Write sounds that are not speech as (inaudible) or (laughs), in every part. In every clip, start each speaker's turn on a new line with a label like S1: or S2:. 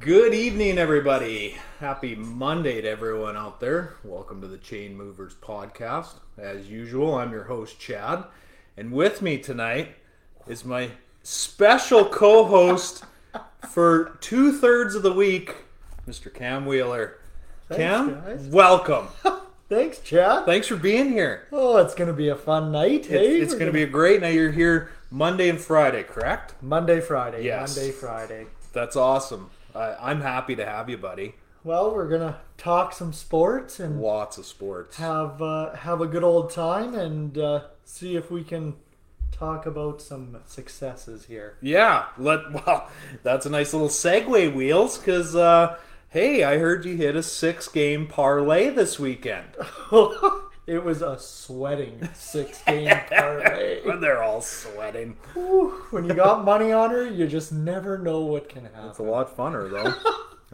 S1: Good evening, everybody. Happy Monday to everyone out there. Welcome to the Chain Movers podcast. As usual, I'm your host, Chad. And with me tonight is my special co host for two thirds of the week, Mr. Cam Wheeler. Cam,
S2: guys.
S1: welcome.
S2: Thanks, Chad.
S1: Thanks for being
S2: (laughs)
S1: here.
S2: Oh, it's gonna be a fun night. hey,
S1: It's, it's
S2: We're
S1: going to be a great night. You're here Monday and Friday, correct?
S2: Monday, Friday.
S1: Yes.
S2: Monday, Friday.
S1: That's awesome. I I'm happy to have you, buddy.
S2: Well, we're gonna talk some sports and
S1: Lots of sports.
S2: have uh, have a good old time and uh, see if we can talk about some successes here. (laughs)
S1: Yeah, let (laughs) well, that's a nice little segue, Wheels, because uh, hey, I heard you hit a six-game parlay this weekend. (laughs)
S2: it was a sweating six game parlay.
S1: (laughs) They're all sweating.
S2: when you got money on her, you just never know what can
S1: It's a
S2: happen.
S1: lot funner though.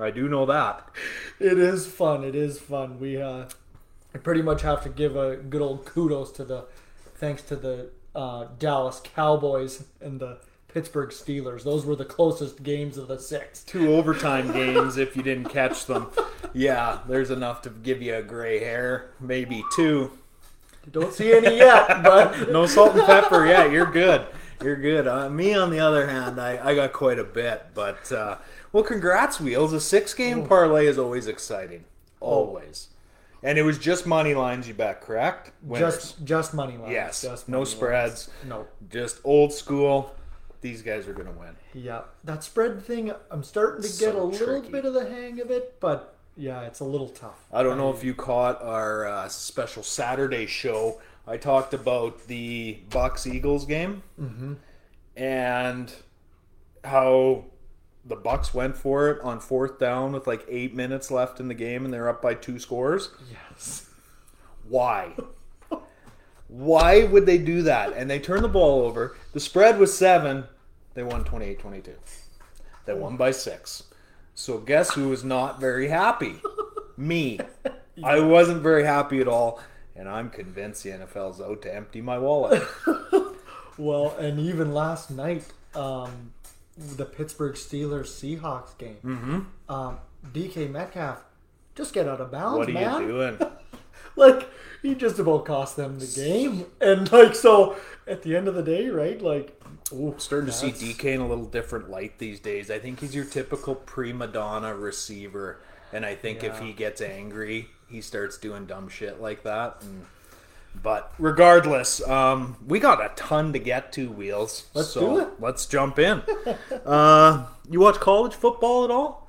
S1: I do know that.
S2: It is fun. It is fun. We uh, I pretty much have to give a good old kudos to the thanks to the uh, Dallas Cowboys and the Pittsburgh Steelers. Those were the closest games of the six.
S1: Two overtime games if you didn't catch them. Yeah, there's enough to give you a gray hair, maybe two.
S2: Don't see
S1: (laughs)
S2: any yet, but
S1: No salt and pepper. Yeah, you're good. You're good. Uh, me, on the other hand, I, I got quite a bit, but uh, well, congrats, Wheels. A
S2: Mm.
S1: six-game parlay is always exciting,
S2: Oh.
S1: always. And it was just money lines you bet, correct? Winners.
S2: just just money lines.
S1: yes,
S2: just
S1: no
S2: money
S1: spreads,
S2: lines. No,
S1: just old school. These guys are gonna win.
S2: yeah, that spread thing. I'm starting to
S1: So
S2: get a little
S1: tricky.
S2: bit of the hang of it, but yeah, it's a little tough.
S1: I don't know if you caught our uh, special Saturday show. I talked about the Bucks Eagles game and how the Bucks went for it on fourth down with like eight minutes left in the game, and they're up by two scores.
S2: Yes.
S1: Why? Why would they do that? And they turned the ball over. The spread was seven. They won 28 22. They won by six. So guess who was not very happy? Me. I wasn't very happy at all. And I'm convinced the NFL's out to empty my wallet.
S2: Well, and even last night, um, the Pittsburgh Steelers Seahawks game, mm-hmm. um, DK Metcalf just get out of bounds,
S1: What are
S2: man.
S1: you doing?
S2: Like he just about cost them the game, and like so at the end of the day, right? Like
S1: Ooh, starting to see DK in a little different light these days. I think he's your typical prima donna receiver, and I think if he gets angry, he starts doing dumb shit like that. And, but regardless, um, we got a ton to get to, Wheels.
S2: Let's
S1: so
S2: do it.
S1: Let's jump
S2: (laughs)
S1: in. uh, you watch college football at all?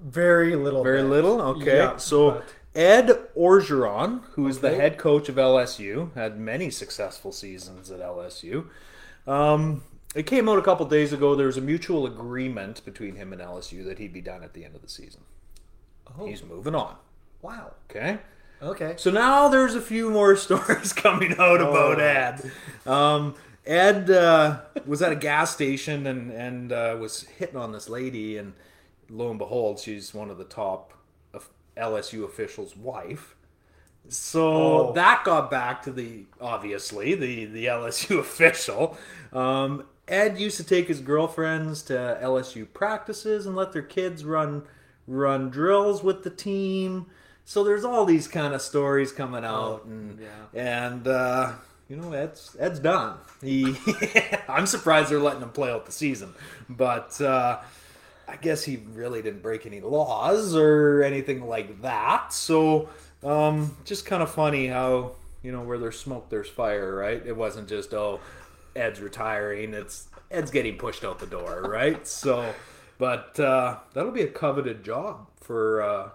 S2: very little,
S1: Very
S2: bit.
S1: little. Okay.
S2: Yeah,
S1: so
S2: but-
S1: Ed Orgeron, who is the
S2: Okay.
S1: head coach of LSU, had many successful seasons at LSU. Um, it came out a couple days ago. There was a mutual agreement between him and LSU that he'd be done at the end of the season.
S2: Oh.
S1: He's moving on.
S2: Wow.
S1: Okay.
S2: Okay.
S1: So now there's a few more (laughs) stories coming out about Ed. Um, Ed uh, was at a gas station and and uh, was hitting on this lady, and lo and behold, she's one of the top of LSU officials' wife. So
S2: Oh.
S1: that got back to the obviously the the LSU (laughs) official. Um, Ed used to take his girlfriends to LSU practices and let their kids run run drills with the team. So there's all these kind of stories coming out, and and uh, you know Ed's Ed's done. He (laughs) I'm surprised they're letting him play out the season, but. Uh, I guess he really didn't break any laws or anything like that. So, um, just kind of funny how you know where there's smoke, there's fire, right? It wasn't just oh, Ed's retiring. It's Ed's getting pushed out the door, right? So, but uh, that'll be a coveted job for uh,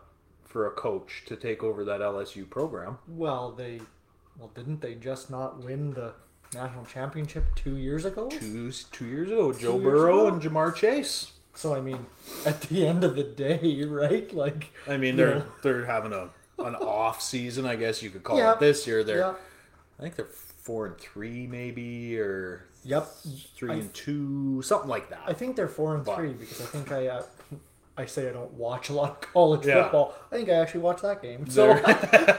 S1: for a coach to take over that LSU program.
S2: Well, they, well, didn't they just not win the national championship two years ago?
S1: Two two years ago, Joe
S2: years
S1: Burrow
S2: ago.
S1: and Jamar Chase.
S2: So I mean, at the end of the day, (laughs) right? Like,
S1: I mean,
S2: you
S1: they're
S2: know,
S1: they're having a an off season, I guess you could call
S2: Yeah.
S1: it. This year, they're
S2: yeah,
S1: I think they're four and three, maybe or
S2: yep.
S1: three
S2: I-
S1: and two, something like that.
S2: I think they're four and
S1: But-
S2: three because I think I, uh, I say I don't watch a lot of college
S1: Yeah.
S2: football. I think I actually watched that game. So
S1: They're-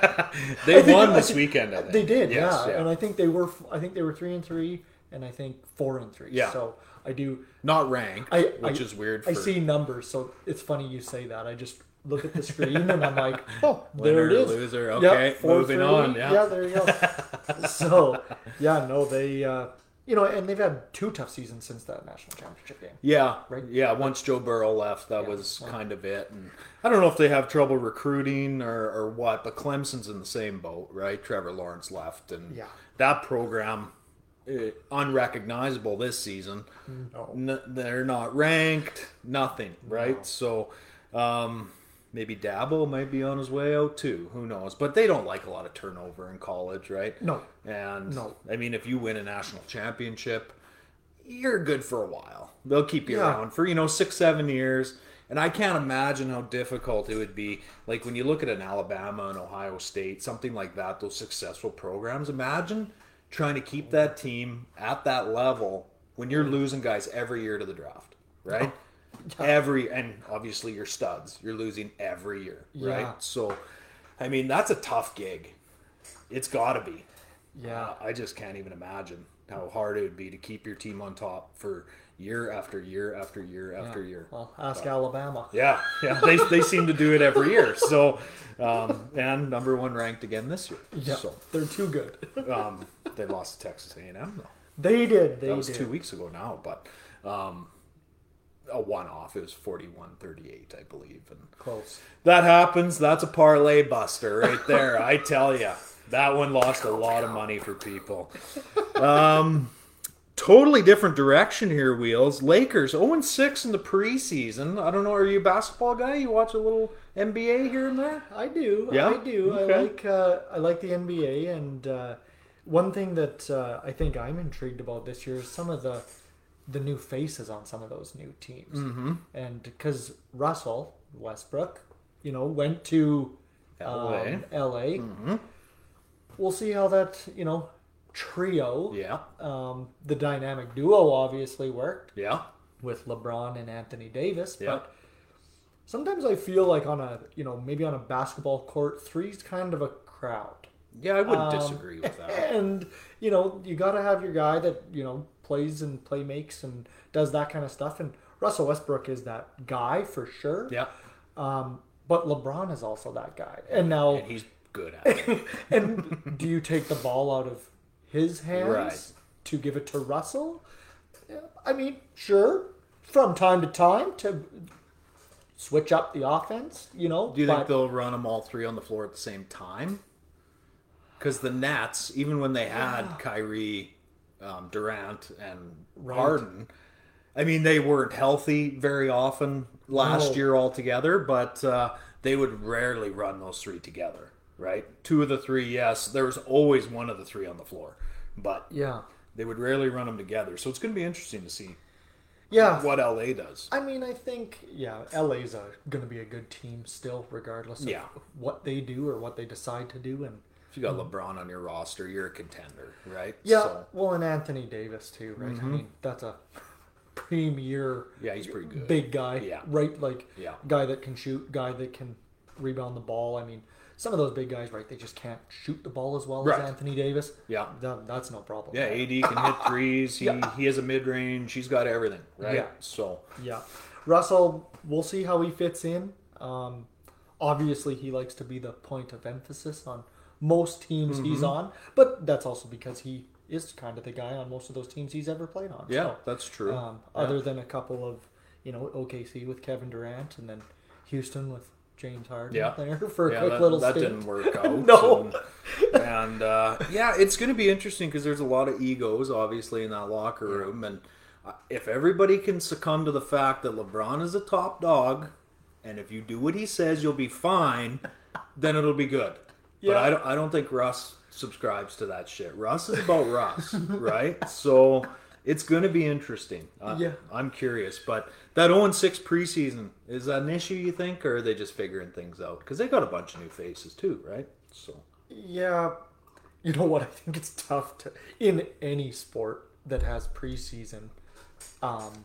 S1: they
S2: think-
S1: won
S2: I
S1: this
S2: think-
S1: weekend. I think.
S2: (laughs) they did,
S1: Yes,
S2: yeah. And I think they were, I think they were three and three, and I think four and three.
S1: Yeah.
S2: So I do.
S1: Not ranked,
S2: I,
S1: which
S2: I-
S1: is weird. For
S2: I see numbers, so it's funny you say that. I just look at the screen and
S1: (laughs)
S2: I'm like, oh, there
S1: winner,
S2: it is.
S1: loser.
S2: Yep,
S1: Okay,
S2: four,
S1: moving
S2: three.
S1: on. Yeah.
S2: there you
S1: (laughs)
S2: go. so, yeah, no, they, uh, you know, and they've had two tough seasons since that national championship game.
S1: Yeah,
S2: Right?
S1: yeah. Once Joe Burrow left, that was kind of it. And I don't know if they have trouble recruiting or, or what, but Clemson's in the same boat, right? Trevor Lawrence left, and
S2: Yeah.
S1: that program eh, unrecognizable this season.
S2: Mm-hmm. Oh.
S1: N- they're not ranked, nothing, right? So um, maybe Dabo might be on his way out too. Who knows? But they don't like a lot of turnover in college, right?
S2: No.
S1: And
S2: No.
S1: I mean, if you win a national championship, you're good for a while. They'll keep you
S2: Yeah.
S1: around for, you know, six, seven years. And I can't imagine how difficult it would be. Like when you look at an Alabama and Ohio State, something like that, those successful programs, imagine trying to keep that team at that level when you're losing guys every year to the draft,
S2: (laughs)
S1: right? Every, and obviously your studs, you're losing every year,
S2: Yeah.
S1: right? So, I mean, that's a tough gig. It's got to be.
S2: Yeah.
S1: I just can't even imagine how hard it would be to keep your team on top for year after year after year after year.
S2: Well, ask Alabama.
S1: Yeah, yeah, they, they seem to do it every year. So, um, and number one ranked again this year.
S2: Yeah,
S1: So,
S2: they're too good. (laughs)
S1: um, they lost to Texas A&M though.
S2: They did. They
S1: That was
S2: did.
S1: two weeks ago now, but um, a one-off. It was 41-38, I believe, and
S2: Close.
S1: that happens. That's a parlay buster right there. I tell you, that one lost a lot of money for people. Um, totally different direction here, wheels. Lakers 0 6 in the preseason. I don't know. Are you a basketball guy? You watch a little NBA here and there?
S2: I do.
S1: Yeah?
S2: I do. I
S1: Okay.
S2: like. Uh, I like the NBA, and uh, one thing that uh, I think I'm intrigued about this year is some of the the new faces on some of those new teams, mm-hmm. and because Russell Westbrook, you know, went to
S1: LA.
S2: um, LA.
S1: Mm-hmm.
S2: We'll see how that you know trio,
S1: Yeah.
S2: um, the dynamic duo, obviously worked
S1: Yeah.
S2: with LeBron and Anthony Davis,
S1: Yeah.
S2: but sometimes I feel like on a you know maybe on a basketball court, three's kind of a crowd,
S1: Yeah, I wouldn't disagree with (laughs) that.
S2: and you know you got to have your guy that you know plays and play makes and does that kind of stuff. And Russell Westbrook is that guy for sure.
S1: Yeah.
S2: Um, but LeBron is also that guy, and now
S1: And he's good at it.
S2: (laughs) and do you take the ball out of his hands
S1: Right.
S2: to give it to Russell? Yeah, I mean, sure, from time to time to switch up the offense, you know.
S1: Do you think
S2: but-
S1: they'll run them all three on the floor at the same time? Because the Nats, even when they had Kyrie, um, Durant, and Harden, I mean, they weren't healthy very often last
S2: No.
S1: year altogether, but uh, they would rarely run those three together, right? Two of the three, yes. There was always one of the three on the floor, but
S2: Yeah,
S1: they would rarely run them together. So it's going to be interesting to see
S2: yeah.
S1: what LA does.
S2: I mean, I think yeah, LA's a, gonna be a good team still, regardless of
S1: Yeah.
S2: what they do or what they decide to do, and
S1: If you got LeBron on your roster, you're a contender, right?
S2: Mm. yeah,
S1: So,
S2: well, and Anthony Davis too, right? I mean, that's a premier
S1: Mm-hmm. yeah, he's pretty good.
S2: big guy,
S1: Yeah.
S2: right? Like
S1: Yeah.
S2: guy that can shoot, guy that can rebound the ball. I mean, some of those big guys, right? They just can't shoot the ball as well
S1: Right.
S2: as Anthony Davis.
S1: Yeah.
S2: That, that's no problem.
S1: Yeah, AD
S2: (coughs)
S1: can hit threes. He he has a mid range. He's got everything, right?
S2: Yeah.
S1: So
S2: yeah. Russell, we'll see how he fits in. Um, obviously, he likes to be the point of emphasis on most teams he's
S1: Mm-hmm.
S2: on, but that's also because he is kind of the guy on most of those teams he's ever played on.
S1: yeah,
S2: So,
S1: that's true.
S2: um, other than a couple of you know OKC with Kevin Durant and then Houston with James Harden
S1: Yeah.
S2: (laughs) there for a
S1: yeah,
S2: quick
S1: that,
S2: little
S1: that
S2: stint.
S1: didn't
S2: (laughs)
S1: work out.
S2: No.
S1: And, and, uh, yeah, it's going to be interesting because there's a lot of egos, obviously, in that locker room. And uh, if everybody can succumb to the fact that LeBron is a top dog and if you do what he says, you'll be fine. Then it'll be good. But
S2: Yeah.
S1: I don't. I don't think Russ subscribes to that shit. Russ is about
S2: (laughs)
S1: Russ, right? So it's going to be interesting. Uh,
S2: Yeah.
S1: I'm curious. But that 0 6 preseason is that an issue? You think, or are they just figuring things out? Because they got a bunch of new faces too, right? So
S2: Yeah, you know what? I think it's tough to in any sport that has preseason. Um,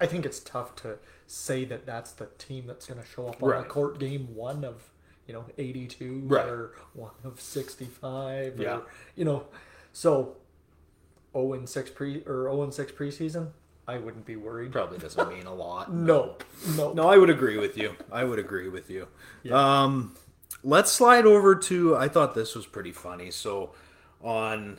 S2: I think it's tough to say that that's the team that's going to show up on
S1: Right.
S2: the court game one of you know eighty two
S1: Right.
S2: or one of sixty five.
S1: Yeah.
S2: or, you know, so zero and six pre or zero and six preseason. I wouldn't be worried.
S1: probably doesn't mean a lot.
S2: No, no,
S1: No, I would agree with you. I would agree with you. Um, let's slide over to. I thought this was pretty funny. So, on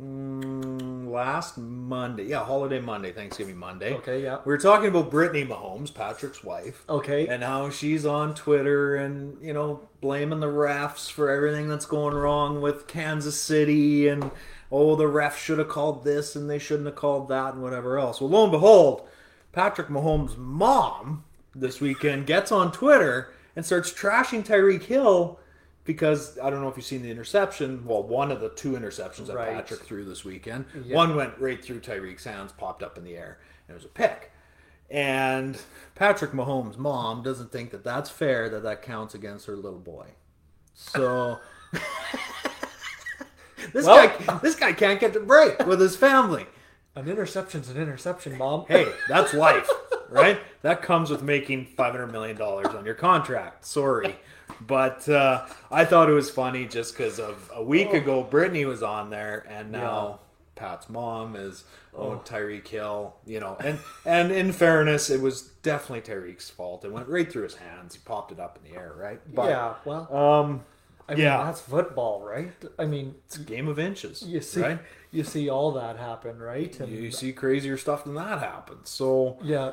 S1: mm, last Monday, yeah, holiday Monday, Thanksgiving Monday.
S2: Okay, yeah.
S1: We were talking about Brittany Mahomes, Patrick's wife.
S2: Okay.
S1: and how she's on Twitter and you know blaming the refs for everything that's going wrong with Kansas City and oh the refs should have called this and they shouldn't have called that and whatever else. Well, lo and behold, Patrick Mahomes' mom this weekend gets on Twitter and starts trashing Tyreek Hill because I don't know if you've seen the interception. Well, one of the two interceptions that
S2: Right.
S1: Patrick threw this weekend.
S2: Yeah.
S1: One went right through Tyreek's hands, popped up in the air, and it was a pick. And Patrick Mahomes' mom doesn't think that that's fair that that counts against her little boy. So (laughs) this
S2: Well-
S1: guy this guy can't get the break with his family.
S2: an interception's an interception, mom.
S1: Hey, that's life, right? That comes with making five hundred million dollars on your contract. Sorry, but uh, I thought it was funny just because of a week
S2: Oh.
S1: ago Brittany was on there, and now Pat's mom is oh Tyreek Hill, you know. And and in fairness, it was definitely Tyreek's fault. It went right through his hands. He popped it up in the air, right? But,
S2: yeah, well,
S1: Um,
S2: I mean
S1: yeah.
S2: that's football, right? I mean,
S1: it's a game of inches.
S2: you see
S1: right?
S2: you see all that happen right and
S1: You see crazier stuff than that happen. So
S2: yeah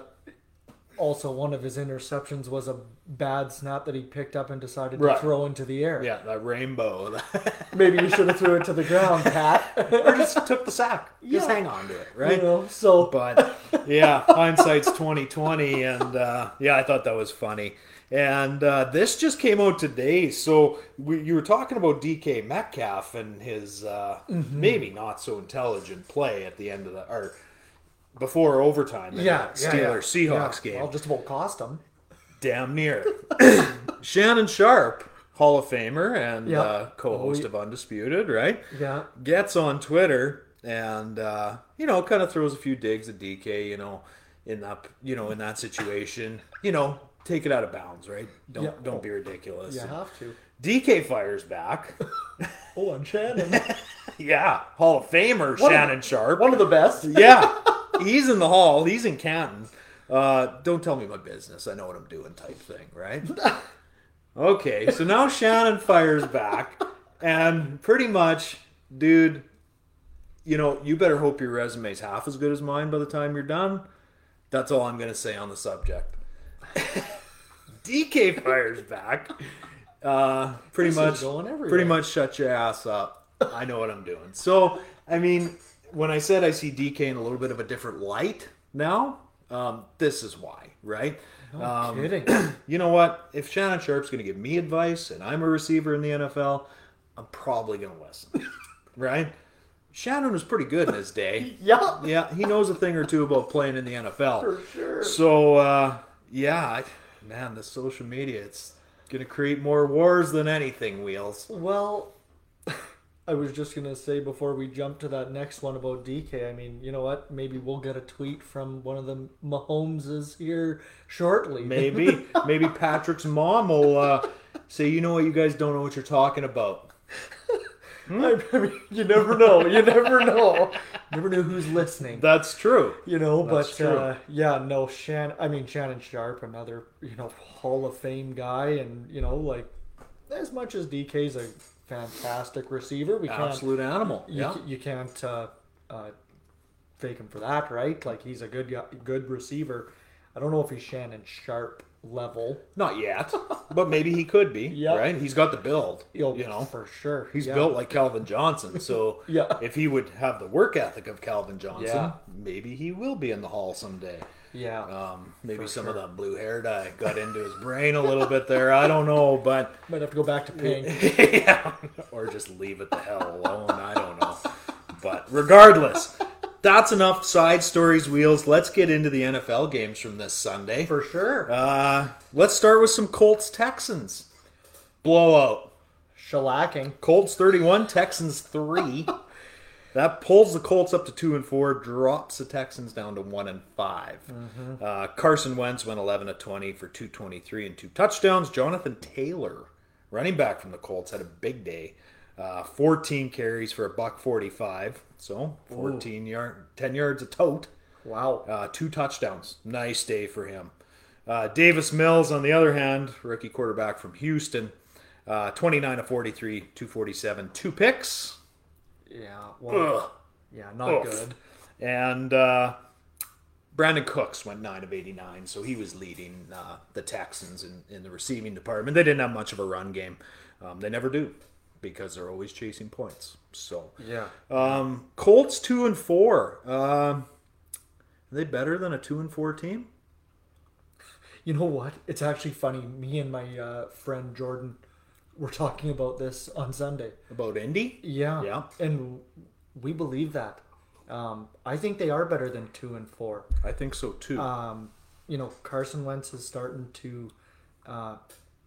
S2: also one of his interceptions was a bad snap that he picked up and decided
S1: Right.
S2: to throw into the air
S1: yeah, that rainbow. (laughs)
S2: (laughs) maybe you should have threw it to the ground pat
S1: or just took the sack. Just
S2: Yeah.
S1: hang on to it, right?
S2: (laughs) you know so
S1: But
S2: (laughs)
S1: yeah, hindsight's twenty twenty, and uh, yeah, I thought that was funny. And uh, this just came out today, so we, you were talking about DK Metcalf and his uh,
S2: Mm-hmm.
S1: maybe not so intelligent play at the end of the or before overtime, in
S2: yeah
S1: that
S2: yeah,
S1: Steelers
S2: yeah.
S1: Seahawks
S2: Yeah.
S1: game
S2: well just about cost him
S1: damn
S2: (laughs)
S1: near. Shannon Sharp, Hall of Famer and
S2: Yeah.
S1: uh, co-host
S2: Oh,
S1: of Undisputed, right?
S2: Yeah.
S1: Gets on Twitter and uh, you know kind of throws a few digs at DK. You know, in that you know in that situation, you know, take it out of bounds, right? Don't
S2: Yeah.
S1: don't be ridiculous.
S2: you have
S1: (laughs)
S2: to
S1: DK fires back. (laughs)
S2: oh and shannon
S1: yeah, Hall of Famer
S2: One of-
S1: Shannon Sharp.
S2: one of the best
S1: yeah, he's in the hall. He's in Canton. Uh, don't tell me my business. I know what I'm doing, type thing, right? okay, so now Shannon fires back, and pretty much, dude, you know, you better hope your resume's half as good as mine by the time you're done. That's all I'm gonna say on the
S2: (laughs)
S1: subject. DK fires back. Uh, pretty
S2: This is
S1: much,
S2: going everywhere.
S1: pretty much shut your ass up. I know what I'm doing.
S2: (laughs)
S1: So, I mean, when I said I see DK in a little bit of a different light now, um, this is why, right? Um,
S2: kidding (coughs)
S1: you know what? If Shannon Sharp's going to give me advice and I'm a receiver in the NFL, I'm probably going to listen, (laughs) right? Shannon was pretty good in his
S2: (laughs)
S1: day.
S2: yeah
S1: Yeah, he knows a thing or two about playing in the NFL. For sure. So, uh, yeah, I, man, the social media, it's going to create more wars than anything, Wheels.
S2: Well, (laughs) I was just going to say before we jump to that next one about DK, I mean, you know what? Maybe we'll get a tweet from one of the Mahomeses here shortly.
S1: Maybe, maybe Patrick's mom will uh, say, you know what, you guys don't know what you're talking about.
S2: (laughs) I mean, you never know. You never
S1: (laughs)
S2: know. never know who's listening.
S1: That's true.
S2: you know,
S1: That's
S2: but
S1: true.
S2: uh, yeah, no, Shan. I mean, Shannon Sharp, another you know Hall of Fame guy, and you know, like as much as DK's a fantastic receiver, we can't
S1: Absolute animal.
S2: you,
S1: Yeah.
S2: ca- you can't uh, uh, fake him for that, right? Like he's a good guy, good receiver. I don't know if he's Shannon Sharp level.
S1: Not
S2: (laughs)
S1: yet, but maybe he could be.
S2: Yep.
S1: Right? He's got the build.
S2: He'll-
S1: you know,
S2: for sure.
S1: he's
S2: yeah.
S1: built like Calvin Johnson. So
S2: (laughs) Yeah.
S1: if he would have the work ethic of Calvin Johnson,
S2: Yeah.
S1: maybe he will be in the hall someday.
S2: Yeah.
S1: Um, maybe
S2: For
S1: some of
S2: sure.
S1: the blue hair dye got into his brain a little bit there. I don't know, but
S2: Might have to go back to pink.
S1: yeah. or just leave it the hell alone. I don't know. But regardless, that's enough side stories wheels. Let's get into the NFL games from this Sunday. (laughs)
S2: For sure.
S1: Uh, let's start with some Colts Texans blowout.
S2: Shellacking.
S1: Colts 31, Texans 3. that pulls the Colts up to 2 and 4, drops the Texans down to 1 and 5. Uh, Carson Wentz went 11 of 20 for 223 and two touchdowns. Jonathan Taylor, running back from the Colts, had a big day. Uh, 14 carries for a buck 45. So 14 yard, 10 yards a tote.
S2: Wow.
S1: Uh, two touchdowns. Nice day for him. Uh, Davis Mills, on the other hand, rookie quarterback from Houston, uh, 29 of 43, 247, two picks.
S2: Yeah. Well,
S1: Ugh.
S2: yeah, not
S1: Oof.
S2: good.
S1: And uh, Brandon Cooks went 9 of 89, so he was leading uh, the Texans in, in the receiving department. They didn't have much of a run game. Um, they never do because they're always chasing points. So
S2: Yeah.
S1: um, Colts 2 and 4. Um, are they better than a 2 and 4 team?
S2: You know what? It's actually funny. Me and my uh, friend Jordan were talking about this on Sunday.
S1: About Indy?
S2: Yeah.
S1: Yeah.
S2: And we believe that. Um, I think they are better than two and four.
S1: I think so too.
S2: Um, you know, Carson Wentz is starting to uh,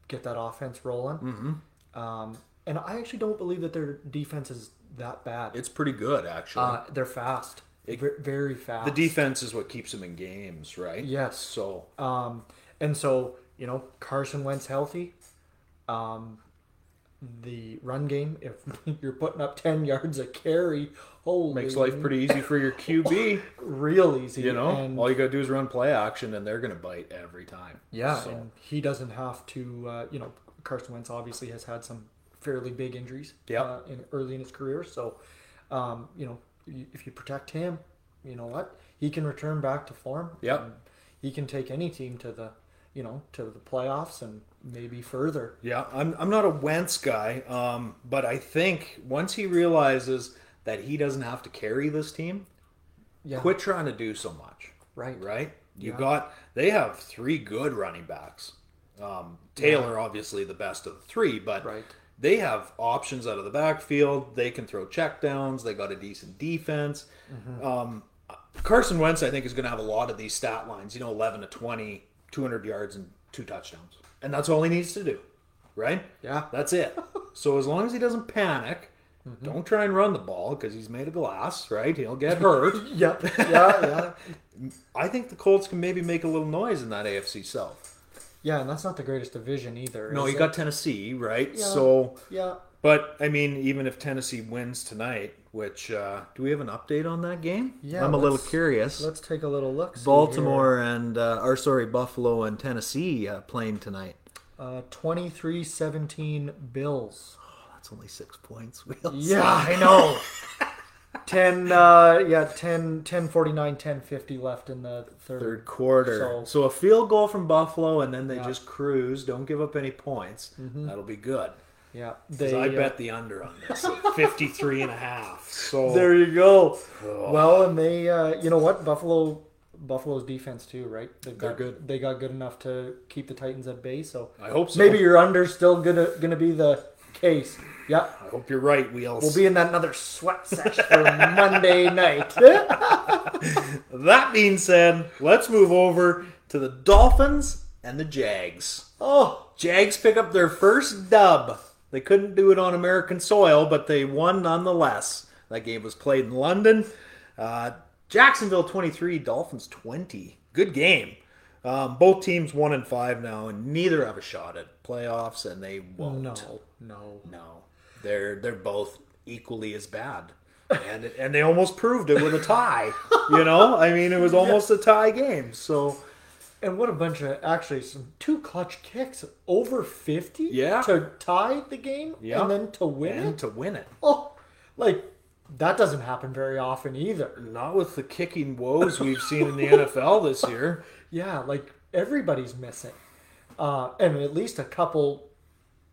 S2: get that offense rolling.
S1: Mm-hmm.
S2: Um, and I actually don't believe that their defense is that bad.
S1: it's pretty good actually.
S2: uh, they're fast. Ver- very fast.
S1: the defense is what keeps them in games, right?
S2: Yes.
S1: So
S2: Um, and so, you know, Carson Wentz healthy. Um, the run game, if (laughs) you're putting up 10 yards a carry, holy.
S1: makes life pretty easy for
S2: (laughs)
S1: your QB.
S2: real easy.
S1: You know,
S2: And,
S1: all you gotta do is run play action, and they're gonna bite every time.
S2: yeah,
S1: So,
S2: and he doesn't have to, uh, you know, Carson Wentz obviously has had some fairly big injuries
S1: Yep.
S2: uh, in early in his career. So, um, you know, y- if you protect him, you know what? He can return back to form.
S1: Yep.
S2: and He can take any team to the, you know, to the playoffs and maybe further.
S1: yeah, I'm I'm not a Wentz guy, um, but I think once he realizes that he doesn't have to carry this team,
S2: Yeah.
S1: quit trying to do so much.
S2: Right.
S1: Right. You
S2: Yeah.
S1: got they have three good running backs. Um, Taylor obviously the best of the three, but
S2: Right.
S1: they have options out of the backfield. They can throw checkdowns. They got a decent defense.
S2: Mm-hmm.
S1: Um, Carson Wentz, I think, is going to have a lot of these stat lines. You know, eleven to 20, 200 yards and two touchdowns, and that's all he needs to do. Right.
S2: Yeah. Mm-hmm.
S1: That's
S2: (laughs)
S1: it. so as long as he doesn't panic. Don't try and run the ball because he's made of glass, right? He'll get
S2: (laughs)
S1: hurt. (laughs)
S2: Yep. Yeah. Yeah.
S1: I think the Colts can maybe make a little noise in that AFC South.
S2: yeah. And that's not the greatest division either.
S1: No,
S2: is
S1: you
S2: it?
S1: got Tennessee, right?
S2: Yeah.
S1: So,
S2: Yeah.
S1: but I mean, even if Tennessee wins tonight, which uh, do we have an update on that game?
S2: Yeah,
S1: I'm a little
S2: let's-
S1: curious.
S2: Let's take a little look.
S1: Baltimore and uh, or sorry, Buffalo and Tennessee uh, playing tonight.
S2: Uh, 23 17 Bills.
S1: That's only six points. (laughs) Wheels.
S2: Yeah, I (laughs) know. 10, uh, yeah, 10, 10 49, 10 50 left in the third.
S1: Third quarter. So,
S2: So-
S1: a field goal from Buffalo, and then they just cruise. Don't give up any points. That'll be good.
S2: Yeah.
S1: 'Cause
S2: Mm-hmm. They,
S1: I
S2: uh,
S1: bet the under on this, at 53 and a half. So
S2: (laughs) There you go. Well, and they, uh, you know what? Buffalo. Buffalo's defense too, right? They got,
S1: They're good.
S2: They got good enough to keep the Titans at bay. So
S1: I hope so.
S2: Maybe your under's still gonna gonna be the case. Yeah,
S1: I hope you're right, Wheels.
S2: we'll be in that another sweat
S1: (laughs)
S2: sesh for Monday night.
S1: that being said, let's move over to the Dolphins and the Jags.
S2: oh,
S1: Jags pick up their first dub. They couldn't do it on American soil, but they won nonetheless. That game was played in London. Uh, Jacksonville 23, Dolphins 20. Good game. Um, both teams one and five now, and neither have a shot at playoffs, and they won't.
S2: no, no.
S1: No, they're they're both equally as bad, and it, and they almost proved it with a tie. You know, I mean, it was almost a tie game. So
S2: And what a bunch of actually some two clutch kicks over fifty.
S1: Yeah.
S2: to tie the game.
S1: Yeah.
S2: and then to win
S1: and
S2: it.
S1: to win it,
S2: Oh, like that doesn't happen very often either.
S1: not with the kicking woes we've seen in the NFL this year.
S2: Yeah, like everybody's missing, uh, and at least a couple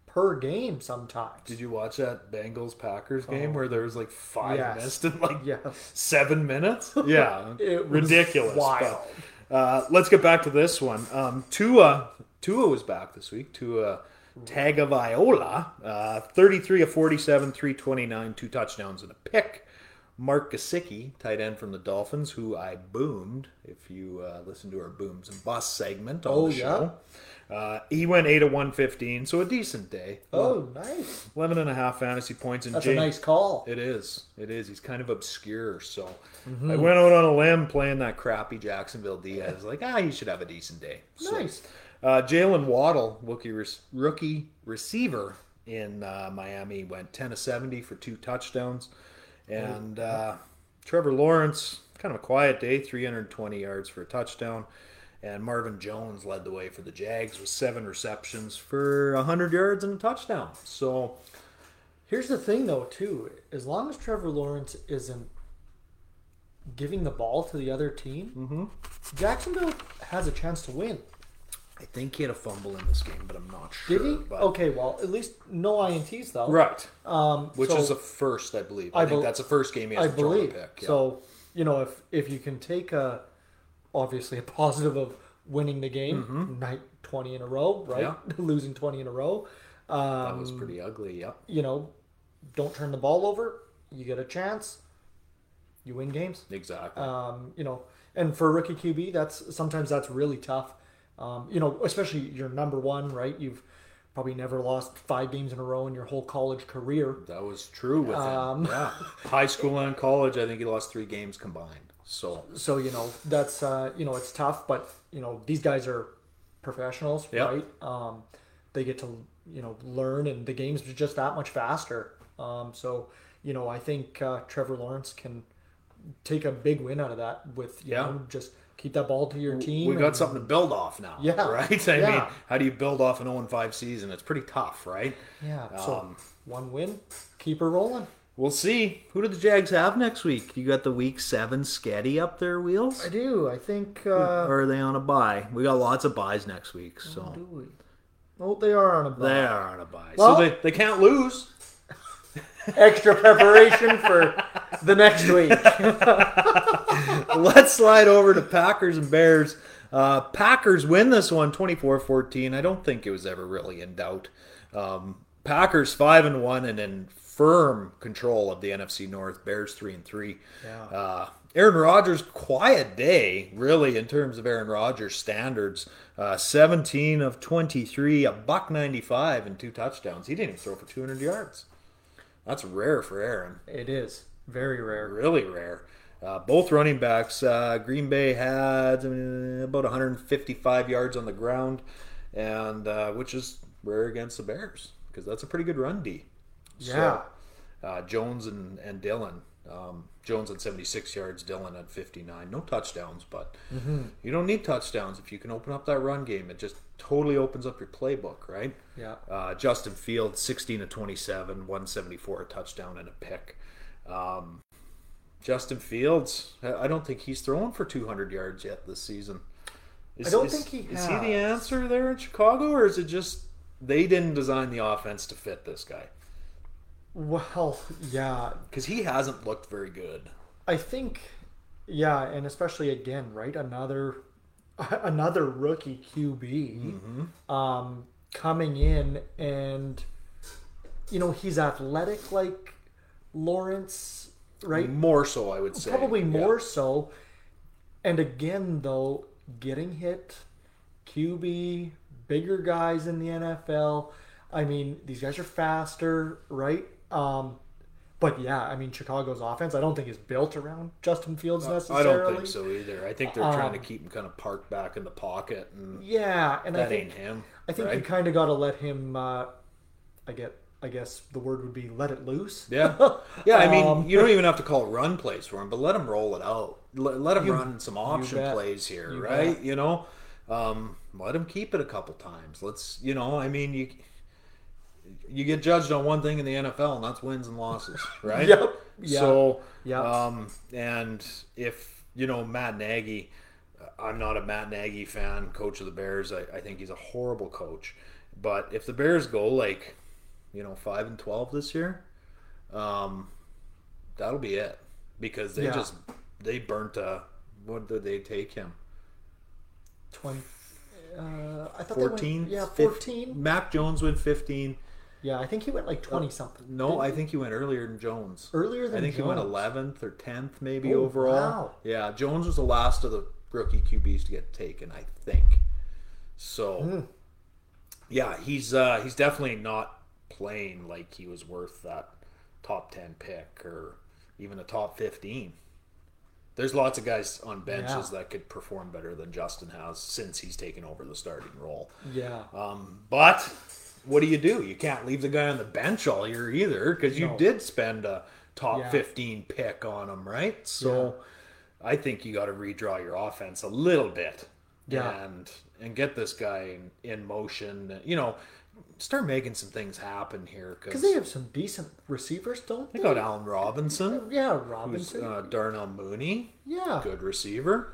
S2: per game sometimes.
S1: Did you watch that Bengals Packers game where there was like five
S2: Yes.
S1: missed in like
S2: Yes.
S1: seven minutes? Yeah,
S2: It was
S1: ridiculous. but-
S2: Wild.
S1: Uh, let's get back to this one. Um, Tua Tua was back this week. Tua Tagovailoa, uh, 33 of 47, 329, two touchdowns and a pick. Mark Gasicki, tight end from the Dolphins, who I boomed. If you uh, listen to our booms and busts segment on
S2: Oh,
S1: the show, uh, he went eight of one fifteen, so a decent day.
S2: Oh, nice.
S1: 11 and a half fantasy points. And
S2: That's
S1: James,
S2: a nice call.
S1: it is. It is. He's kind of obscure. So I went out on a limb playing that crappy Jacksonville Diaz. Like, ah, he should have a decent day. So,
S2: Nice.
S1: uh, Jalen Waddle, rookie, rec- rookie receiver in uh, Miami, went 10 of 70 for two touchdowns. And uh, Trevor Lawrence, kind of a quiet day, 320 yards for a touchdown. And Marvin Jones led the way for the Jags with seven receptions for 100 yards and a touchdown. So,
S2: Here's the thing, though, too. As long as Trevor Lawrence isn't giving the ball to the other team,
S1: Mm-hmm.
S2: Jacksonville has a chance to win.
S1: I think he had a fumble in this game, but I'm not sure.
S2: Did he?
S1: But,
S2: Okay, well, at least no ints though.
S1: Right.
S2: Um,
S1: Which
S2: so
S1: is the first, I believe. I,
S2: I
S1: think
S2: bel-
S1: that's the first game he has
S2: I
S1: to throw a
S2: believe.
S1: pick. yeah.
S2: So you know, if if you can take a obviously a (laughs) positive of winning the game, night twenty in a row, right?
S1: Mm-hmm. Yeah.
S2: (laughs) Losing twenty in a row, um,
S1: that was pretty ugly. Yep.
S2: you know, don't turn the ball over. You get a chance. You win games.
S1: Exactly.
S2: um, you know, and for a rookie QB, that's sometimes that's really tough. Um, you know, especially your number one, right? You've probably never lost five games in a row in your whole college career.
S1: that was true with
S2: um,
S1: him.
S2: (laughs)
S1: Yeah. High school and college, I think he lost three games combined. So
S2: So you know, that's uh, you know, it's tough, but you know, these guys are professionals,
S1: Yep.
S2: right? Um, they get to you know learn, and the games are just that much faster. Um, so you know, I think uh, Trevor Lawrence can take a big win out of that with you
S1: Yeah.
S2: know just keep that ball to your team.
S1: we got
S2: and-
S1: something to build off now. (laughs)
S2: Yeah.
S1: Right? I mean,
S2: Yeah.
S1: how do you build off an 0 5 season? It's pretty tough, right?
S2: Yeah. So
S1: Um,
S2: one win, keep her rolling.
S1: We'll see. Who do the Jags have next week? You got the week seven Sketty up their wheels?
S2: I do. I think. Uh,
S1: Or are they on a buy? We got lots of buys next week. So.
S2: do we? Oh, they are on a bye.
S1: They are on a bye.
S2: Well-
S1: so they, they can't lose.
S2: (laughs)
S1: (laughs)
S2: Extra preparation for the next week.
S1: Let's slide over to Packers and Bears. Uh, Packers win this one 24 14. I don't think it was ever really in doubt. Um, Packers 5 and 1 and in firm control of the NFC North. Bears 3 and 3.
S2: Yeah.
S1: Uh, Aaron Rodgers, quiet day, really, in terms of Aaron Rodgers standards. Uh, 17 of 23, a buck 95, and two touchdowns. He didn't even throw for 200 yards. That's rare for Aaron.
S2: (laughs) It is very rare.
S1: really rare. Uh, both running backs. Uh, Green Bay had uh, about 155 yards on the ground, and uh, which is rare against the Bears because that's a pretty good run D.
S2: Yeah.
S1: So, uh, Jones and and Dylan. Um, Jones at 76 yards, Dylan at 59. No touchdowns, but
S2: Mm-hmm.
S1: you don't need touchdowns if you can open up that run game. It just totally opens up your playbook, right?
S2: Yeah.
S1: Uh, Justin Fields, 16 to 27, 174, a touchdown and a pick. Um, Justin Fields, I I don't think he's thrown for 200 yards yet this season. Is,
S2: I don't
S1: is-
S2: think he
S1: Is he the
S2: has.
S1: answer there in Chicago, or is it just they didn't design the offense to fit this guy?
S2: Well, yeah.
S1: Because he hasn't looked very good.
S2: I think, yeah, and especially again, right? Another, (laughs) another rookie QB, um, coming in, and you know he's athletic like Lawrence, right?
S1: More so, I would say.
S2: probably
S1: Yeah.
S2: more so. And again, though, getting hit, QB, bigger guys in the NFL. I mean, these guys are faster, right? Um, but yeah, I mean, Chicago's offense, I don't think is built around Justin Fields
S1: Uh, I
S2: necessarily. Um,
S1: don't think so either. I think they're trying to keep him kind of parked back in the pocket, and
S2: Yeah, and I
S1: that
S2: think
S1: ain't him.
S2: I think you
S1: right?
S2: kind of got to let him. Uh, I get. I guess the word would be let it loose.
S1: Yeah, (laughs) yeah. I mean,
S2: Um,
S1: you don't even have to call run plays for him, but let him roll it out. Let, let him
S2: You-
S1: run some option
S2: bet.
S1: plays here,
S2: You
S1: right?
S2: bet.
S1: You know, um, let him keep it a couple times. Let's, you know, I mean, you you get judged on one thing in the NFL, and that's wins and
S2: (laughs)
S1: losses, right?
S2: Yep. Yeah.
S1: So,
S2: Yeah.
S1: Um, and if you know Matt Nagy, uh, I'm not a Matt Nagy fan, coach of the Bears. I, I think he's a horrible coach. But if the Bears go like, you know, five and twelve this year, um, that'll be it because they
S2: Yeah.
S1: just they burnt. Uh, what did they take him?
S2: Twenty. Uh, I thought
S1: 14?
S2: They went, yeah,
S1: Fif-
S2: fourteen.
S1: Mac Jones went 15.
S2: yeah, I think he went like twenty something.
S1: No, I think he went earlier than Jones.
S2: Earlier than
S1: I think he went
S2: Jones.
S1: 11th or 10th maybe
S2: Oh,
S1: overall.
S2: wow.
S1: Yeah, Jones was the last of the rookie QBs to get taken, I think. So
S2: Hmm.
S1: Yeah, he's uh he's definitely not playing like he was worth that top 10 pick or even a top 15. There's lots of guys on benches
S2: Yeah.
S1: that could perform better than Justin has since he's taken over the starting role.
S2: Yeah.
S1: Uh, Um, But what do you do? You can't leave the guy on the bench all year either because you
S2: No.
S1: did spend a top
S2: Yeah.
S1: 15 pick on him, right? So I think you got to redraw your offense a little bit.
S2: Yeah.
S1: And and get this guy in, in motion, you know, start making some things happen here
S2: Because
S1: cuz
S2: they have some decent receivers, don't
S1: they
S2: they?
S1: got Allen Robinson,
S2: Yeah,
S1: who's
S2: Robinson.
S1: uh, Darnell Mooney,
S2: yeah.
S1: good receiver.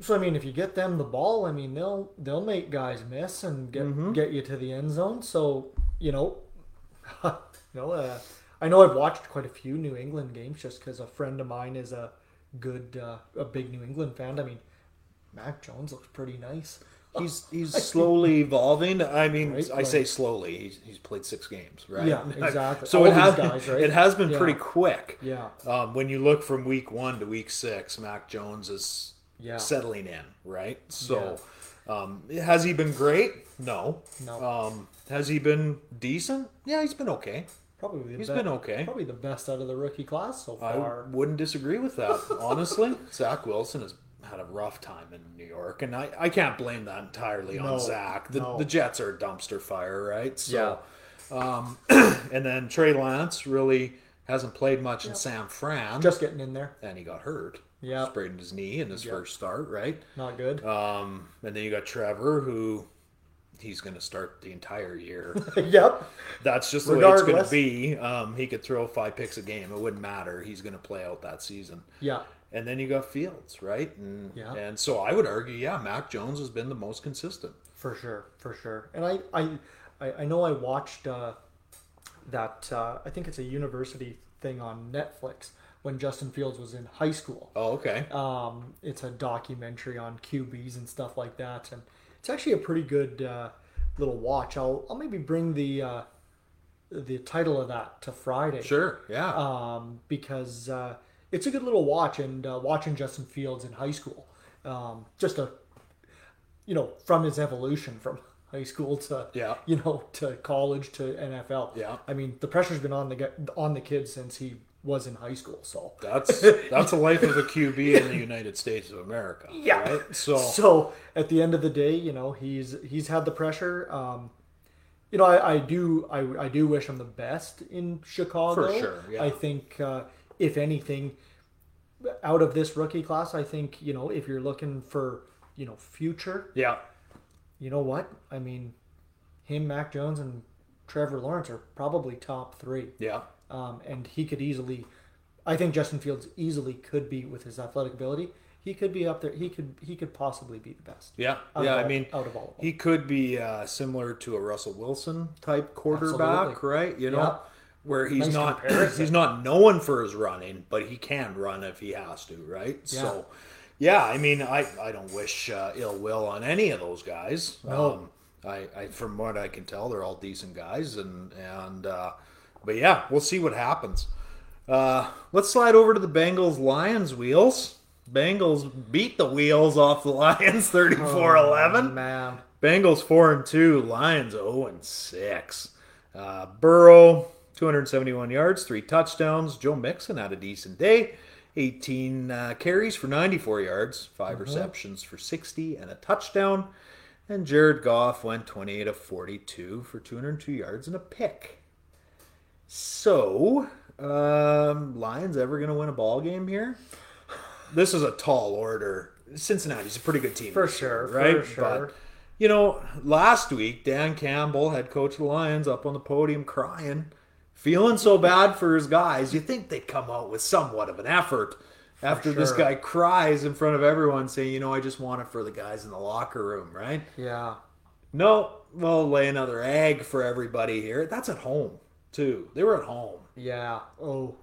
S2: So I mean, if you get them the ball, I mean they'll they'll make guys miss and get
S1: Mm-hmm.
S2: get you to the end zone. So you know, (laughs) you know, uh, I know I've watched quite a few New England games just because a friend of mine is a good uh, a big New England fan. I mean, Mac Jones looks pretty nice. (laughs)
S1: He's he's slowly evolving. I mean,
S2: Right,
S1: I say
S2: like-
S1: slowly. He's, he's played six games, right? (laughs)
S2: Yeah, exactly.
S1: So
S2: All
S1: it
S2: these
S1: has
S2: guys, right?
S1: it has been
S2: Yeah.
S1: pretty quick.
S2: Yeah.
S1: Um, when you look from week one to week six, Mac Jones is
S2: Yeah.
S1: settling in, right? So, um, has he been great? No.
S2: No.
S1: Um, has he been decent? Yeah, he's been okay.
S2: Probably the
S1: He's
S2: be-
S1: been okay.
S2: Probably the best out of the rookie class so
S1: I
S2: far.
S1: wouldn't disagree with
S2: (laughs)
S1: that, honestly. Zach Wilson has had a rough time in New York, and I, I can't blame that entirely
S2: No,
S1: on Zach. The,
S2: no.
S1: the Jets are a dumpster fire, right? So, Um, and then Trey Lance really hasn't played much in San Fran,
S2: Just getting in there,
S1: and he got hurt.
S2: Yeah.
S1: sprained his knee in his first start, right?
S2: not good.
S1: Um, and then you got Trevor, who he's going to start the entire
S2: (laughs)
S1: year.
S2: (laughs) yep.
S1: That's just the way it's going to
S2: Regardless.
S1: be. Um, he could throw five picks a game; it wouldn't matter. He's going to play out that season.
S2: Yeah.
S1: And then you got Fields, right? And
S2: Yeah.
S1: and so I would argue, yeah, Mac Jones has been the most consistent.
S2: For sure, for sure. And I, I, I, I know I watched uh, that. Uh, I think it's a university thing on Netflix when Justin Fields was in high school.
S1: Oh, okay.
S2: Um, it's a documentary on QBs and stuff like that, and it's actually a pretty good uh, little watch. I'll, I'll maybe bring the uh, the title of that to Friday
S1: sure. Yeah.
S2: um, because uh, it's a good little watch and uh, watching Justin Fields in high school, um, just a you know from his evolution from (laughs) high school to
S1: Yeah.
S2: you know to college to NFL.
S1: Yeah.
S2: I mean the pressure's been on the gu- on the kid since he was in high school. So (laughs)
S1: that's that's the life of a QB in the United States of America.
S2: Yeah.
S1: Right? (laughs) So,
S2: so at the end of the day, you know, he's he's had the pressure. Um, you know, I, I do I, I do wish him the best in Chicago.
S1: For sure, yeah.
S2: I think uh, if anything, out of this rookie class, I think you know if you're looking for you know future,
S1: yeah.
S2: you know what I mean, him, Mac Jones, and Trevor Lawrence are probably top three
S1: Yeah.
S2: um, and he could easily. I think Justin Fields easily could be with his athletic ability. He could be up there. He could he could possibly be the best.
S1: Yeah.
S2: Out of
S1: yeah, I
S2: all-
S1: mean
S2: out of all of them.
S1: he could be uh, similar to a Russell Wilson type quarterback,
S2: Absolutely.
S1: right? You know,
S2: Yeah.
S1: where he's
S2: Nice
S1: not
S2: comparison.
S1: he's not known for his running, but he can run if he has to, right? So, yeah, I mean, I I don't wish uh, ill will on any of those guys. Um,
S2: No.
S1: I, I from what I can tell, they're all decent guys, and and uh, but yeah, we'll see what happens. Uh, let's slide over to the Bengals Lions wheels. Bengals beat the wheels off the Lions (laughs) 34
S2: Oh,
S1: 11.
S2: man.
S1: Bengals four and two, Lions zero and six. Uh, Burrow two hundred seventy one yards, three touchdowns. Joe Mixon had a decent day, eighteen uh, carries for ninety four yards, 5
S2: Uh-huh.
S1: receptions for sixty and a touchdown. And Jared Goff went twenty eight of forty two for two hundred two yards and a pick. So, um, Lions ever going to win a ball game here? This is a tall order. Cincinnati's a pretty good team
S2: For
S1: this year,
S2: sure, for sure.
S1: But you know, last week Dan Campbell, head coach of the Lions, up on the podium crying, feeling so bad for his guys. You think they'd come out with somewhat of an effort after this
S2: sure.
S1: guy cries in front of everyone, saying, "You know, I just want it for the guys in the locker room, right?"
S2: Yeah,
S1: No, we'll lay another egg for everybody here. That's at home too. They were at home.
S2: yeah. Oh,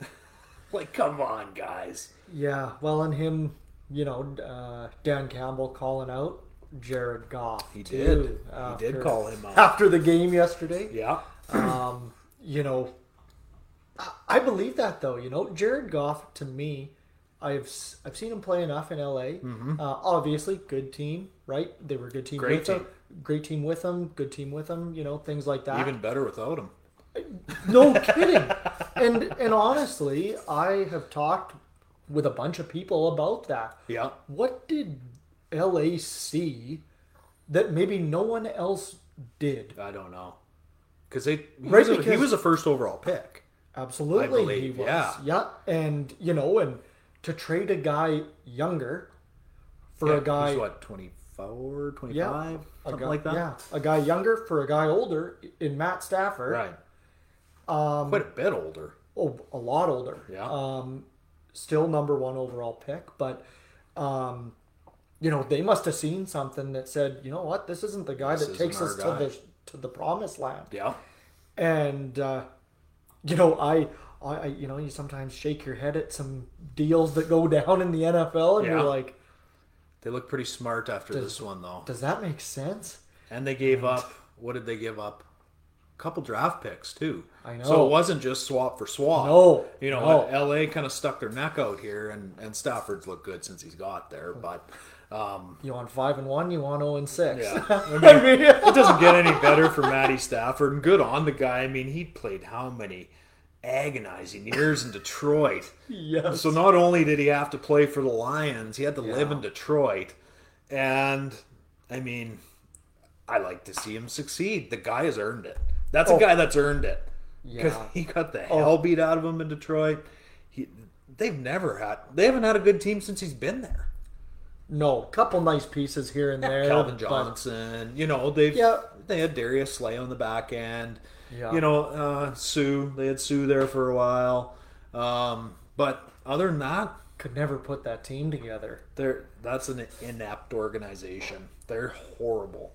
S1: Like, come on, guys.
S2: yeah. Well, and him, you know, uh, Dan Campbell calling out Jared Goff.
S1: He
S2: too,
S1: did. He did
S2: after-
S1: call him out.
S2: (laughs) after the game yesterday.
S1: Yeah.
S2: Um, you know, I- I believe that though. You know, Jared Goff to me, I've s- I've seen him play enough in LA. Uh, obviously, good team, right? They were a good team.
S1: Mm-hmm. Great
S2: with
S1: team.
S2: Them, great team with them. Good team with them. You know, things like that.
S1: Even better without him. (laughs)
S2: No kidding. and and honestly, I have talked with a bunch of people about that.
S1: Yeah.
S2: What did LA see that maybe no one else did?
S1: I don't know. Cause they, he,
S2: Right,
S1: was a, he
S2: because-
S1: was a first overall pick.
S2: Absolutely,
S1: I believe,
S2: he was.
S1: yeah.
S2: and you know, and to trade a guy younger for
S1: Yeah,
S2: a guy,
S1: He's what, 24, 25?
S2: yeah, a
S1: something
S2: guy-
S1: like that?
S2: yeah, a guy younger for a guy older in Matt Stafford,
S1: Right. Um, Quite a bit older.
S2: oh, a lot older,
S1: Yeah.
S2: um, still number one overall pick, but um, you know, they must have seen something that said, you know what, this isn't the guy
S1: This
S2: that
S1: isn't
S2: takes
S1: our
S2: us
S1: guy.
S2: to the to the promised land.
S1: yeah.
S2: and uh, you know I, I I- you know you sometimes shake your head at some deals that go (laughs) down in the NFL and
S1: Yeah.
S2: you're like
S1: They look pretty smart after this one, though.
S2: does that make sense
S1: And they gave up. What did they give up? A couple draft picks too.
S2: I know.
S1: So it wasn't just swap for swap.
S2: No,
S1: you know,
S2: no.
S1: L.A. kind of stuck their neck out here, and and Stafford's looked good since he's got
S2: (laughs)
S1: there, but um,
S2: you want 5 and 1 you want 0 and 6 (laughs)
S1: Yeah.
S2: I mean,
S1: it doesn't get any better for Matty Stafford. And good on the guy. I mean, he played how many agonizing years in Detroit.
S2: yes.
S1: So not only did he have to play for the Lions, he had to live in Detroit. And I mean, I like to see him succeed. The guy has earned it. That's a guy that's earned it. Because
S2: Oh. Yeah. Oh.
S1: he got the hell beat out of him in Detroit. He, they've never had they haven't had a good team since he's been there.
S2: no couple nice pieces here and there
S1: Calvin
S2: but-
S1: Johnson, you know, they've
S2: Yeah.
S1: they had Darius Slay on the back end.
S2: Yeah.
S1: You know, uh, Sue. They had Sue there for a while. Um, but other than that,
S2: could never put that team together
S1: They're that's an inept organization. They're horrible.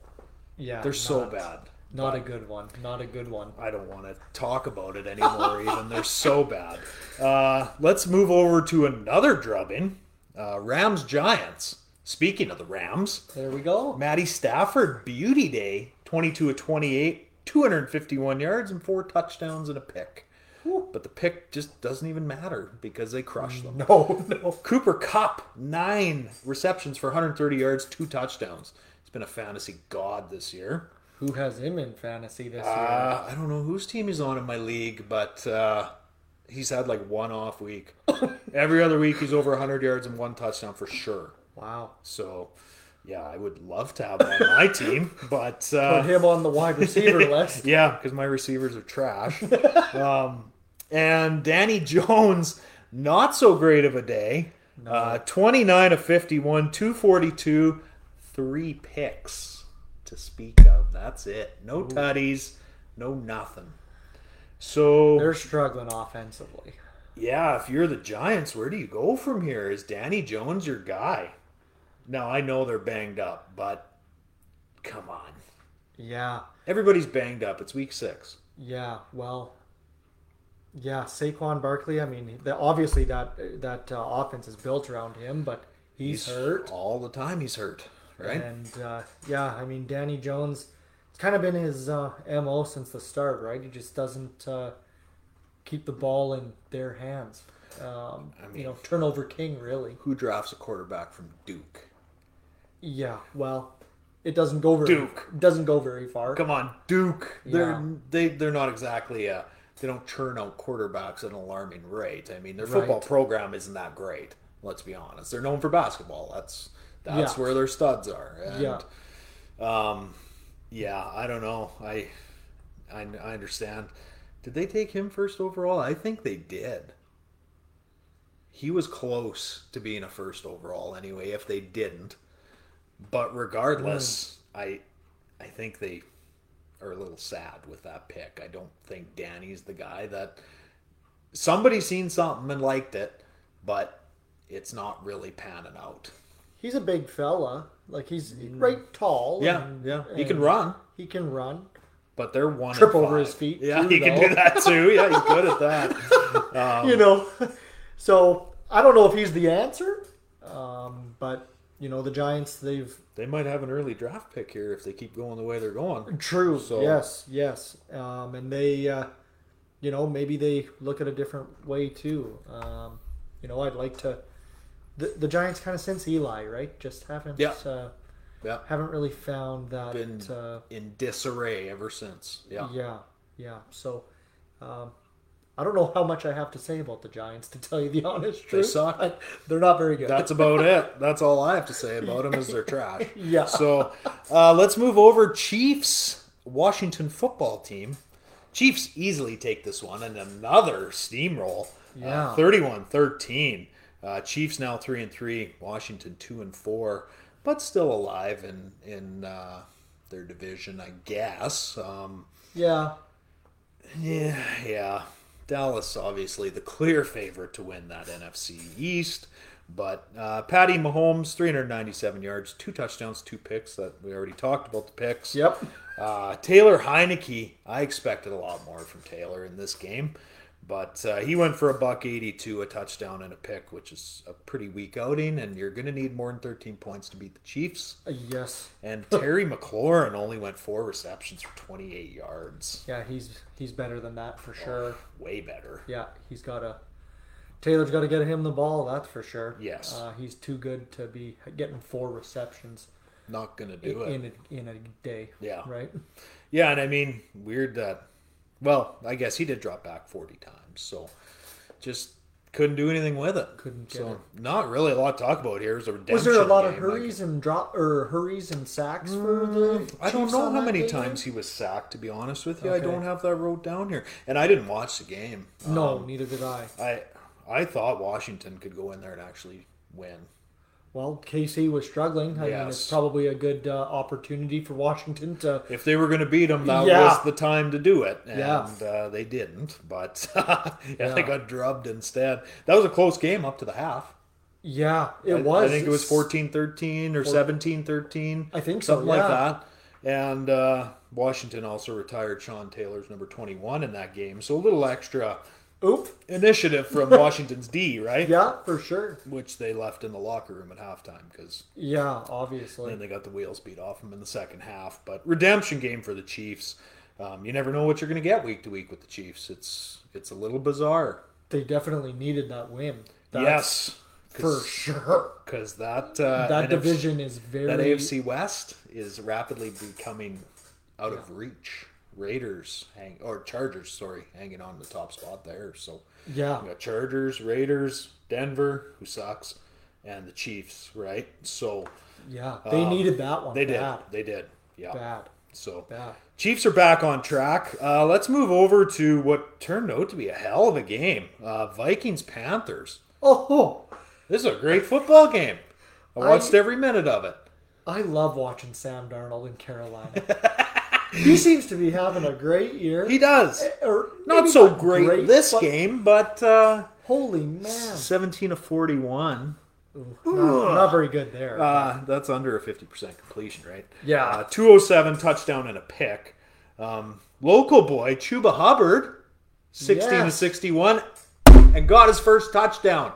S2: yeah
S1: They're so
S2: not-
S1: bad.
S2: not a good one not a good one
S1: I don't want to talk about it anymore. even they're so bad. Uh, let's move over to another drubbing. Uh, Rams Giants. Speaking of the Rams,
S2: there we go
S1: Matty Stafford Beauty Day, twenty-two of twenty-eight, two hundred and fifty-one yards and four touchdowns and a pick. But the pick just doesn't even matter because they crushed them.
S2: no (laughs) no
S1: Cooper Cup, nine receptions for 130 yards, two touchdowns. He's been a fantasy god this year.
S2: who has him in fantasy this year
S1: Uh, I don't know whose team he's on in my league, but uh, he's had like one off week. Every other week, he's over 100 yards and one touchdown for sure.
S2: wow
S1: So, yeah, I would love to have him on my team, but uh,
S2: put him on
S1: (laughs)
S2: the wide receiver list
S1: yeah, because my receivers are trash. um, and Danny Jones, not so great of a day. Uh, 29 of 51, 242, three picks to speak of. That's it. No tutties, no nothing. So,
S2: they're struggling offensively
S1: yeah, if you're the Giants, where do you go from here? Is Danny Jones your guy? Now, I know they're banged up, but come on.
S2: yeah
S1: Everybody's banged up. It's week six.
S2: Yeah, well, yeah, Saquon Barkley. I mean, the, obviously that that uh, offense is built around him, but he's, hurt,
S1: all the time. He's hurt, right?
S2: and uh, yeah, I mean, Danny Jones. It's kind of been his uh, mo since the start, right? He just doesn't uh, keep the ball in their hands. Um, you know, turnover king, really.
S1: Who drafts a quarterback from Duke?
S2: Yeah, well, it doesn't go very
S1: Duke.
S2: doesn't go very far.
S1: Come on, Duke.
S2: Yeah.
S1: They're they they're not exactly uh they don't churn out quarterbacks at an alarming rate. I mean, their football
S2: Right.
S1: program isn't that great. Let's be honest. They're known for basketball. That's that's
S2: Yeah.
S1: where their studs are. And,
S2: Yeah.
S1: Um, yeah. I don't know. I, I I understand. Did they take him first overall? I think they did. He was close to being a first overall anyway. If they didn't, but regardless,
S2: Hmm.
S1: I I think they are a little sad with that pick. I don't think Danny's the guy that somebody seen something and liked it, but it's not really panning out.
S2: He's a big fella, like he's right tall.
S1: Mm. Yeah,
S2: and-
S1: yeah, he can
S2: and
S1: run,
S2: He can run.
S1: but they're one
S2: Trip
S1: and
S2: over
S1: five.
S2: his feet,
S1: Yeah,
S2: too,
S1: he can
S2: though.
S1: do that too. Yeah, he's good at
S2: (laughs)
S1: that. Oh.
S2: you know. So I don't know if he's the answer, um, but You know, the Giants, they've
S1: They might have an early draft pick here if they keep going the way they're going.
S2: True.
S1: So-
S2: Yes. Yes. Um, and they, uh, you know, maybe they look at a different way too. Um, you know, I'd like to. The, the Giants kind of since Eli, right? Just haven't.
S1: Yeah.
S2: Uh,
S1: Yeah.
S2: haven't really found that.
S1: Been-
S2: uh,
S1: In disarray ever since. Yeah.
S2: yeah. Yeah. So, um, I don't know how much I have to say about the Giants to tell you the (laughs) honest truth.
S1: suck.
S2: I- they're not very good.
S1: That's about it. That's all I have to say about them is they're trash.
S2: (laughs) Yeah.
S1: So uh, let's move over. Chiefs, Washington football team. Chiefs easily take this one and another steamroll.
S2: Yeah.
S1: 31 13. Uh, Chiefs now 3 and 3. Washington 2 and 4. But still alive in, in uh, their division, I guess. Um,
S2: yeah.
S1: yeah, yeah. Dallas, obviously, the clear favorite to win that NFC East. But uh, Patty Mahomes, 397 yards, two touchdowns, two picks. That we already talked about the picks.
S2: Yep.
S1: Uh, Taylor Heineke, I expected a lot more from Taylor in this game, but uh, he went for a buck 82, a touchdown, and a pick, which is a pretty weak outing. And you're going to need more than 13 points to beat the Chiefs.
S2: Yes.
S1: And Terry McLaurin only went four receptions for 28 yards.
S2: Yeah. He's he's better than that for sure.
S1: Way better.
S2: Yeah, he's got to. Taylor's got to get him the ball. That's for sure.
S1: Yes.
S2: uh, he's too good to be getting four receptions
S1: Not going to do it.
S2: in a, in a day.
S1: Yeah.
S2: right.
S1: Yeah, and I mean, weird that. Well, I guess he did drop back 40 times, so just couldn't do anything with it.
S2: Couldn't get
S1: So, not really a lot to talk about here. It was, a
S2: Was there a
S1: redemption
S2: lot of
S1: game, I
S2: hurries and drop or hurries and sacks for the?
S1: Mm, I don't
S2: Chiefs
S1: know
S2: on
S1: how
S2: that
S1: many
S2: day,
S1: times he was sacked, to be honest with you. I
S2: Okay.
S1: don't have that wrote down here. And I didn't watch the game. Uh,
S2: then? No,
S1: Um,
S2: neither did I.
S1: I I thought Washington could go in there and actually win.
S2: Well, KC was struggling. I mean,
S1: Yes.
S2: it's probably a good uh, opportunity for Washington to.
S1: If they were going to beat him, that
S2: Yeah.
S1: was the time to do it. And
S2: Yeah.
S1: uh, they didn't. But (laughs) yeah, they
S2: Yeah.
S1: got drubbed instead. That was a close game up to the half.
S2: Yeah, it
S1: I-
S2: was.
S1: I think it was 14 13 or 17 13.
S2: I think so,
S1: Something
S2: yeah.
S1: like that. And uh, Washington also retired Sean Taylor's number 21 in that game. So a little extra
S2: Oop.
S1: initiative
S2: (laughs)
S1: from Washington's D, right?
S2: Yeah, for sure.
S1: Which they left in the locker room at halftime because
S2: Yeah, obviously.
S1: then they got the wheels beat off them in the second half. But redemption game for the Chiefs. Um, you never know what you're going to get week to week with the Chiefs. It's it's a little bizarre.
S2: They definitely needed that win.
S1: yes,
S2: for sure.
S1: because that uh,
S2: That
S1: NFC
S2: division is very
S1: that AFC West is rapidly becoming out of reach. Raiders hang or Chargers, sorry, hanging on the top spot there. So
S2: Yeah,
S1: you got Chargers, Raiders, Denver, who sucks, and the Chiefs, right? So
S2: yeah. They needed that one.
S1: Um, they did,
S2: Bad.
S1: they did, yeah.
S2: Bad.
S1: So
S2: Bad.
S1: Chiefs are back on track. Uh, let's move over to what turned out to be a hell of a game. Uh, Vikings Panthers.
S2: Oh,
S1: This is a great football game. I watched every minute of it.
S2: I love watching Sam Darnold
S1: (laughs)
S2: in Carolina. he seems to be having a great year.
S1: He does.
S2: Or
S1: not
S2: maybe
S1: so great, this
S2: but-
S1: game, but uh,
S2: Holy man.
S1: 17 of 41.
S2: Not, not very good there.
S1: Uh, that's under a 50% completion, right?
S2: Yeah.
S1: Uh, 207 touchdown and a pick. Um, local boy Chuba Hubbard, 16 to
S2: Yes.
S1: 61, and got his first touchdown.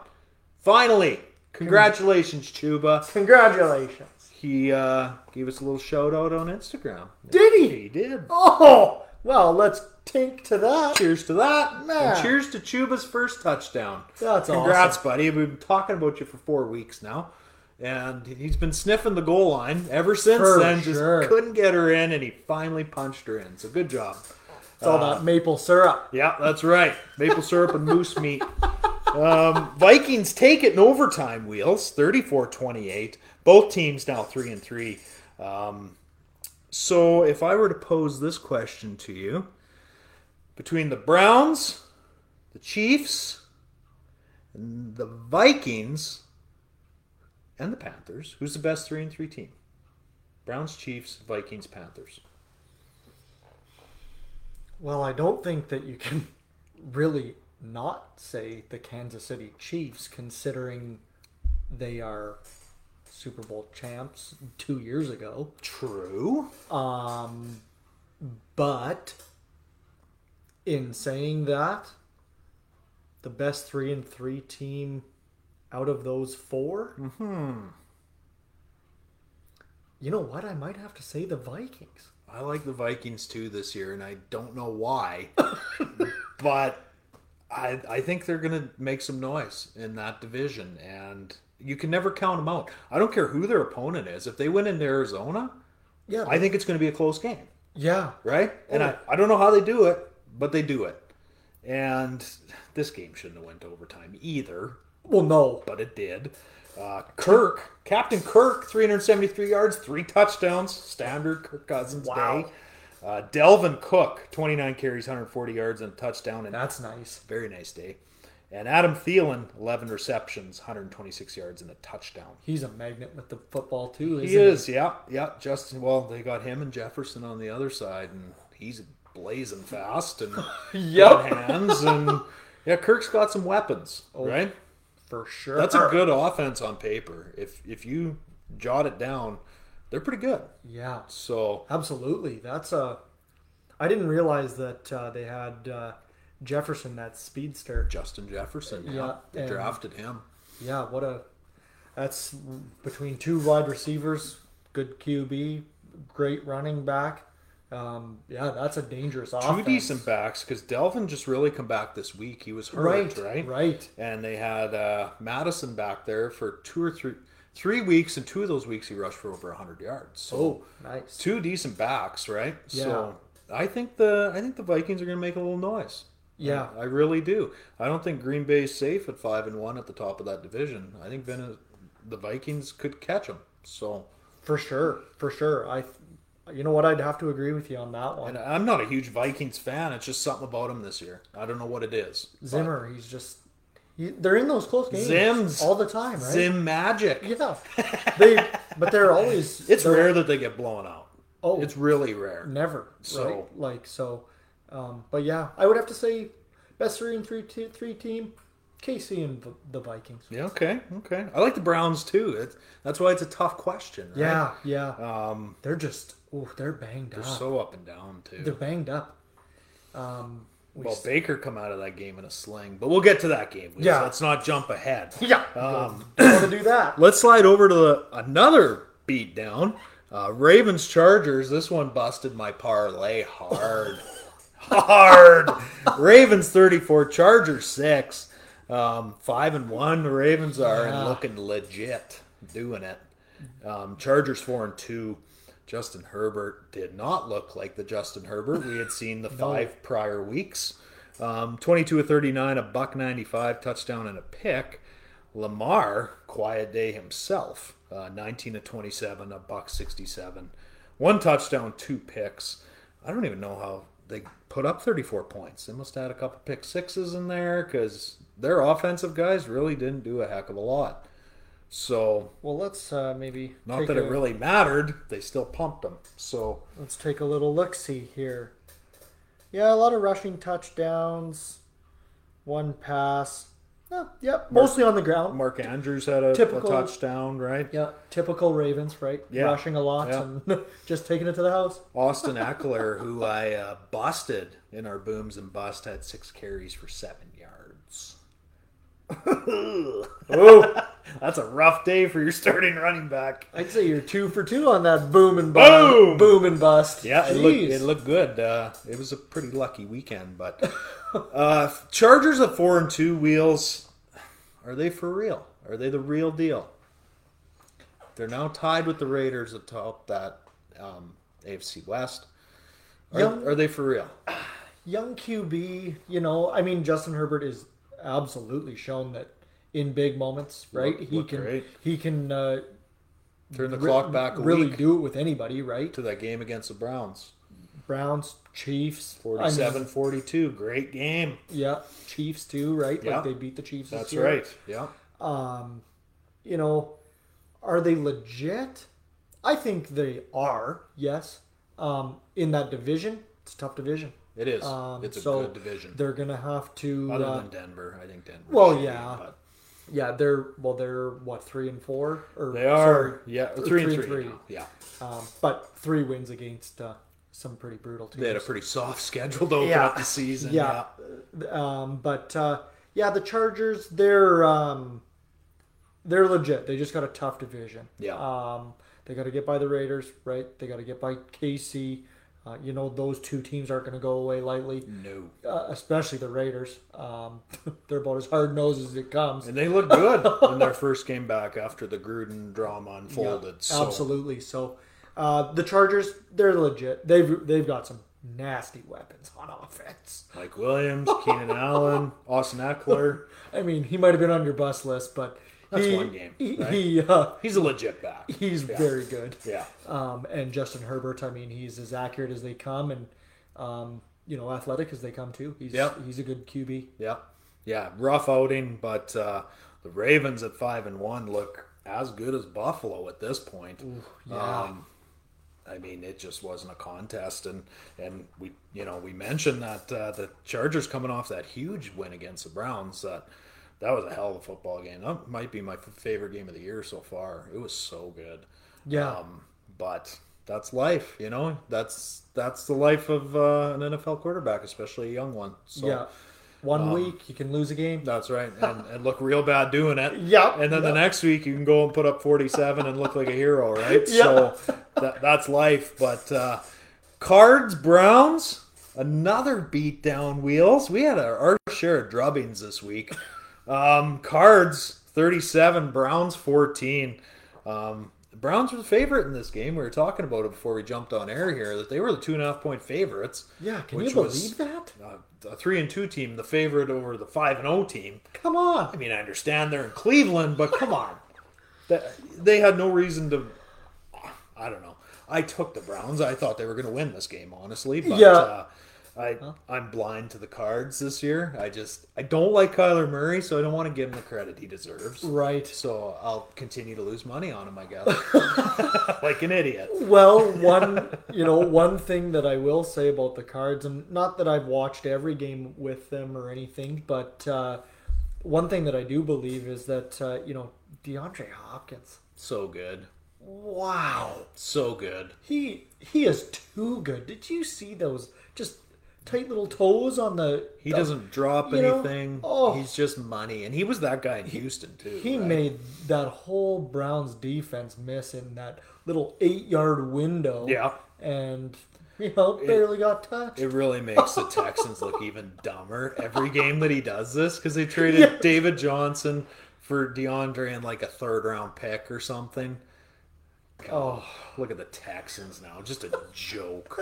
S1: Finally, congratulations, Chuba.
S2: Congratulations.
S1: He uh, gave us a little shout out on Instagram.
S2: Did he?
S1: He did.
S2: Oh, well, let's tink to that.
S1: Cheers to that.
S2: Man.
S1: And cheers to Chuba's first touchdown.
S2: That's
S1: Congrats,
S2: awesome.
S1: buddy. We've been talking about you for four weeks now. And he's been sniffing the goal line ever since
S2: For
S1: then.
S2: sure.
S1: Just couldn't get her in, and he finally punched her in. So good job.
S2: It's all
S1: Uh,
S2: that maple syrup.
S1: Yeah, that's right. Maple syrup and moose meat. Um, Vikings take it in overtime, Wheels, 34 28. Both teams now 3 and 3. Um, so if I were to pose this question to you between the Browns, the Chiefs, and the Vikings, and the Panthers, who's the best 3 and 3 team? Browns, Chiefs, Vikings, Panthers.
S2: Well, I don't think that you can (laughs) really not say the Kansas City Chiefs, considering they are Super Bowl champs two years ago.
S1: True.
S2: Um, but in saying that, the best three and three team out of those 4 You know what? I might have to say the Vikings.
S1: I like the Vikings too this year, and I don't know why, but I I think they're gonna make some noise in that division, and you can never count them out. I don't care who their opponent is. If they win in Arizona,
S2: Yeah.
S1: I think it's gonna be a close game,
S2: yeah.
S1: right? And I, I don't know how they do it, but they do it. And this game shouldn't have went to overtime either,
S2: Well, no.
S1: but it did. Uh, Kirk, Captain Kirk, 373 yards, three touchdowns, standard Kirk Cousins
S2: Wow.
S1: day. Uh, Delvin Cook, 29 carries, 140 yards and a touchdown, and
S2: That's nice.
S1: very nice day. And Adam Thielen, 11 receptions, 126 yards and a touchdown.
S2: He's a magnet with the football too. Isn't
S1: He is, yeah, yeah. Justin, well, they got him and Jefferson on the other side, and he's blazing fast
S2: (laughs)
S1: and
S2: Yep.
S1: good hands, and yeah, Kirk's got some weapons,
S2: Oh,
S1: right?
S2: for sure.
S1: That's a good offense on paper. If if you jot it down, they're pretty good.
S2: Yeah.
S1: So
S2: Absolutely. That's a. I didn't realize that uh, they had uh, Jefferson, that speedster.
S1: Justin Jefferson, yeah,
S2: Yeah,
S1: they
S2: and-
S1: drafted him.
S2: Yeah, what a. That's between two wide receivers, good QB, great running back. Um, yeah, that's a dangerous offense.
S1: Two decent backs because Delvin just really come back this week. He was hurt,
S2: Right,
S1: right?
S2: right,
S1: And they had uh, Madison back there for two or three three weeks, and two of those weeks he rushed for over hundred yards. So
S2: Oh, nice.
S1: two decent backs, right?
S2: Yeah.
S1: So I think the I think the Vikings are going to make a little noise.
S2: Yeah.
S1: I really do. I don't think Green Bay is safe at five and one at the top of that division. I think Ven- the Vikings could catch them. So,
S2: For sure, for sure. I, you know what? I'd have to agree with you on that
S1: and
S2: one.
S1: I'm not a huge Vikings fan. It's just something about them this year. I don't know what it is.
S2: Zimmer, he's just, he, they're in those close games
S1: Zims.
S2: all the time, right?
S1: Zim magic.
S2: Yeah, they, but they're
S1: (laughs)
S2: always
S1: It's
S2: they're-
S1: rare that they get blown out.
S2: Oh,
S1: It's really rare.
S2: never
S1: So-
S2: right? like so. Um, but yeah, I would have to say best three and three two, three team, KC and V- the Vikings.
S1: Yeah. Okay. Okay. I like the Browns too. It's, that's why it's a tough question. Right?
S2: Yeah, yeah.
S1: Um,
S2: they're just oh, they're banged
S1: they're
S2: up.
S1: so up and down too.
S2: they're banged up. Um, we
S1: Well,
S2: s-
S1: Baker come out of that game in a sling, but we'll get to that game. Let's-
S2: Yeah.
S1: Let's not jump ahead.
S2: (laughs) yeah,
S1: Um,
S2: want to do
S1: (coughs)
S2: that?
S1: Let's slide over to the, another beatdown. Uh, Ravens Chargers. This one busted my parlay
S2: (laughs)
S1: hard. hard. Ravens 34, Chargers 6. Um, 5 and 1. The Ravens are and
S2: Yeah.
S1: looking legit doing it. Um, Chargers 4 and 2. Justin Herbert did not look like the Justin Herbert we had seen the five prior weeks. Um, 22 of 39, a buck 95, touchdown and a pick. Lamar, quiet day himself, uh, 19 of 27, a buck 67, one touchdown, two picks. I don't even know how they put up 34 points. They must have had a couple pick sixes in there because their offensive guys really didn't do a heck of a lot. So,
S2: Well, let's uh, maybe
S1: not
S2: take
S1: that
S2: a-
S1: it really mattered, they still pumped them. So,
S2: Let's take a little look see here. Yeah, a lot of rushing touchdowns, one pass. Oh, yep, mostly on the ground.
S1: Mark Andrews had a, a
S2: Typical-
S1: touchdown, right?
S2: Yeah, typical Ravens, right?
S1: Yeah.
S2: Rushing a lot
S1: Yeah.
S2: and (laughs) just taking it to the house.
S1: Austin Eckler, who I uh, busted in our booms and bust, had six carries for seven yards.
S2: Oh,
S1: (laughs) That's a rough day for your starting running back.
S2: I'd say you're two for two on that boom and bust.
S1: Boom!
S2: boom and bust.
S1: Yeah, it looked,
S2: Jeez.
S1: it looked good. Uh, it was a pretty lucky weekend, but uh, Chargers at four and two wheels. Are they for real? Are they the real deal? They're now tied with the Raiders atop that um, AFC West. Are,
S2: Young-
S1: are they for real?
S2: young QB. You know, I mean, Justin Herbert is absolutely shown that in big moments, right?
S1: Look-
S2: he
S1: look
S2: can
S1: great.
S2: he can uh,
S1: Turn the
S2: re-
S1: clock back a
S2: really
S1: week
S2: do it with anybody, right?
S1: to that game against the Browns.
S2: Browns, Chiefs, I mean,
S1: 47 42. Great game.
S2: yeah, Chiefs too, right?
S1: Yeah.
S2: Like they beat the Chiefs. this
S1: That's
S2: year.
S1: right. Yeah.
S2: you know, are they legit? I think they are. Yes. Um, in that division, it's a tough division.
S1: It is.
S2: Um,
S1: it's a
S2: so
S1: good division.
S2: They're gonna have to.
S1: Other
S2: Uh,
S1: than Denver. I think Denver.
S2: well,
S1: should be,
S2: yeah.
S1: but-
S2: yeah, they're well, they're what three and four or
S1: They are.
S2: sorry,
S1: yeah.
S2: th-
S1: Three, and three. now. Yeah.
S2: Um, but three wins against uh, some pretty brutal teams.
S1: They had a pretty soft schedule to open
S2: Yeah.
S1: up the season.
S2: yeah. Um, but uh, yeah, the Chargers, they're um, they're legit. They just got a tough division.
S1: Yeah.
S2: Um, They got to get by the Raiders, right? They got to get by KC. Uh, you know those two teams aren't going to go away lightly,
S1: No.
S2: uh, especially the Raiders. Um, (laughs) they're about as hard nosed as it comes.
S1: And they looked good when their first came back after the Gruden drama unfolded. so
S2: Absolutely. So uh, the Chargers, they're legit. They've they've got some nasty weapons on offense.
S1: Mike Williams, Keenan Allen, Austin Eckler.
S2: I mean, he might have been on your bus list, but
S1: That's
S2: he,
S1: one game,
S2: He,
S1: right?
S2: he, uh,
S1: He's a legit back.
S2: he's very good.
S1: Yeah.
S2: Um, and Justin Herbert, I mean, he's as accurate as they come, and um, you know, athletic as they come too. He's
S1: Yep.
S2: he's a good QB.
S1: Yeah. Yeah. Rough outing, but uh, the Ravens at five and one look as good as Buffalo at this point.
S2: yeah.
S1: Um, I mean, it just wasn't a contest, and and we you know we mentioned that uh, the Chargers coming off that huge win against the Browns that that was a hell of a football game. That might be my f- favorite game of the year so far. It was so good.
S2: Yeah.
S1: Um, but that's life, you know. That's that's the life of uh, an NFL quarterback, especially a young one. So um,
S2: yeah. One week you can lose a game.
S1: that's
S2: (laughs)
S1: right, and, and look real bad doing it.
S2: Yep.
S1: And then the next week you can go and put up 47 and look like a hero, right?
S2: (laughs) Yeah.
S1: So that, that's life. But uh, Cards Browns, another beat down wheels. We had our, our share of drubbings this week. Um, Cards 37, Browns 14. Um, the Browns were the favorite in this game. We were talking about it before we jumped on air here that they were the two and a half point favorites.
S2: Yeah, can
S1: which
S2: you believe
S1: was,
S2: that?
S1: uh, a three and two team, the favorite over the five and O team.
S2: Come on.
S1: I mean, I understand they're in Cleveland, but come on, That- they had no reason to. I don't know. I took the Browns. I thought they were going to win this game, honestly. But,
S2: Yeah.
S1: Uh, I I'm blind to the cards this year. I just I don't like Kyler Murray, so I don't want to give him the credit he deserves.
S2: Right.
S1: So I'll continue to lose money on him, I guess,
S2: (laughs)
S1: (laughs) like an idiot. (laughs)
S2: Well, one you know one thing that I will say about the Cards, and not that I've watched every game with them or anything, but uh, one thing that I do believe is that uh, you know DeAndre Hopkins.
S1: So good,
S2: Wow,
S1: so good.
S2: he he is too good. Did you see those just tight little toes on the?
S1: He doesn't drop
S2: you know,
S1: anything.
S2: oh.
S1: He's just money, and he was that guy in Houston too.
S2: He
S1: right?
S2: made that whole Browns defense miss in that little eight-yard window.
S1: Yeah.
S2: and you know barely got touched.
S1: It really makes the Texans
S2: (laughs)
S1: look even dumber every game that he does this because they traded David Johnson for DeAndre in like a third round pick or something.
S2: Oh.
S1: God, look at the Texans now. Just a
S2: (laughs)
S1: joke.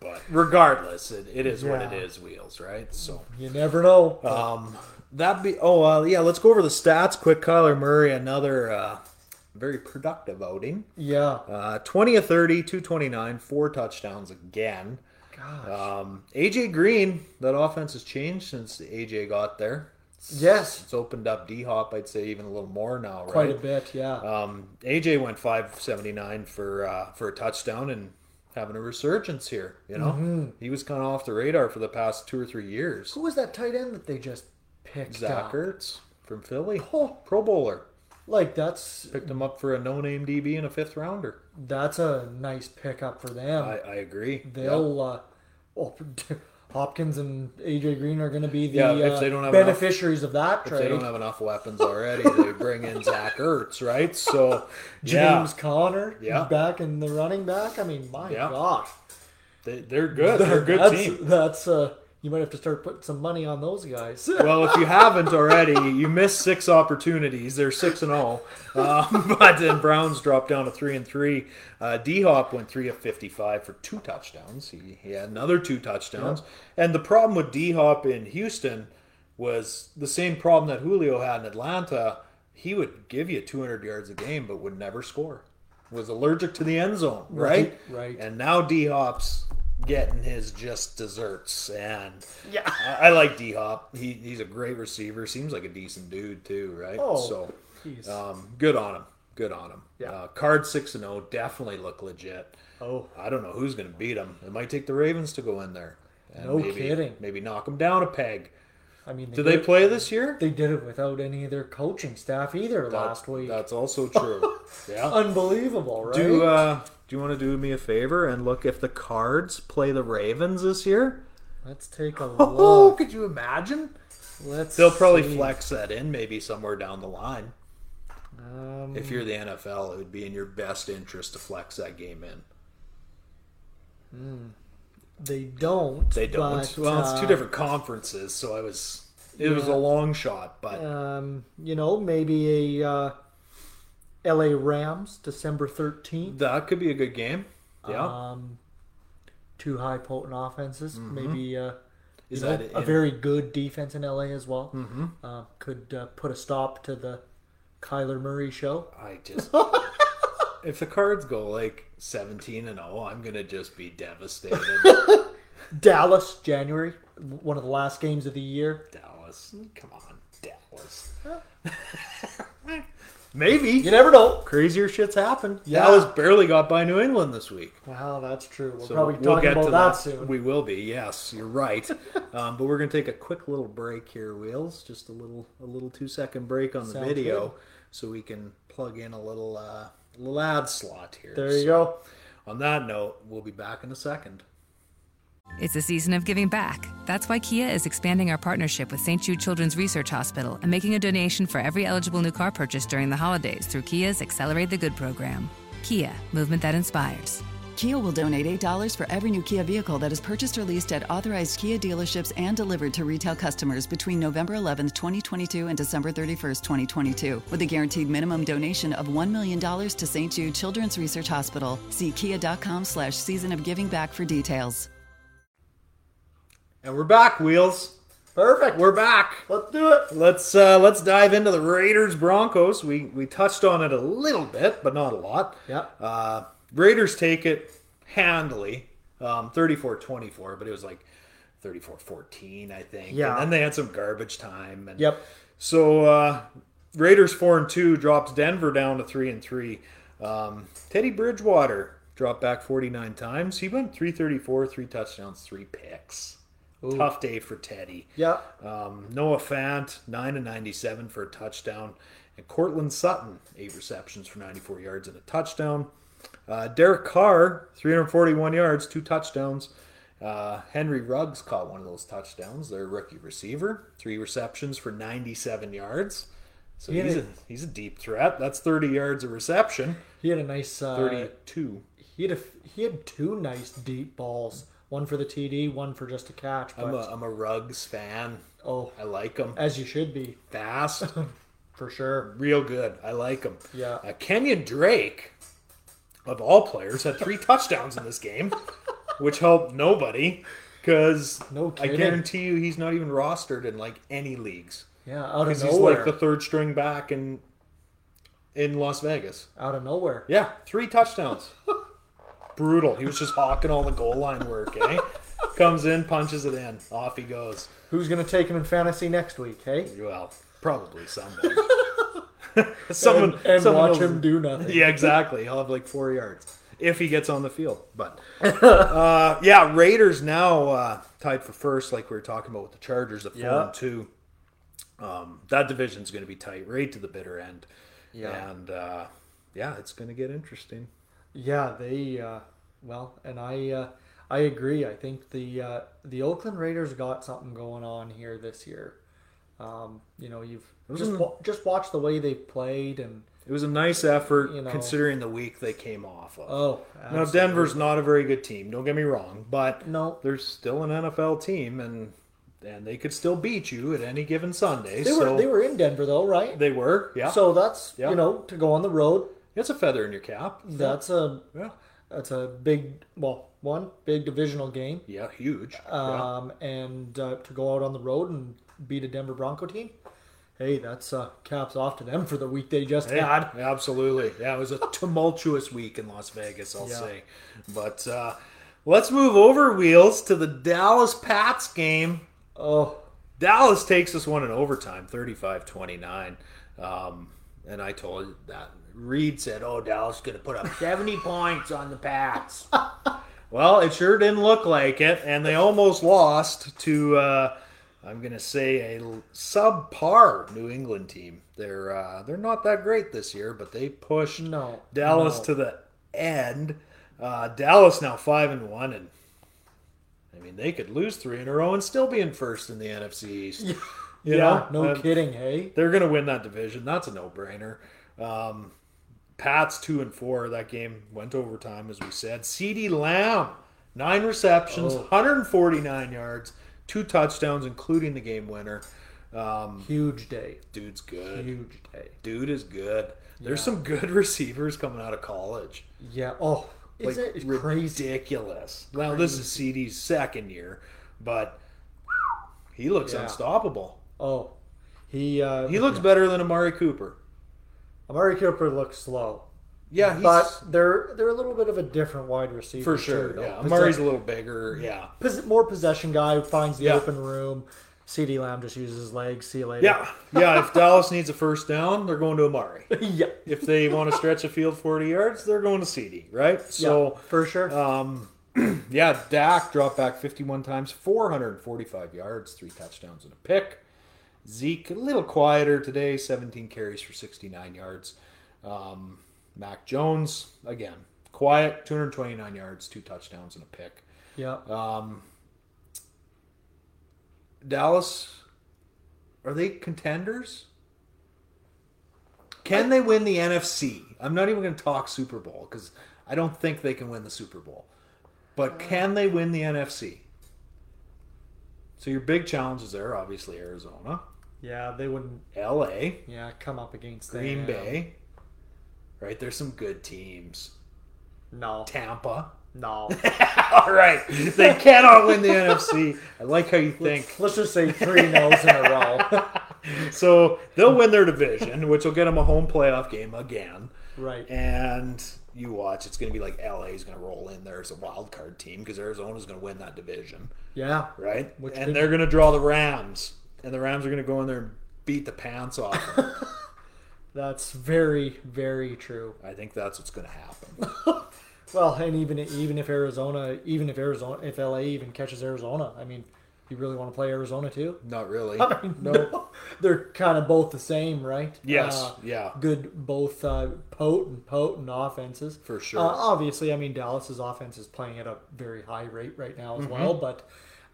S1: but regardless, it, it is what it
S2: Yeah.
S1: is, wheels, right? So.
S2: you never know.
S1: Um, that be oh uh, yeah. Let's go over the stats quick. Kyler Murray, another uh, very productive outing.
S2: yeah.
S1: Uh, 20 of 30, 229, four touchdowns again.
S2: Gosh.
S1: Um, AJ Green, that offense has changed since AJ got there.
S2: yes.
S1: It's opened up D Hop, I'd say, even a little more now, right?
S2: Quite a bit, yeah.
S1: Um, AJ went 579 for uh, for a touchdown and having a resurgence here. You know,
S2: Mm-hmm.
S1: he was kind of off the radar for the past two or three years.
S2: Who was that tight end that they just picked
S1: Zach
S2: up?
S1: Ertz from Philly,
S2: Oh.
S1: Pro Bowler,
S2: Like that's
S1: picked him up for a no-name DB and a fifth rounder.
S2: that's a nice pickup for them.
S1: I, I agree.
S2: They'll uh, well, (laughs) Hopkins and AJ Green are going to be the
S1: Yeah, if
S2: uh,
S1: they don't have enough-
S2: beneficiaries of that
S1: If they
S2: trade.
S1: don't have enough weapons already, they bring in Zach Ertz, right? So yeah.
S2: James Conner
S1: Yeah.
S2: back in the running back. I mean, my
S1: Yeah.
S2: gosh,
S1: They, they're good. They're a good
S2: that's,
S1: team.
S2: That's uh, you might have to start putting some money on
S1: (laughs)
S2: those guys.
S1: Well, if you haven't already, you missed six opportunities. They're six and zero. Um, (laughs) but then Browns dropped down to three and three. Uh, D Hop went three of fifty-five for two touchdowns. He, he had another two touchdowns. And the problem with D Hop in Houston was the same problem that Julio had in Atlanta. He would give you two hundred yards a game, but would never score. Was allergic to the end zone, right?
S2: Right, right.
S1: And now D Hop's getting his just desserts and. I, I like D Hop. He, he's a great receiver. Seems like a decent dude too, right?
S2: Oh,
S1: so
S2: jeez.
S1: um, good on him. Good on him.
S2: Yeah.
S1: Uh, card six and zero definitely look legit.
S2: Oh.
S1: I don't know who's going to beat them. It might take the Ravens to go in there. And
S2: No
S1: maybe,
S2: kidding.
S1: Maybe knock them down a peg.
S2: I mean,
S1: Do they
S2: did-
S1: play this year?
S2: They did it without any of their coaching staff either
S1: That-
S2: last week.
S1: That's also
S2: (laughs)
S1: true. yeah.
S2: Unbelievable, right?
S1: Do uh, do you want to do me a favor and look if the Cards play the Ravens this year?
S2: Let's take a
S1: (laughs) Oh,
S2: look.
S1: could you imagine?
S2: Let's
S1: They'll probably
S2: see.
S1: flex that in maybe somewhere down the line.
S2: Um,
S1: If you're the NFL, it would be in your best interest to flex that game in.
S2: they don't.
S1: They don't.
S2: but,
S1: well, it's two
S2: uh,
S1: different conferences, so I was. It was a
S2: Yeah.
S1: long shot, but
S2: Um, you know, maybe a uh, L.A. Rams, December thirteenth.
S1: that could be a good game. Yeah.
S2: Um, two high potent offenses. Maybe uh,
S1: Mm-hmm. Is
S2: you know,
S1: that
S2: a
S1: in-
S2: very good defense in LA as well. Mm-hmm. Uh, could uh, put a stop to the Kyler Murray show.
S1: I
S2: (laughs)
S1: just if the cards go like 17 and 0, I'm going to just be
S2: (laughs)
S1: devastated.
S2: Dallas, January, one of the last games of the year.
S1: Dallas. Come on, Dallas. (laughs) Maybe.
S2: You never know.
S1: Crazier shit's happened.
S2: Yeah.
S1: Dallas barely got by New England this week.
S2: Well, that's true. We're
S1: So
S2: probably
S1: we'll
S2: talking
S1: get
S2: about
S1: to
S2: that, soon.
S1: We will be. Yes, you're right. (laughs) um, but we're going to take a quick little break here, Wheels. Just a little, a little two second break on the
S2: Sounds
S1: video,
S2: good.
S1: so we can plug in a little, uh, little ad slot here.
S2: there you
S1: So
S2: go.
S1: On that note, we'll be back in a second.
S3: It's a season of giving back. That's why Kia is expanding our partnership with St. Jude Children's Research Hospital and making a donation for every eligible new car purchase during the holidays through Kia's Accelerate the Good program. Kia, movement that inspires.
S4: Kia will donate $8 for every new Kia vehicle that is purchased or leased at authorized Kia dealerships and delivered to retail customers between November 11th, 2022 and December 31st, 2022, with a guaranteed minimum donation of $1 million to St. Jude Children's Research Hospital. See kia.com slash season of giving back for details.
S1: And we're back, Wheels.
S2: Perfect.
S1: We're back.
S2: Let's do it.
S1: Let's uh, let's dive into the Raiders Broncos. We we touched on it a little bit, but not a lot.
S2: Yep.
S1: Uh, Raiders take it handily, um, 34-24, but it was like 34-14, I think.
S2: Yeah.
S1: And then they had some garbage time. And
S2: Yep.
S1: So uh, Raiders four and two drops Denver down to three and three. Um, Teddy Bridgewater dropped back 49 times. He went 334, three touchdowns, three picks. Tough day for Teddy.
S2: Yeah.
S1: Um, Noah Fant, 9 and 97 for a touchdown. And Cortland Sutton, 8 receptions for 94 yards and a touchdown. Uh, Derek Carr, 341 yards, two touchdowns. Uh, Henry Ruggs caught one of those touchdowns, their rookie receiver. Three receptions for 97 yards. So
S2: Yeah.
S1: he's, a, he's a deep threat. That's 30 yards of reception.
S2: He had a nice uh,
S1: 32.
S2: He had a, he had two nice deep balls. One for the TD, one for just a catch. But
S1: I'm a, I'm a Ruggs fan.
S2: oh,
S1: I like
S2: (laughs)
S1: him.
S2: as you should be
S1: Fast.
S2: for sure.
S1: real good. I like him.
S2: Yeah.
S1: Uh, Kenyon Drake, of all players, had
S2: (laughs)
S1: three touchdowns in this game, which helped nobody because
S2: No
S1: I
S2: kidding.
S1: guarantee you he's not even rostered in like any leagues
S2: Yeah, out of
S1: because he's like
S2: nowhere.
S1: the third string back in in Las Vegas.
S2: out of nowhere.
S1: Yeah, three
S2: (laughs)
S1: touchdowns. Brutal. He was just hawking all the goal line work.
S2: (laughs)
S1: Eh? Comes in, punches it in, off he goes.
S2: Who's gonna take him in fantasy next week? Hey,
S1: Well, probably
S2: (laughs)
S1: someone. (laughs) someone
S2: and, and
S1: someone
S2: watch
S1: will-
S2: him do nothing. (laughs)
S1: Yeah, exactly. He'll have like four yards if he gets on the field.
S2: (laughs)
S1: But uh, yeah, Raiders now uh, tied for first, like we were talking about with the Chargers, at four
S2: Yeah.
S1: and two. Um, that division's going to be tight right to the bitter end.
S2: Yeah.
S1: and uh, yeah, it's going to get interesting.
S2: Yeah, they uh, well, and I uh, I agree. I think the uh, the Oakland Raiders got something going on here this year. Um, you know, you've
S1: Mm.
S2: just wa- just watch the way they played, and
S1: It was a nice effort
S2: You know.
S1: considering the week they came off of.
S2: oh,
S1: now
S2: absolutely.
S1: Denver's not a very good team. Don't get me wrong, but
S2: No.
S1: they're still an NFL team, and and they could still beat you at any given Sunday.
S2: they were
S1: so
S2: they were in Denver though, right?
S1: They were, yeah.
S2: So that's
S1: Yeah.
S2: you know to go on the road.
S1: It's a feather in your cap.
S2: That's a
S1: yeah,
S2: that's a big well one big divisional game.
S1: yeah, huge. Yeah.
S2: um, and uh, to go out on the road and beat a Denver Bronco team. Hey, that's uh, caps off to them (laughs) for the week they just had.
S1: Yeah, absolutely. Yeah, it was a tumultuous week in Las Vegas, I'll
S2: Yeah.
S1: say. But uh, let's move over wheels to the Dallas Pats game.
S2: Oh,
S1: Dallas takes this one in overtime, 35-29. Um, and I told you that Reed said, "Oh, Dallas is going to put up 70 (laughs) points on the
S2: (laughs)
S1: Pats." well, it sure didn't look like it, and they almost lost to uh, I'm going to say a l- subpar New England team. They're uh, they're not that great this year, but they pushed
S2: No,
S1: Dallas
S2: no.
S1: to the end. Uh, Dallas now five and one, and I mean they could lose three in a row and still be in first in the NFC East. (laughs) You
S2: yeah,
S1: know?
S2: no
S1: Uh,
S2: kidding. Hey,
S1: They're going to win that division. That's a no brainer. Um, Pats two and four. That game went overtime, as we said. C.D. Lamb, nine receptions,
S2: Oh.
S1: 149 yards, two touchdowns, including the game winner. Um,
S2: Huge day.
S1: dude's good.
S2: Huge day.
S1: Dude is good. There's some good (laughs) receivers coming out of college.
S2: Yeah. Oh,
S1: Like,
S2: is it it's crazy?
S1: ridiculous. Well, this is CD's second year, but he looks
S2: Yeah.
S1: unstoppable.
S2: Oh, he. Uh,
S1: He looks better than Amari Cooper.
S2: Amari Cooper looks slow,
S1: Yeah, he's
S2: but they're they're a little bit of a different wide receiver
S1: for sure.
S2: too,
S1: Yeah,
S2: though.
S1: Amari's a
S2: Possess-
S1: little bigger. Yeah,
S2: pos- more possession guy who finds the
S1: Yeah.
S2: open room. C.D. Lamb just uses his legs. See you later. (laughs)
S1: yeah, yeah. If Dallas needs a first down, they're going to Amari.
S2: yeah.
S1: If they want to stretch a field 40 yards, they're going to CD.
S2: (laughs)
S1: Right. So uh,
S2: yeah, for sure.
S1: Yeah, Dak dropped back 51 times, 445 yards, three touchdowns, and a pick. Zeke a little quieter today, 17 carries for 69 yards. Um, Mac Jones again quiet, 229 yards, two touchdowns, and a pick.
S2: yeah.
S1: uh, Dallas, are they contenders? Can they win the NFC? I'm not even going to talk Super Bowl because I don't think they can win the Super Bowl. But can they win the NFC? So your big challenges there, obviously Arizona,
S2: yeah. They wouldn't.
S1: LA,
S2: Yeah. Come up against
S1: Green
S2: them.
S1: Bay. Right, there's some good teams.
S2: No.
S1: Tampa.
S2: No.
S1: (laughs) All right, they (laughs) cannot win the NFC. I like how you think.
S2: (laughs) Let's just say three no's in
S1: (laughs)
S2: a row.
S1: So (laughs) they'll win their division, which will get them a home playoff game again.
S2: right.
S1: And you watch, it's going to be like LA is going to roll in there as a wild card team because Arizona's going to win that division,
S2: yeah.
S1: right?
S2: Which
S1: and
S2: could-
S1: they're going to draw the Rams, and the Rams are going to go in there and beat the pants off. them.
S2: That's very very true.
S1: I think that's what's going to happen.
S2: Well, and even even if Arizona, even if Arizona, if LA even catches Arizona, I mean, you really want to play Arizona too?
S1: Not
S2: (laughs)
S1: really.
S2: No, they're kind of both the same, right? Uh,
S1: Yes, yeah.
S2: Good, both uh, potent, potent offenses
S1: For sure.
S2: Uh, obviously, I mean Dallas's offense is playing at a very high rate right now
S1: Mm-hmm.
S2: as well, but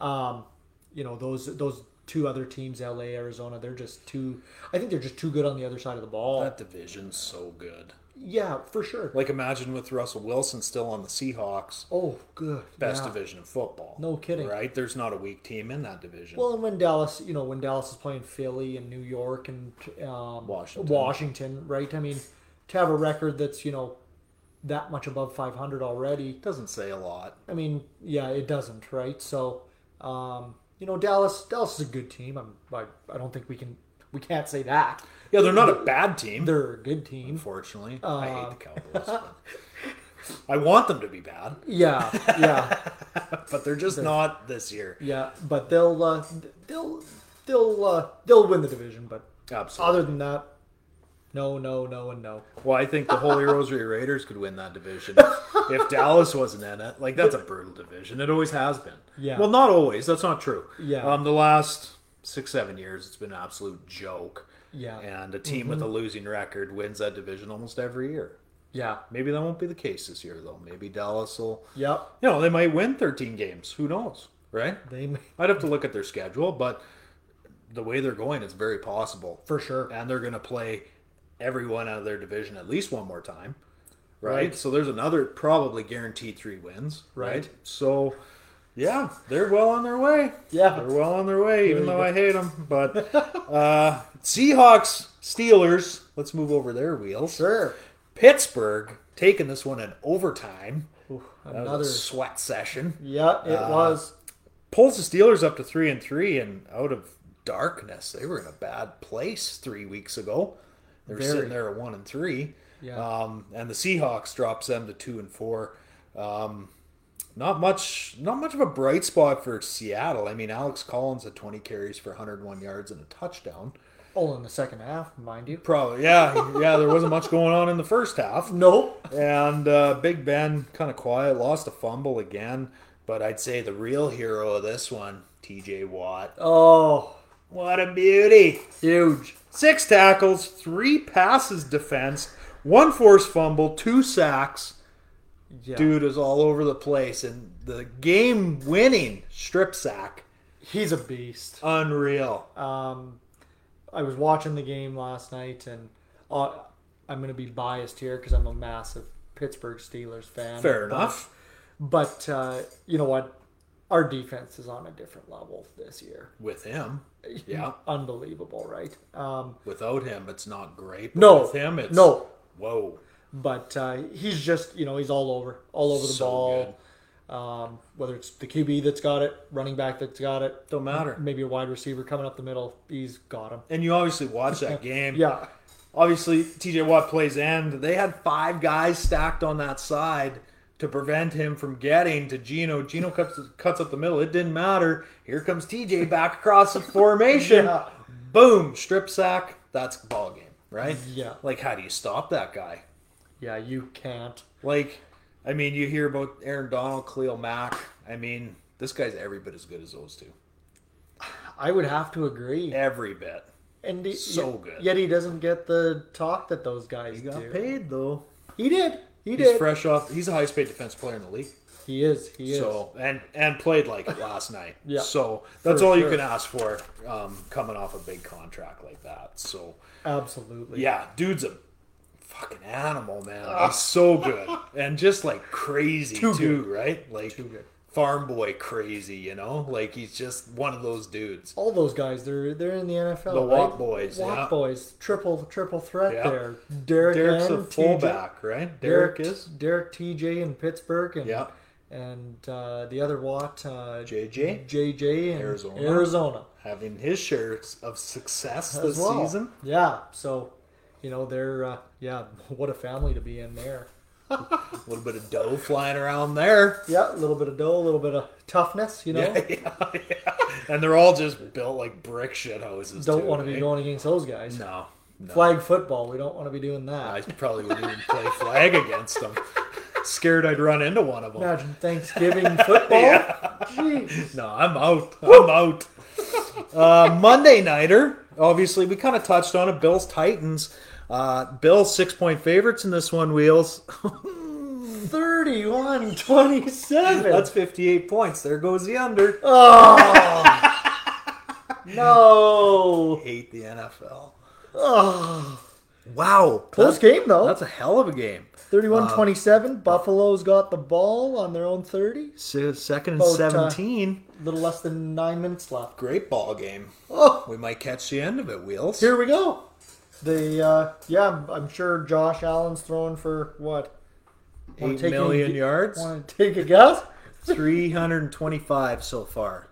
S2: um, you know those those two other teams, LA, Arizona, they're just too. I think they're just too good on the other side of the ball.
S1: That division's so good.
S2: yeah, for sure.
S1: Like imagine with Russell Wilson still on the Seahawks,
S2: oh, good.
S1: best
S2: yeah.
S1: division in football.
S2: No kidding.
S1: Right? There's not a weak team in that division.
S2: Well, and when Dallas, you know, when Dallas is playing Philly and New York and um,
S1: Washington.
S2: Washington, right? I mean, to have a record that's you know that much above 500 already.
S1: doesn't say a lot.
S2: I mean, yeah, it doesn't, right? So, um, you know, Dallas, Dallas is a good team. I'm, I, I don't think we can, we can't say that.
S1: Yeah, they're not a bad team.
S2: They're a good team.
S1: unfortunately. I hate the Cowboys. but I want them to be bad,
S2: Yeah, yeah,
S1: but they're just not this year.
S2: yeah. But they'll, uh, they'll, they'll, uh, they'll win the division. But
S1: Absolutely.
S2: other than that, no, no, no, and no.
S1: Well, I think the (laughs) Holy Rosary Raiders could win that division (laughs) if Dallas wasn't in it. Like that's a brutal division. It always has been.
S2: Yeah.
S1: Well, not always. That's not true.
S2: Yeah.
S1: Um, the last six, seven years, it's been an absolute joke.
S2: Yeah.
S1: And a team with a losing record wins that division almost every year.
S2: Yeah.
S1: Maybe that won't be the case this year, though. Maybe Dallas will.
S2: Yep.
S1: You know, they might win 13 games. Who knows? Right?
S2: They (laughs) may-
S1: I'd have to look at their schedule, but the way they're going, it's very possible.
S2: for sure.
S1: And they're going to play everyone out of their division at least one more time, right? So there's another probably guaranteed three wins, right?
S2: Right.
S1: So, yeah, they're well on their way.
S2: Yeah.
S1: They're well on their way, even though I hate them. But uh, Seahawks, Steelers, let's move over their wheels.
S2: Sure.
S1: Pittsburgh taking this one in overtime. Another
S2: another-
S1: sweat session
S2: Yeah, it was.
S1: pulls the Steelers up to three and three and out of darkness. They were in a bad place three weeks ago. They were
S2: Very.
S1: sitting there at one and three.
S2: Yeah.
S1: Um, and the Seahawks drops them to two and four. Um, not much, not much of a bright spot for Seattle. I mean, Alex Collins had 20 carries for 101 yards and a touchdown.
S2: All in the second half, mind you.
S1: Probably, yeah, yeah. There wasn't much going on in the first half.
S2: Nope.
S1: And uh, Big Ben, kind of quiet, lost a fumble again. But I'd say the real hero of this one, T.J. Watt.
S2: Oh,
S1: What a beauty!
S2: huge.
S1: Six tackles, three passes defense, one forced fumble, two sacks.
S2: Yeah.
S1: Dude is all over the place, and the game-winning strip sack,
S2: He's a beast.
S1: unreal.
S2: Um, I was watching the game last night, and uh, I'm going to be biased here because I'm a massive Pittsburgh Steelers fan.
S1: Fair
S2: But-
S1: enough.
S2: But uh, you know what? Our defense is on a different level this year.
S1: With
S2: (laughs)
S1: him, yeah.
S2: Unbelievable, right? Um,
S1: Without him, it's not great. but
S2: No.
S1: with him, it's
S2: No.
S1: Whoa,
S2: but uh, he's just, you know, he's all over, all over the
S1: So
S2: ball. Um, whether it's the QB that's got it, running back that's got it,
S1: don't matter.
S2: maybe a wide receiver coming up the middle, he's got him.
S1: And you obviously watch that game.
S2: Yeah, (laughs)
S1: Obviously, TJ Watt plays end. They had five guys stacked on that side to prevent him from getting to Gino. Gino cuts, cuts up the middle. It didn't matter. Here comes TJ back across the formation.
S2: (laughs) Yeah.
S1: Boom, strip sack. That's ball game, right?
S2: Yeah.
S1: Like, how do you stop that guy?
S2: yeah, you can't.
S1: Like, I mean, you hear about Aaron Donald, Cleo Mack. I mean, this guy's every bit as good as those two.
S2: I would have to agree.
S1: Every bit.
S2: And he,
S1: So
S2: yet-
S1: good.
S2: Yet he doesn't get the talk that those guys
S1: He got
S2: do.
S1: paid though.
S2: He did. He
S1: He's
S2: did.
S1: fresh off. He's the highest paid defense player in the league.
S2: He is. He is.
S1: So and and played like it last night.
S2: (laughs) Yeah.
S1: So that's
S2: For
S1: all you
S2: sure.
S1: can ask for um, coming off a big contract like that. So
S2: Absolutely.
S1: yeah, dude's a fucking animal, man. He's so good and just like crazy too,
S2: Ah. Too good.
S1: right? Like
S2: Too good.
S1: farm boy crazy, you know? Like he's just one of those dudes.
S2: All those guys, they're they're in the NFL.
S1: The
S2: right?
S1: Watt boys,
S2: Watt
S1: yeah.
S2: boys, triple triple threat
S1: Yeah.
S2: there. Derek
S1: Derek's
S2: and
S1: a fullback, right?
S2: TJ,
S1: Derek,
S2: Derek,
S1: is
S2: Derek TJ in Pittsburgh and
S1: Yeah.
S2: and uh, the other Watt uh,
S1: JJ?
S2: JJ in
S1: Arizona.
S2: Arizona
S1: having his share of success
S2: as
S1: this
S2: well.
S1: season.
S2: Yeah. So you know they're uh, yeah (laughs) what a family to be in there.
S1: A little bit of dough flying around there. (laughs)
S2: Yeah, a little bit of dough, a little bit of toughness. You know,
S1: And they're all just built like brick shit houses.
S2: don't
S1: too,
S2: want to be
S1: eh?
S2: going against those guys.
S1: No, no.
S2: Flag football, we don't want to be doing that.
S1: I probably wouldn't even play flag against them. Scared I'd run into one of them. (laughs)
S2: Imagine Thanksgiving football. Jeez.
S1: No, I'm out. I'm out. Uh, Monday nighter. Obviously, we kind of touched on it. Bills Titans. Uh, Bills six point favorites in this one. Wheels.
S2: 31 27.
S1: That's fifty eight points. There goes the under.
S2: Oh. no.
S1: hate the NFL. Wow, That's-
S2: Close game, though.
S1: That's a hell of a game.
S2: 31 27. Buffalo's got the ball on their own 30.
S1: Se- Second and
S2: About, uh,
S1: seventeen.
S2: A little less than nine minutes left.
S1: Great ball game.
S2: Oh,
S1: We might catch the end of it, Wheels.
S2: here we go. The, uh, yeah, I'm- I'm sure Josh Allen's throwing for what? Wanna
S1: Eight
S2: take any
S1: million
S2: gu-
S1: yards,
S2: Want to take a guess?
S1: 325 so far.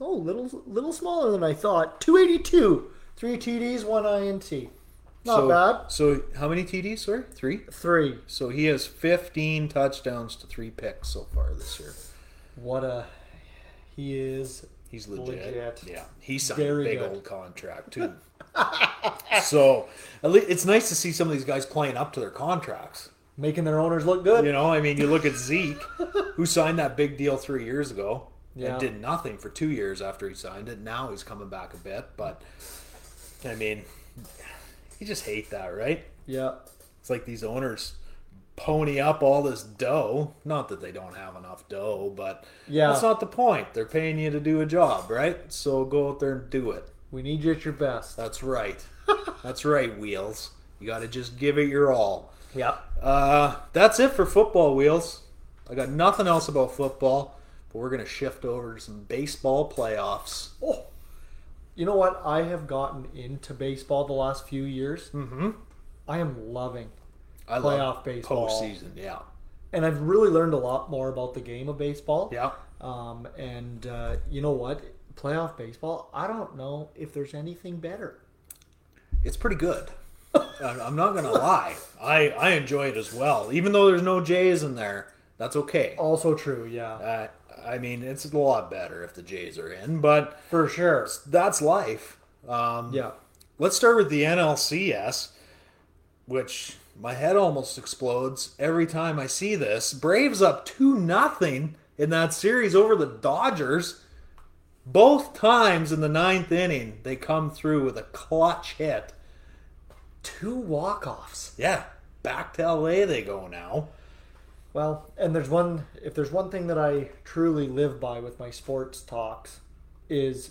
S2: Oh, little little smaller than I thought. 282. Three TDs, one INT. Not
S1: so,
S2: bad.
S1: So, how many TDs, sorry? Three?
S2: Three.
S1: So, he has 15 touchdowns to three picks so far this year.
S2: What a. He is
S1: He's legit.
S2: Legit.
S1: Yeah. He signed
S2: Very
S1: a big
S2: good.
S1: old contract,
S2: (laughs)
S1: too. so, at least it's nice to see some of these guys playing up to their contracts.
S2: making their owners look good.
S1: You know, I mean, you look at Zeke, who signed that big deal three years ago
S2: Yeah.
S1: and did nothing for two years after he signed it. Now he's coming back a bit, but I mean, you just hate that, right?
S2: Yeah.
S1: It's like these owners pony up all this dough. Not that they don't have enough dough, but
S2: Yeah.
S1: that's not the point. They're paying you to do a job, right? So go out there and do it.
S2: We need you at your best.
S1: That's
S2: (laughs)
S1: right. that's right, Wheels. You got to just give it your all.
S2: Yep.
S1: Uh, that's it for football wheels. I got nothing else about football, but we're gonna shift over to some baseball playoffs.
S2: Oh. You know what? I have gotten into baseball the last few years. Mm-hmm. I am loving.
S1: I
S2: Playoff baseball.
S1: postseason. Yeah,
S2: And I've really learned a lot more about the game of baseball.
S1: yeah.
S2: Um, and uh, you know what? Playoff baseball, I don't know if there's anything better.
S1: It's pretty good. I- I'm not gonna lie. I I enjoy it as well, even though there's no Jays in there. That's okay.
S2: Also true, yeah.
S1: Uh, I mean, it's a lot better if the Jays are in, but
S2: For sure.
S1: that's life. Um,
S2: Yeah.
S1: Let's start with the NLCS, which my head almost explodes every time I see this. Braves up 2 nothing in that series over the Dodgers. Both times in the ninth inning, they come through with a clutch hit.
S2: Two walk-offs.
S1: Yeah, back to LA they go now.
S2: Well, and there's one if there's one thing that I truly live by with my sports talks is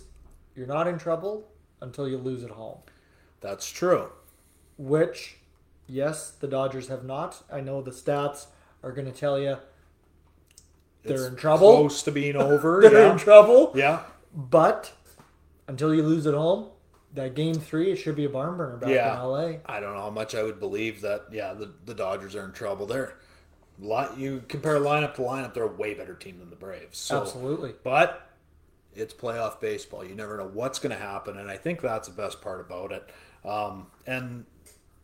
S2: you're not in trouble until you lose at home.
S1: That's true.
S2: which, yes, the Dodgers have not. I know the stats are going to tell you they're in trouble.
S1: Close to being (laughs) over.
S2: (laughs) They're
S1: yeah.
S2: in trouble.
S1: yeah.
S2: But until you lose at home, that game three, it should be a barn burner back
S1: Yeah.
S2: in LA.
S1: I don't know how much I would believe that. Yeah, the, the Dodgers are in trouble. They're lot. You compare lineup to lineup, they're a way better team than the Braves. So,
S2: Absolutely.
S1: but it's playoff baseball. You never know what's going to happen, and I think that's the best part about it. Um, and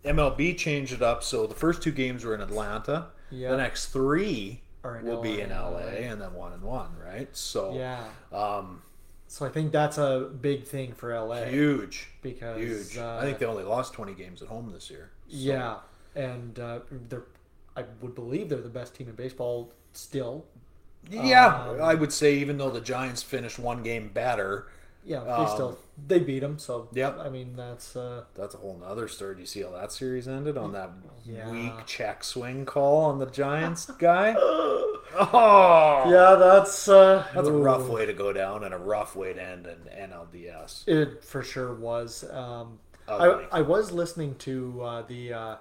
S1: MLB changed it up, so the first two games were in Atlanta.
S2: Yeah.
S1: The next three
S2: Are in
S1: will be in
S2: LA.
S1: LA, and then one and one, right? So
S2: Yeah.
S1: um,
S2: So I think that's a big thing for LA.
S1: huge,
S2: Because,
S1: huge.
S2: uh,
S1: I think they only lost twenty games at home this year.
S2: Yeah, and uh, they're I would believe they're the best team in baseball still.
S1: Yeah,
S2: Um,
S1: I would say even though the Giants finished one game better,
S2: Yeah, they still they beat them. So
S1: Um, Yep.
S2: I mean that's uh,
S1: that's a whole nother story. Do you see how that series ended on that
S2: Yeah.
S1: weak check swing call on the
S2: (laughs)
S1: Giants guy? oh,
S2: yeah, that's uh,
S1: that's a rough way to go down and a rough way to end an NLDS.
S2: It for sure was. Um, I
S1: Ugly.
S2: I was listening to uh, the uh,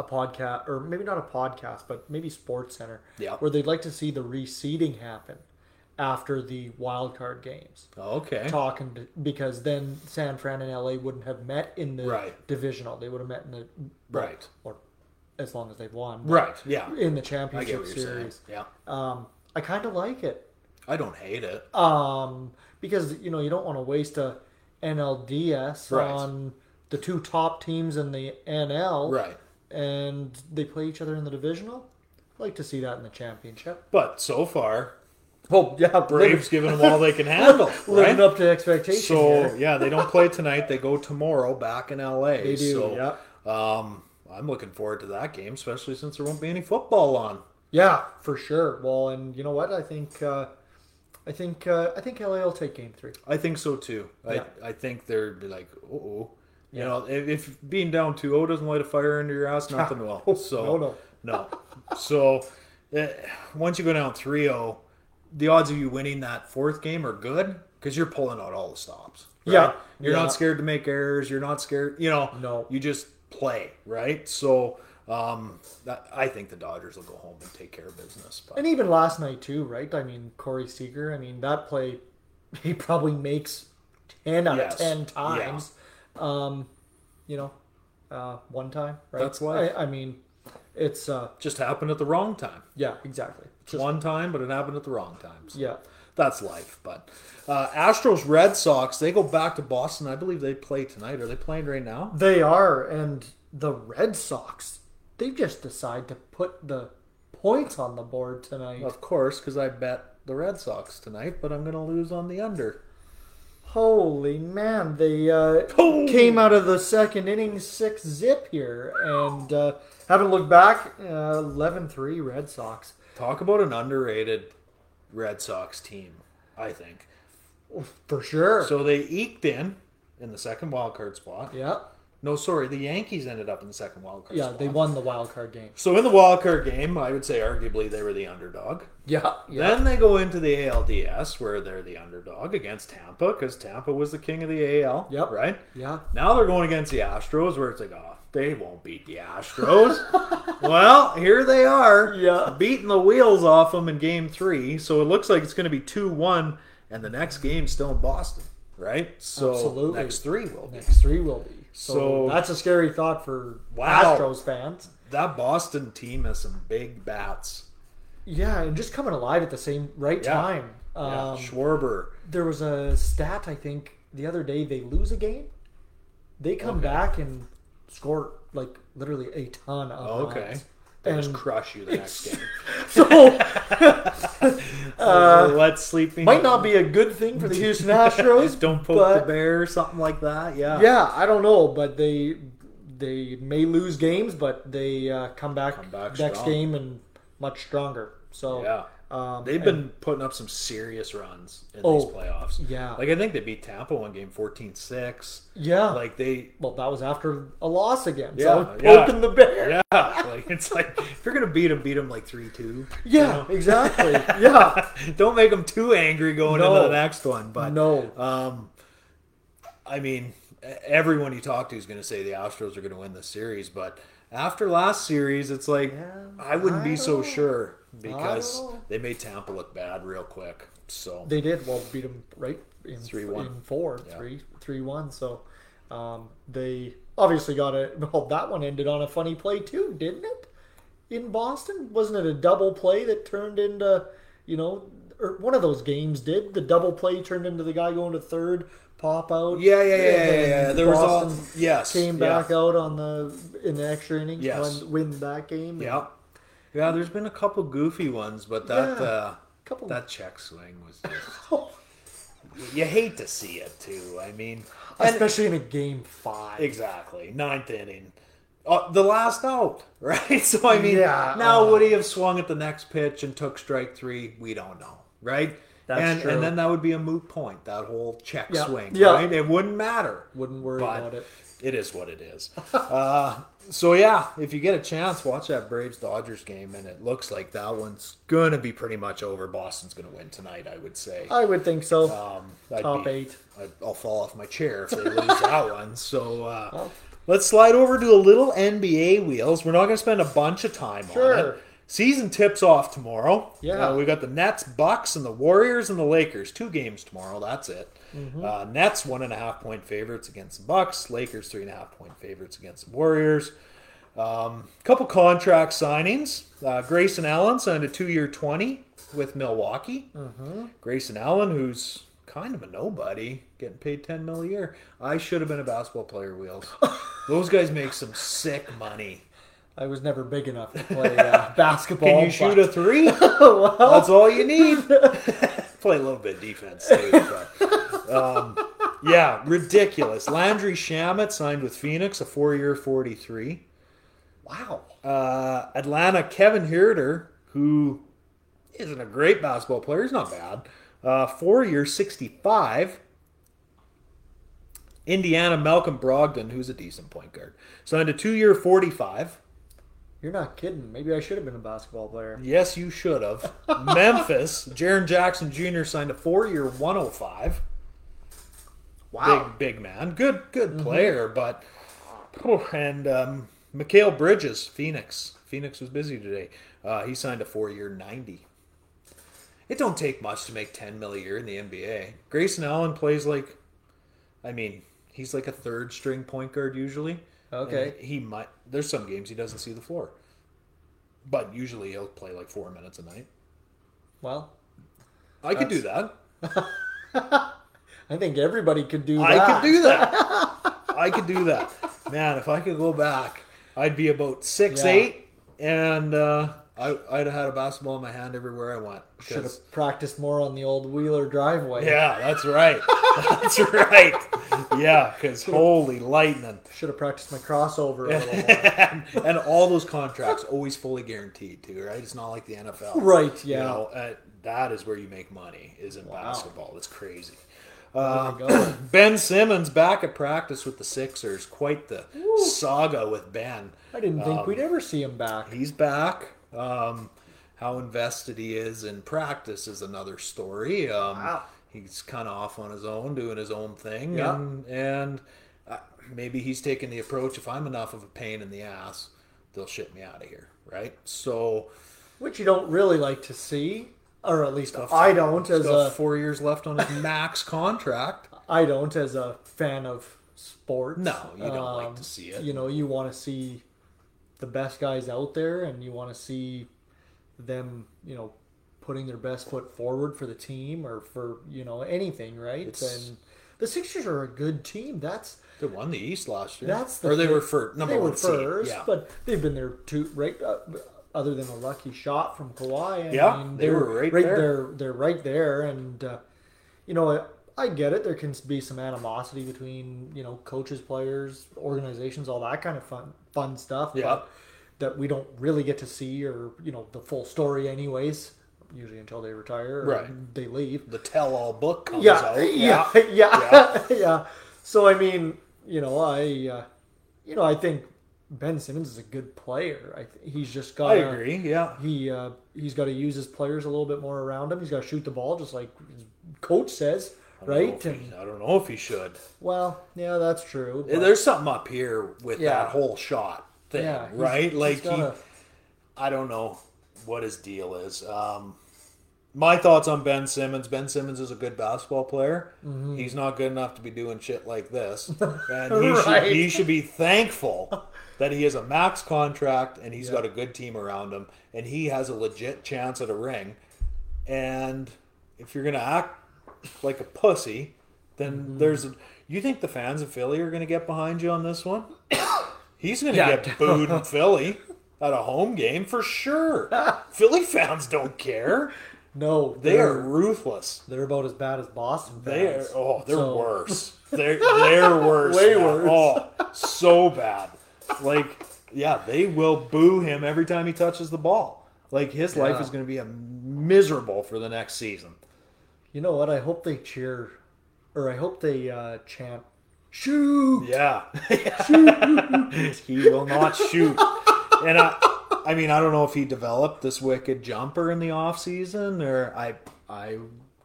S2: a podcast or maybe not a podcast, but maybe Sports Center.
S1: Yeah.
S2: where they'd like to see the reseeding happen after the wild card games.
S1: Okay,
S2: talking to, because then San Fran and LA wouldn't have met in the
S1: Right.
S2: divisional. They would have met in the
S1: Right.
S2: or as long as they've won but
S1: right? Yeah,
S2: in the
S1: I get
S2: championship
S1: what you're saying.
S2: series.
S1: Yeah,
S2: Um, I kind of like it
S1: I don't hate it.
S2: um, because you know you don't want to waste a NLDS
S1: Right.
S2: on the two top teams in the NL,
S1: Right.
S2: And they play each other in the divisional. I'd like to see that in the championship.
S1: But so far,
S2: Well, yeah,
S1: Braves
S2: (laughs)
S1: giving them all they can handle.
S2: living
S1: right?
S2: up to expectations.
S1: So
S2: here.
S1: yeah, they don't play tonight. They go tomorrow back in LA.
S2: they do.
S1: So,
S2: yeah.
S1: Um, I'm looking forward to that game, especially since there won't be any football on.
S2: Yeah, for sure. Well, and you know what? I think, uh, I think, uh, I think LA will take Game Three.
S1: I think so too. I,
S2: Yeah.
S1: I think they're be like, uh oh. You know, if, if being down 2 0 doesn't light a fire under your ass, nothing
S2: (laughs)
S1: will. So,
S2: no, no.
S1: no. So, eh, once you go down 3 0, the odds of you winning that fourth game are good because you're pulling out all the stops. right?
S2: Yeah.
S1: You're
S2: Yeah.
S1: not scared to make errors. You're not scared, you know.
S2: No.
S1: You just play, right? So, um, that, I think the Dodgers will go home and take care of business. But.
S2: And even last night too, right? I mean, Corey Seager. I mean, that play, (laughs) he probably makes ten out
S1: Yes.
S2: of ten
S1: Yeah.
S2: times. Um, you know, uh, one time, right?
S1: That's life.
S2: I, I mean, it's uh,
S1: just happened at the wrong time.
S2: yeah, exactly.
S1: It's one time, but it happened at the wrong time. So
S2: Yeah,
S1: That's life. But uh, Astros, Red Sox, they go back to Boston. I believe they play tonight. Are they playing right now?
S2: they are, and the Red Sox. They just decide to put the points on the board tonight.
S1: Of course, because I bet the Red Sox tonight, but I'm going to lose on the under.
S2: Holy man, they uh, came out of the second inning six zip here and uh, haven't looked back. Uh, 11 3 Red Sox.
S1: Talk about an underrated Red Sox team, I think.
S2: For sure.
S1: So they eked in in the second wild card spot.
S2: yeah.
S1: No, sorry, the Yankees ended up in the second wild card
S2: Yeah,
S1: spot.
S2: they won the wild card game.
S1: So in the wild card game, I would say arguably they were the underdog.
S2: Yeah.
S1: Then they go into the ALDS where they're the underdog against Tampa because Tampa was the king of the AL.
S2: Yep.
S1: Right?
S2: Yeah.
S1: Now they're going against the Astros where it's like, oh, they won't beat the
S2: (laughs)
S1: Astros. well, here they are.
S2: Yeah.
S1: Beating the wheels off them in game three. So it looks like it's going to be 2 1, and the next game's still in Boston. Right? So
S2: Absolutely.
S1: next three will be.
S2: Next three will be. So,
S1: So-
S2: that's a scary thought for
S1: Wow.
S2: Astros fans.
S1: That Boston team has some big bats.
S2: Yeah, and just coming alive at the same right
S1: Yeah.
S2: time.
S1: Yeah.
S2: Um,
S1: Schwarber.
S2: There was a stat, I think, the other day they lose a game, they come back and score like literally a ton of
S1: Okay.
S2: runs.
S1: They just
S2: And-
S1: crush you the next game.
S2: So
S1: Let sleeping
S2: (laughs) uh, might not be a good thing for the
S1: (laughs)
S2: Houston Astros.
S1: Don't poke
S2: but-
S1: the bear, something like that. Yeah.
S2: Yeah, I don't know, but they they may lose games, but they uh, come back,
S1: back
S2: next
S1: strong.
S2: game and much stronger. So
S1: Yeah.
S2: um,
S1: They've been putting up some serious runs in
S2: Oh,
S1: these playoffs.
S2: yeah.
S1: Like, I think they beat Tampa one game 14 6.
S2: yeah.
S1: Like, they.
S2: well, that was after a loss again.
S1: Yeah,
S2: so I'm
S1: yeah.
S2: poking the bear.
S1: Yeah. like, it's like, if you're going to beat them, beat them like 3 2.
S2: Yeah, exactly.
S1: (laughs)
S2: yeah,
S1: Don't make them too angry going
S2: No.
S1: into the next one. But
S2: no,
S1: um, I mean, everyone you talk to is going to say the Astros are going to win this series, but after last series, it's like I wouldn't be so sure because they made Tampa look bad real quick. So
S2: They did. Well, beat them right in
S1: Three,
S2: three
S1: one.
S2: one in four three three one. So um, they obviously got it. (laughs) Well, that one ended on a funny play too, didn't it? In Boston, wasn't it a double play that turned into you know, or one of those games did the double play turned into the guy going to third pop out.
S1: Yeah, yeah, yeah,
S2: and
S1: yeah,
S2: then
S1: yeah. There was all-
S2: Boston
S1: yes,
S2: came
S1: yeah.
S2: back out on the in the extra innings
S1: Yes.
S2: to win, win that game.
S1: yeah, yeah. There's been a couple goofy ones, but that
S2: Yeah.
S1: uh,
S2: Couple-
S1: that check swing
S2: (laughs)
S1: was just you hate to see it too. I mean, and-
S2: especially in a game five.
S1: Exactly. Ninth inning. Uh, the last out, (laughs) right? So, I mean,
S2: Yeah,
S1: now
S2: uh,
S1: would he have swung at the next pitch and took strike three? We don't know, right?
S2: That's
S1: and,
S2: true.
S1: and then that would be a moot point, that whole check
S2: Yeah,
S1: swing,
S2: yeah.
S1: right? It wouldn't matter.
S2: Wouldn't worry
S1: But
S2: about it.
S1: It is what it is. (laughs) uh, so, yeah, if you get a chance, watch that Braves Dodgers game, and it looks like that one's going to be pretty much over. Boston's going to win tonight, I would say.
S2: I would think so.
S1: Um, I'd
S2: Top
S1: be-
S2: eight.
S1: I'd, I'll fall off my chair if they lose
S2: (laughs)
S1: that one. So uh, let's slide over to a little NBA wheels. We're not going to spend a bunch of time on
S2: Sure.
S1: it. Season tips off tomorrow.
S2: Yeah.
S1: Uh, we got the Nets, Bucks, and the Warriors and the Lakers. Two games tomorrow. That's it. Uh, Nets one and a half point favorites against the Bucks. Lakers three and a half point favorites against the Warriors. Um, couple contract signings. Uh, Grayson Allen signed a two-year twenty with Milwaukee. Grayson Allen, who's kind of a nobody, getting paid ten mil a year. I should have been a basketball player. Wheels. Those guys make some sick money.
S2: I was never big enough to
S1: (laughs)
S2: play uh, basketball.
S1: Can you shoot a (laughs)
S2: but-
S1: three? That's all you (laughs) need. Play a little bit defense. too, but, um, yeah, ridiculous. Landry Shamet signed with Phoenix, a four-year, forty-three.
S2: Wow.
S1: uh, Atlanta Kevin Herter, who isn't a great basketball player, he's not bad. Uh, four year, 65. Indiana Malcolm Brogdon, who's a decent point guard, signed a two year, 45.
S2: You're not kidding. Maybe I should have been a basketball player.
S1: Yes, you should have. Memphis, Jaron Jackson Jr. signed a four year, 105. Big, big man. Good, good player, but. And um, Mikhail Bridges, Phoenix. Phoenix was busy today. Uh, he signed a four year, 90. It don't take much to make 10 mil a year in the NBA. Grayson Allen plays like, I mean, he's like a third string point guard usually.
S2: Okay.
S1: And he might, there's some games he doesn't see the floor. But usually he'll play like four minutes a night.
S2: Well,
S1: I could do that.
S2: I think everybody could do that.
S1: I could do that. I could do that. Man, if I could go back, I'd be about six
S2: Yeah.
S1: eight, and uh, I, I'd have had a basketball in my hand everywhere I went. 'Cause-
S2: Should have practiced more on the old Wheeler driveway.
S1: Yeah, that's right. (laughs) That's right. Yeah, because holy lightning.
S2: Should have practiced my crossover a little
S1: (laughs)
S2: more.
S1: And all those contracts always fully guaranteed too, right? It's not like the NFL.
S2: Right,
S1: You
S2: yeah.
S1: know, uh, that is where you make money is in basketball. It's crazy.
S2: There we go.
S1: Ben Simmons back at practice with the Sixers. Quite the saga with Ben.
S2: I didn't
S1: Um,
S2: think we'd ever see him back.
S1: He's back. Um, how invested he is in practice is another story. Um, He's kind of off on his own, doing his own thing,
S2: Yeah.
S1: and and uh, maybe he's taking the approach: if I'm enough of a pain in the ass, they'll ship me out of here, right? So,
S2: Which you don't really like to see, or at least I don't
S1: he's
S2: as
S1: got
S2: a
S1: four years left on his (laughs) max contract.
S2: I don't as a fan of sports. Um,
S1: No, you don't like to see it.
S2: You know, you want to see the best guys out there, and you want to see them, you know, putting their best foot forward for the team or for you know anything, right?
S1: It's-
S2: And the Sixers are a good team. That's
S1: They won the East last year.
S2: that's the
S1: or they
S2: thing.
S1: were first, number
S2: they
S1: one
S2: were
S1: seed.
S2: first,
S1: Yeah.
S2: but they've been there too, right? Uh, other than a lucky shot from Kawhi, I
S1: Yeah,
S2: mean,
S1: they
S2: they're
S1: were right there.
S2: They're, they're right there, and uh, you know, I, I get it. There can be some animosity between you know coaches, players, organizations, all that kind of fun fun stuff.
S1: Yeah.
S2: But that we don't really get to see, or you know, the full story, anyways. Usually until they retire, or
S1: Right.
S2: They leave
S1: the tell-all book comes
S2: yeah,
S1: out.
S2: yeah, (laughs) yeah, yeah, So I mean, you know, I, uh, you know, I think Ben Simmons is a good player. I th- he's just got.
S1: I agree. Yeah,
S2: He uh, he's got to use his players a little bit more around him. He's got to shoot the ball, just like his coach says, right?
S1: I don't know if
S2: And
S1: he- I don't know if he should.
S2: well, yeah, that's true. but-
S1: There's something up here with
S2: Yeah.
S1: that whole shot thing,
S2: yeah, he's-
S1: right?
S2: he's
S1: like
S2: got a-
S1: he, I don't know what his deal is. Um, my thoughts on Ben Simmons. Ben Simmons is a good basketball player. He's not good enough to be doing shit like this, and he,
S2: Right.
S1: should, he should be thankful that he has a max contract and he's got a good team around him, and he has a legit chance at a ring. And if you're gonna act like a pussy, then there's. You think the fans of Philly are gonna get behind you on this one? He's going to
S2: Yeah.
S1: get booed in Philly at a home game for
S2: (laughs)
S1: sure. Philly fans don't care.
S2: no,
S1: They are ruthless.
S2: they're about as bad as Boston.
S1: They are
S2: fans.
S1: oh, they're
S2: So- (laughs)
S1: worse. They're they're worse.
S2: Way
S1: now.
S2: worse.
S1: Oh, so bad. Like yeah, they will boo him every time he touches the ball. Like his life
S2: Yeah.
S1: is going to be a miserable for the next season.
S2: You know what? I hope they cheer, or I hope they uh, chant, "Shoot!" (laughs)
S1: Yeah. he will not shoot. And I I mean, I don't know if he developed this wicked jumper in the off season or I I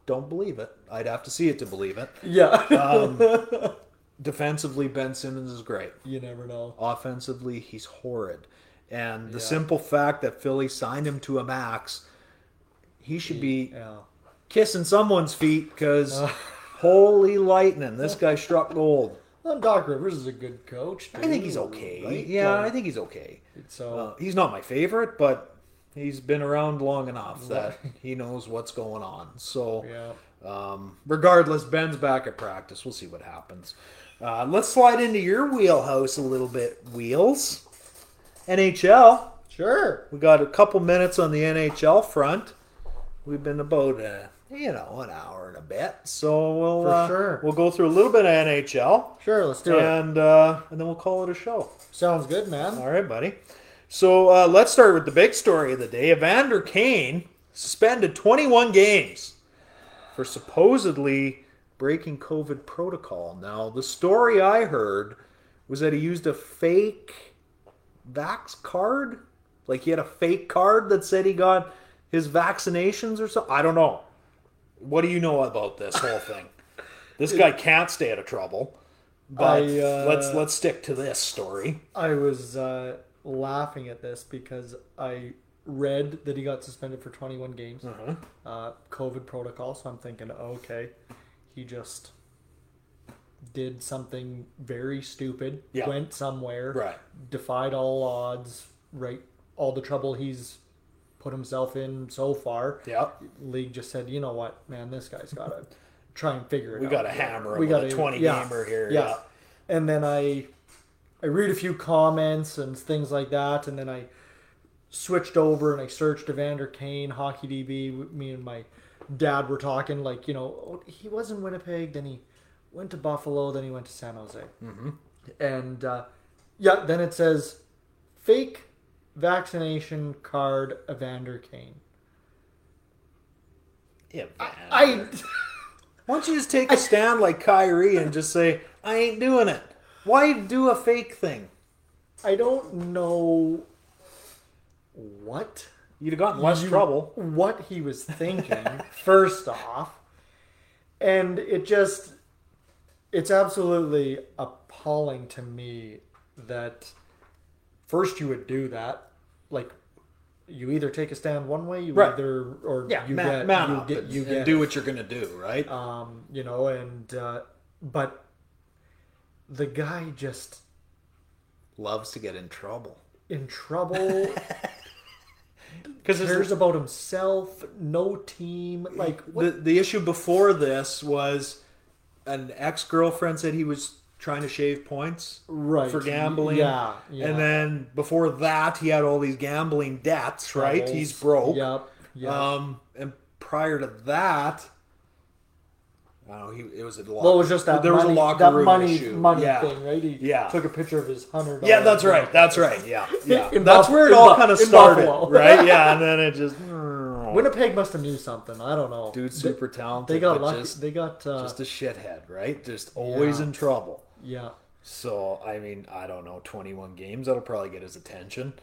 S1: don't believe it. I'd have to see it to believe it.
S2: Yeah,
S1: Uh, Defensively, Ben Simmons is great.
S2: (laughs) you never know.
S1: Offensively, he's horrid. And the simple fact that Philly signed him to a max, he should be
S2: Yeah, Uh.
S1: kissing someone's feet because holy lightning, this guy struck gold.
S2: well, Doc Rivers is a good coach.
S1: I think he's
S2: too,
S1: okay.
S2: right?
S1: Yeah, I
S2: Like,
S1: think he's okay.
S2: so.
S1: Uh, he's not my favorite, but he's been around long enough that
S2: (laughs)
S1: he knows what's going on. So,
S2: yeah.
S1: um, regardless, Ben's back at practice. We'll see what happens. Uh, let's slide into your wheelhouse a little bit, Wheels. NHL.
S2: Sure.
S1: We got a couple minutes on the NHL front. We've been about, uh, you know, an hour and a bit. So we'll
S2: For
S1: uh,
S2: sure.
S1: we'll go through a little bit of NHL,
S2: Sure, let's do it.
S1: and uh, and then we'll call it a show.
S2: Sounds good, man.
S1: All right, buddy. So uh, let's start with the big story of the day. Evander Kane suspended 21 games for supposedly breaking COVID protocol. Now, the story I heard was that he used a fake vax card. Like he had a fake card that said he got his vaccinations or something. I don't know. What do you know about this whole
S2: (laughs)
S1: thing? this guy can't stay out of trouble. But
S2: I, uh,
S1: let's let's stick to this story.
S2: I was uh, laughing at this because I read that he got suspended for 21 games,
S1: Uh-huh.
S2: uh COVID protocol. So I'm thinking, okay, he just did something very stupid,
S1: Yeah.
S2: went somewhere,
S1: Right.
S2: defied all odds, right? All the trouble he's put himself in so far.
S1: Yep.
S2: League just said, you know what, man, this guy's
S1: (laughs)
S2: got to try and figure it
S1: Oh, We
S2: out.
S1: gotta hammer him with a 20 gamer here, yeah.
S2: And then I I read a few comments and things like that, and then I switched over and I searched Evander Kane, HockeyDB. Me and my dad were talking, like, you know, oh, he was in Winnipeg, then he went to Buffalo, then he went to San Jose. Mm-hmm. And uh, yeah, then it says fake vaccination card Evander Kane.
S1: Yeah,
S2: I.
S1: Why don't you just take a stand like Kyrie and just say, (laughs) I ain't doing it? Why do a fake thing?
S2: I don't know what
S1: You'd have gotten less
S2: you-
S1: trouble.
S2: what he was thinking (laughs) first off, and it just it's absolutely appalling to me that first you would do that like you either take a stand one way you
S1: Right.
S2: either or you
S1: man,
S2: get
S1: man
S2: you
S1: up
S2: get
S1: and, Uh,
S2: you
S1: and
S2: get
S1: do what you're gonna do, right?
S2: um, you know, and uh, but the guy just
S1: Loves to get in trouble
S2: in trouble
S1: (laughs) because
S2: cares about himself, no team. Like what?
S1: the, the issue before this was an ex girlfriend said he was trying to shave points
S2: Right.
S1: for gambling.
S2: Yeah, yeah.
S1: And then before that, he had all these gambling debts, right? He's broke.
S2: Yep. Yep.
S1: Um, and prior to that, I don't know. He it was a lot.
S2: well, it was just that
S1: there
S2: money,
S1: was a locker
S2: that
S1: room
S2: money,
S1: issue.
S2: money
S1: yeah.
S2: thing, right? He
S1: Yeah.
S2: took a picture of his hundred.
S1: Yeah, that's right. That's right. Yeah, yeah.
S2: (laughs) In
S1: that's
S2: Buff-
S1: where it
S2: in
S1: all
S2: Buff-
S1: kind of
S2: in
S1: started,
S2: Buffalo.
S1: right? Yeah, and then it
S2: (laughs)
S1: just
S2: Winnipeg must have knew something. I don't know.
S1: dude,
S2: They-
S1: super talented.
S2: They got
S1: but
S2: lucky.
S1: Just,
S2: they got uh,
S1: just a shithead, right? Just always
S2: Yeah.
S1: in trouble.
S2: yeah.
S1: So I mean, I don't know. Twenty-one games that'll probably get his attention,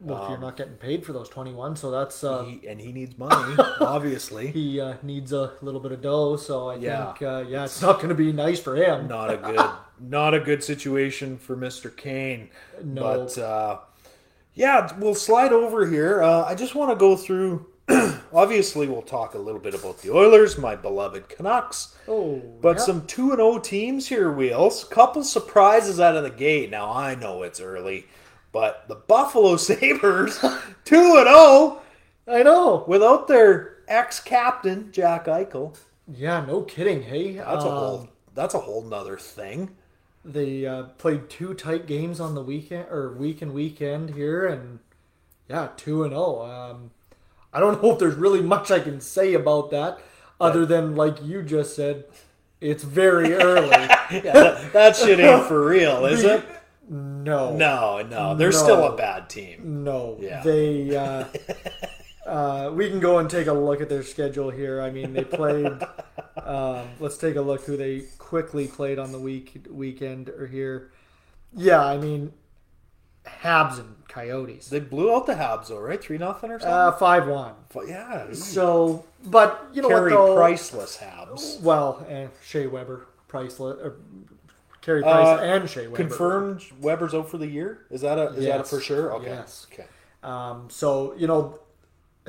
S2: Well, if you're not getting paid for those 21, so that's uh,
S1: Um, He, and he needs
S2: (laughs)
S1: money, obviously.
S2: he uh, needs a little bit of dough. So I
S1: Yeah.
S2: think, uh, yeah, it's not going to be nice for him.
S1: Not a good, (laughs) not a good situation for Mr. Kane.
S2: No.
S1: But uh, yeah, we'll slide over here. Uh, I just want to go through. (clears throat) obviously, we'll talk a little bit about the Oilers, my beloved Canucks.
S2: Oh,
S1: But
S2: yeah.
S1: some 2 and 0 teams here, Wheels. Couple surprises out of the gate. Now, I know it's early, but the Buffalo (laughs) Sabres,
S2: (laughs)
S1: 2 and 0
S2: I know.
S1: without their ex captain, Jack Eichel.
S2: Yeah, no kidding. Hey,
S1: That's a
S2: Um,
S1: whole. That's a whole nother thing.
S2: They uh, played two tight games on the weekend or week and weekend here, and yeah, two and zero. Um, I don't (laughs) know if there's really much I can say about that, other than like you just said, it's
S1: (laughs)
S2: very early.
S1: That shit ain't
S2: (laughs)
S1: for real, is it?
S2: No,
S1: No, no. They're
S2: No.
S1: still a bad team.
S2: no.
S1: Yeah. (laughs)
S2: They. Uh, uh, we can go and take a look at their schedule here. I mean, they played. um, let's take a look who they quickly played on the week weekend or here. Yeah, I mean, Habs and Coyotes.
S1: They blew out the Habs, though, right? Three nothing or something.
S2: Uh, five one.
S1: But yeah, it's
S2: So, but you know
S1: carry
S2: what though?
S1: priceless Habs.
S2: Well, and Shea Weber, priceless. Or, Carey Price
S1: Uh,
S2: and Shea Weber.
S1: Confirmed, Weber's out for the year. Is that a is that a
S2: Yes.
S1: for sure? Okay.
S2: Yes.
S1: Okay.
S2: Um, so you know,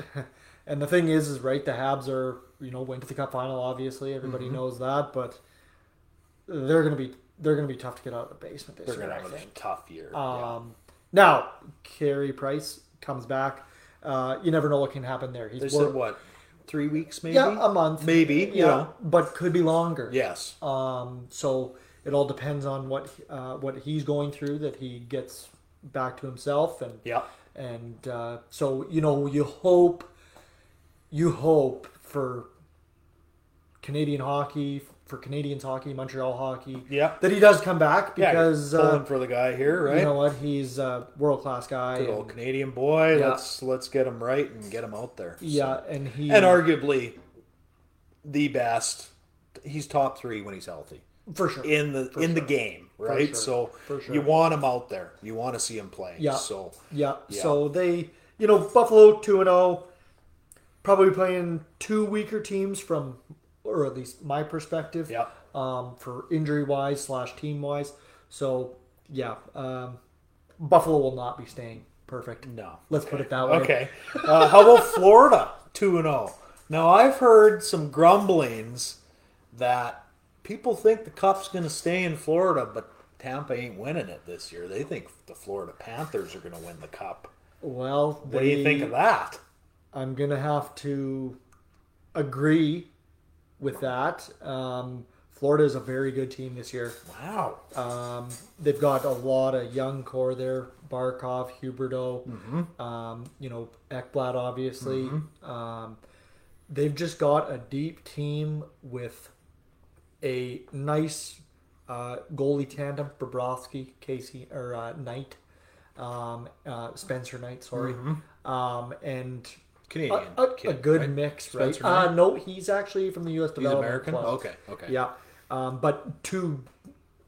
S2: (laughs) and the thing is, is right. The Habs are you know went to the Cup final. Obviously, everybody
S1: Mm-hmm.
S2: knows that, but they're gonna be they're gonna be tough to get out of the basement this
S1: They're
S2: year.
S1: gonna
S2: I
S1: have a
S2: think.
S1: tough year.
S2: Um, now Carey Price comes back. Uh, you never know what can happen there. He's
S1: They
S2: wor-
S1: said what? Three weeks, maybe.
S2: yeah, a month
S1: maybe.
S2: yeah,
S1: You know.
S2: but could be longer.
S1: Yes.
S2: Um, so it all depends on what uh, what he's going through that he gets back to himself and
S1: Yeah.
S2: and uh, so you know you hope you hope for Canadian hockey for Canadians hockey Montreal hockey
S1: Yeah.
S2: that he does come back
S1: Yeah,
S2: because
S1: pulling
S2: uh,
S1: for the guy here, right?
S2: you know what he's a world class guy
S1: Good
S2: and,
S1: old Canadian boy.
S2: Yeah.
S1: Let's let's get him right and get him out there.
S2: yeah and he
S1: and arguably the best. He's top three when he's healthy
S2: for sure
S1: in the in the
S2: sure.
S1: game, right?
S2: sure.
S1: So
S2: For sure.
S1: you want him out there. You want to see him play.
S2: Yeah.
S1: So
S2: Yeah.
S1: Yeah.
S2: So they, you know, Buffalo two and zero, probably playing two weaker teams from, or at least my perspective.
S1: Yeah.
S2: Um, for injury wise slash team wise, so yeah, um, Buffalo will not be staying perfect.
S1: No.
S2: Let's put it that way.
S1: okay. Uh, how about Florida (laughs) two and zero? Now I've heard some grumblings that people think the cup's going to stay in Florida, but Tampa ain't winning it this year. They think the Florida Panthers are going to win the cup.
S2: Well,
S1: What do you think of that?
S2: I'm gonna have to agree with that. Um, Florida is a very good team this year.
S1: Wow.
S2: Um, they've got a lot of young core there: Barkov, Huberto,
S1: Mm-hmm.
S2: um, you know Ekblad, obviously. Um, they've just got a deep team with a nice uh, goalie tandem: Bobrovsky, Casey, or uh, Knight, um, uh, Spencer Knight. Sorry, um, and. A,
S1: Mm-hmm. Canadian.
S2: a, a
S1: kid,
S2: good
S1: right?
S2: mix, right?
S1: Spencer
S2: Uh,
S1: Knight?
S2: no, he's actually from the U.S. Development
S1: American?
S2: Club.
S1: Okay, okay.
S2: Yeah, um, but two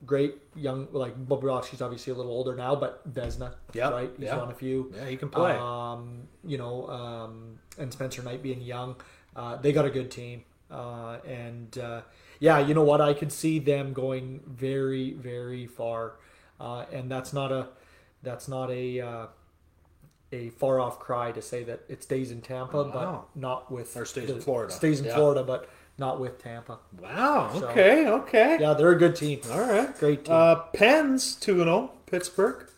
S2: great young like Bobrovsky's obviously a little older now, but Vesna,
S1: Yeah,
S2: right? He's
S1: yeah.
S2: on a few.
S1: Yeah, he can play.
S2: Um, you know, um, and Spencer Knight being young, uh, they got a good team, uh, and uh, yeah, you know what? I could see them going very, very far, uh, and that's not a that's not a uh, a far off cry to say that it stays in Tampa,
S1: Wow.
S2: but not with
S1: Or stays in Florida.
S2: Stays in
S1: Yeah.
S2: Florida, but not with Tampa.
S1: Wow.
S2: So-
S1: Okay. Okay.
S2: Yeah, they're a good team.
S1: All right.
S2: Great team.
S1: Uh, Pens two and
S2: oh,
S1: zero. Pittsburgh.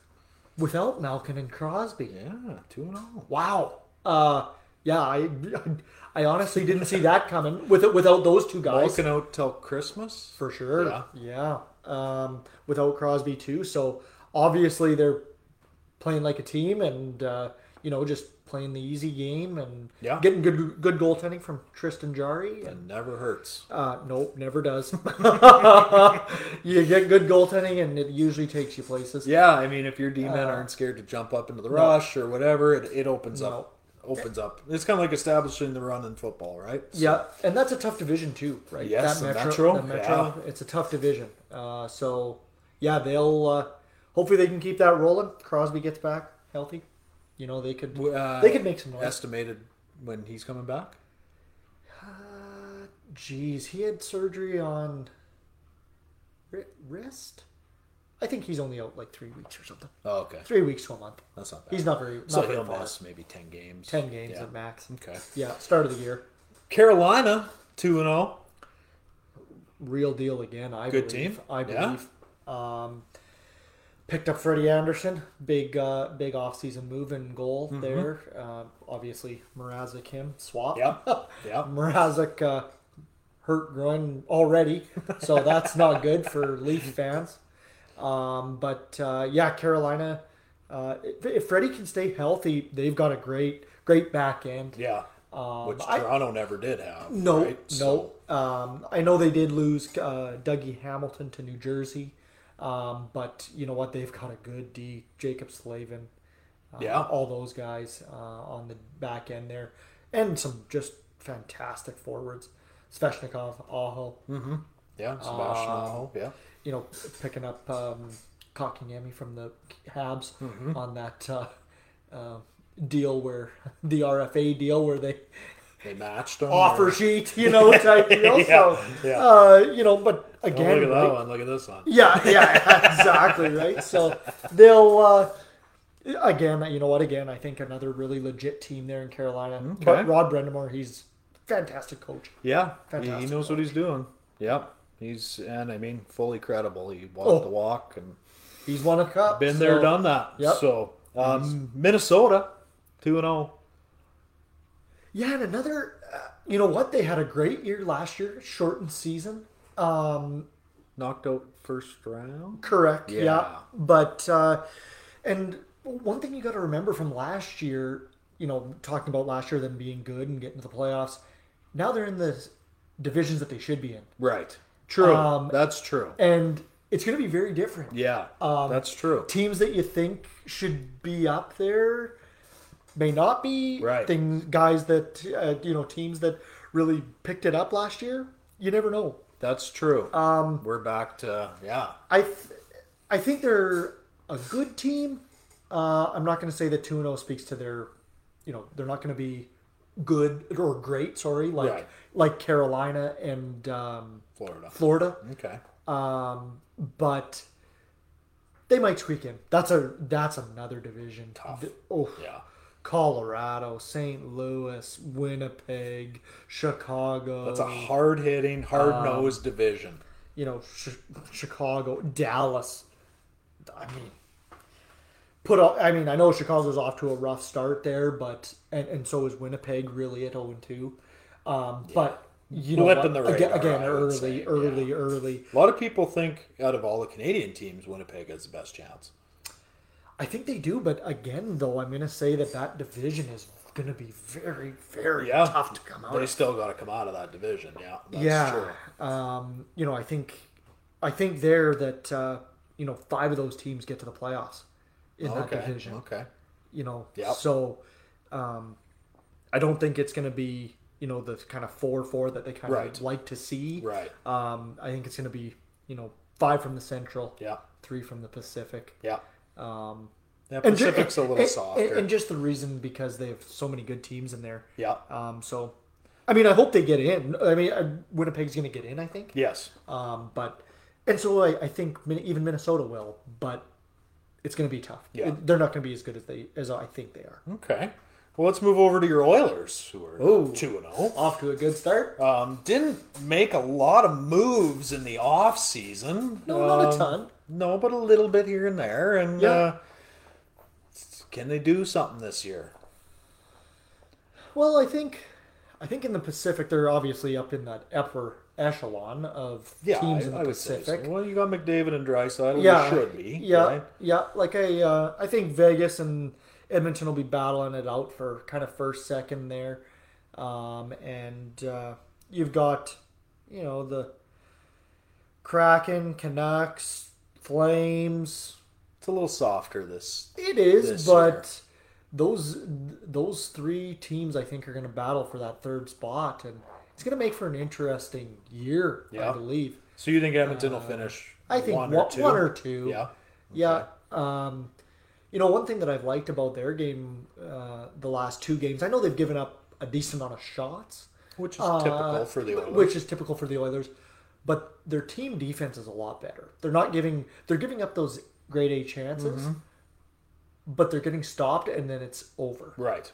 S2: Without Malkin and Crosby.
S1: Yeah, two and oh. zero.
S2: Wow. Uh, yeah, I, I honestly didn't see that coming with without those two guys
S1: Walking out till Christmas.
S2: for sure.
S1: Yeah.
S2: Yeah. Um, without Crosby too. So obviously they're playing like a team and uh, you know just playing the easy game and
S1: Yeah.
S2: getting good good goaltending from Tristan Jari and
S1: It never hurts.
S2: Uh, nope, never
S1: (laughs)
S2: does. (laughs) you get good goaltending, and it usually takes you places.
S1: Yeah, I mean, if your D men
S2: uh,
S1: aren't scared to jump up into the rush or whatever, it, it opens up. Opens up. It's kind of like establishing the run in football, right? So-
S2: Yeah, and that's a tough division too, right?
S1: Yes,
S2: that
S1: the
S2: metro,
S1: Metro,
S2: the metro it's a tough division. Uh, so yeah, they'll uh, hopefully they can keep that rolling. Crosby gets back healthy. You know, they could
S1: Uh,
S2: they could make some noise.
S1: Estimated when he's coming back.
S2: Jeez, he had surgery on wri- wrist. I think he's only out like three weeks or something.
S1: Oh, okay.
S2: Three weeks to a month.
S1: That's not bad.
S2: He's not very. Not
S1: so
S2: very
S1: he'll
S2: far.
S1: miss maybe ten games.
S2: Ten games
S1: Yeah.
S2: at max.
S1: Okay.
S2: Yeah, start of the year,
S1: Carolina two and oh.
S2: (laughs)
S1: zero.
S2: real deal again. I
S1: Good
S2: believe.
S1: team.
S2: I
S1: Yeah.
S2: believe. Um, picked up Freddie Anderson, big uh, big offseason move and goal
S1: Mm-hmm.
S2: there. Uh, obviously, Mrazek him swap. (laughs)
S1: Yep. Yep.
S2: Mrazek uh, hurt groin already, (laughs) so that's not good for Leaf
S1: (laughs)
S2: fans. Um, but uh, yeah, Carolina. Uh, if, if Freddie can stay healthy, they've got a great great back end.
S1: Yeah. Which
S2: Um, I-
S1: Toronto never did have.
S2: No,
S1: right?
S2: no. Um, I know they did lose uh, Dougie Hamilton to New Jersey, um, but you know what? They've got a good D. Jacob Slavin, uh,
S1: Yeah.
S2: all those guys uh, on the back end there, and some just fantastic forwards, Sveshnikov, Aho,
S1: Hmm. Yeah. Sebastian Aho. Yeah.
S2: you know, picking up um, Kotkaniemi from the Habs
S1: Mm-hmm.
S2: on that uh, uh, deal where (laughs) the RFA deal where they
S1: They matched him.
S2: offer sheet, you
S1: (laughs)
S2: know, type deal. so,
S1: yeah.
S2: Uh, you know, but
S1: Oh, look
S2: again,
S1: at
S2: right?
S1: that one. Look at this one.
S2: yeah, yeah, (laughs) exactly, right. So they'll uh, again, you know what? Again, I think another really legit team there in Carolina. But Rod Brendamore, he's fantastic coach.
S1: Yeah, he- he
S2: Fantastic
S1: knows what he's doing. Yep, he's and I mean fully credible. He walked
S2: Oh.
S1: the walk and
S2: He's won a cup.
S1: been there,
S2: so-
S1: done that.
S2: Yep.
S1: So um, Minnesota, two and oh, zero.
S2: Yeah, and another. Uh, you know what? They had a great year last year, shortened season. Um,
S1: Knocked out first round.
S2: Correct. Yeah.
S1: Yeah.
S2: But uh, and one thing you got to remember from last year, you know, talking about last year them being good and getting to the playoffs. Now they're in the divisions that they should be in,
S1: Right. True.
S2: Um,
S1: that's true.
S2: and it's going to be very different.
S1: Yeah, that's true.
S2: Teams that you think should be up there may not be.
S1: Right.
S2: Things, guys that uh, you know, teams that really picked it up last year. You never know.
S1: That's true. Um, We're back to yeah.
S2: I, th- I think they're a good team. Uh, I'm not going to say that 2 0 speaks to their, you know, they're not going to be good or great. Sorry, like
S1: Right.
S2: like Carolina and um,
S1: Florida.
S2: Florida,
S1: Okay.
S2: but they might tweak in. That's a that's another division.
S1: Tough.
S2: Th- Oh,
S1: Yeah.
S2: Colorado, St. Louis, Winnipeg, Chicago.
S1: That's a hard hitting, hard nosed division.
S2: you know, sh- Chicago, Dallas. I mean, put all, I mean, I know Chicago's off to a rough start there, but and, and so is Winnipeg really at 0 and 2. Um, But you know,
S1: Blip
S2: what?
S1: in the
S2: again,
S1: radar,
S2: again
S1: I would
S2: early,
S1: say,
S2: early, early.
S1: A lot of people think out of all the Canadian teams, Winnipeg has the best chance.
S2: I think they do, but again, though, I'm going to say that that division is going to be very, very
S1: Yeah.
S2: tough to come out.
S1: They
S2: of.
S1: still got to come out of that division. Yeah, that's
S2: yeah,
S1: true.
S2: um, you know, I think, I think there that uh, you know five of those teams get to the playoffs in
S1: Okay.
S2: that division.
S1: Okay.
S2: you know
S1: Yep.
S2: so um i don't think it's going to be you know the kind of four four that they kind
S1: Right.
S2: of like to see
S1: Right.
S2: um i think it's going to be you know five from the central
S1: Yeah.
S2: three from the pacific
S1: Yeah. Um, yeah,
S2: And ju-
S1: Pacific's a little
S2: and- and-
S1: softer.
S2: and, just the reason because they have so many good teams in there
S1: yeah.
S2: um so i mean i hope they get in i mean uh, winnipeg's going to get in i think
S1: yes.
S2: um but and so i, I think Min- even minnesota will but it's going to be tough
S1: Yeah.
S2: It- they're not going to be as good as they as i think they are
S1: Okay. Well, let's move over to your Oilers, who are
S2: Ooh.
S1: two and zero.
S2: off to a good start.
S1: Um, didn't make a lot of moves in the off season.
S2: no, not a ton.
S1: No, but a little bit here and there. And
S2: Yeah.
S1: uh, can they do something this year?
S2: Well, I think, I think in the Pacific they're obviously up in that upper echelon of
S1: Yeah,
S2: teams
S1: I,
S2: in the
S1: I would say so.
S2: Pacific.
S1: Well, you got McDavid and Drysdale.
S2: Yeah,
S1: Yeah, should be.
S2: Yeah,
S1: right?
S2: yeah. Like I, uh, I think Vegas and Edmonton will be battling it out for kind of first, second there, um, and uh, you've got, you know, the Kraken, Canucks, Flames,
S1: It's a little softer this.
S2: It is,
S1: this
S2: but
S1: year.
S2: those those three teams I think are going to battle for that third spot, and it's going to make for an interesting year,
S1: Yeah.
S2: I believe.
S1: So
S2: Uh,
S1: you think Edmonton will finish?
S2: I think
S1: one, or two?
S2: two.
S1: Yeah.
S2: yeah. Um, you you know, one thing that I've liked about their game, uh, the last two games, I know they've given up a decent amount of shots,
S1: which is
S2: uh,
S1: typical for the Oilers.
S2: which is typical for the Oilers. But their team defense is a lot better. They're not giving they're giving up those grade A chances,
S1: Mm-hmm.
S2: but they're getting stopped, and then it's over.
S1: right.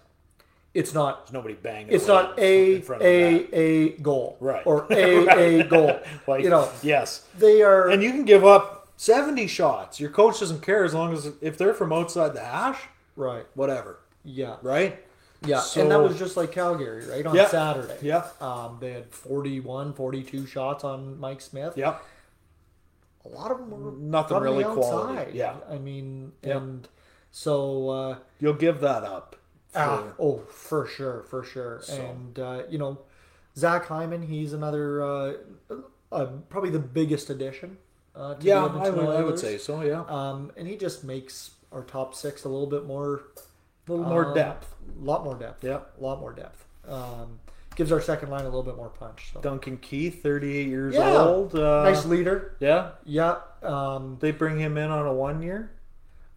S2: It's not
S1: There's nobody banging.
S2: it's
S1: the
S2: not
S1: Oilers
S2: a
S1: in front of
S2: a
S1: the net.
S2: a goal
S1: (laughs) Right.
S2: or a a goal.
S1: Like
S2: you know,
S1: yes,
S2: they are.
S1: and you can give up seventy shots. Your coach doesn't care as long as if they're from outside the hash,
S2: right?
S1: whatever.
S2: Yeah,
S1: Right.
S2: yeah.
S1: So-
S2: and that was just like Calgary, right? On
S1: Yeah.
S2: Saturday,
S1: Yeah.
S2: Um, they had 41, 42 shots on Mike Smith.
S1: Yep.
S2: a lot of them were
S1: Nothing
S2: from the
S1: really
S2: outside.
S1: quality. Yeah.
S2: I mean, and so. Uh,
S1: You'll give that up.
S2: Ah, oh, for sure, for sure. And uh, you know, Zach Hyman, he's another uh, uh, probably the biggest addition. Uh, to
S1: Yeah,
S2: the Edmonton
S1: I would, I would
S2: Oilers.
S1: say so. Yeah,
S2: Um, and he just makes our top six a little bit more,
S1: a little more
S2: uh,
S1: depth.
S2: lot more depth.
S1: Yeah.
S2: a lot more depth. Um, gives our second line a little bit more punch. So.
S1: Duncan Keith, 38 years
S2: Yeah.
S1: old. Uh,
S2: nice leader.
S1: Yeah,
S2: Yeah. Um,
S1: they bring him in on a one year.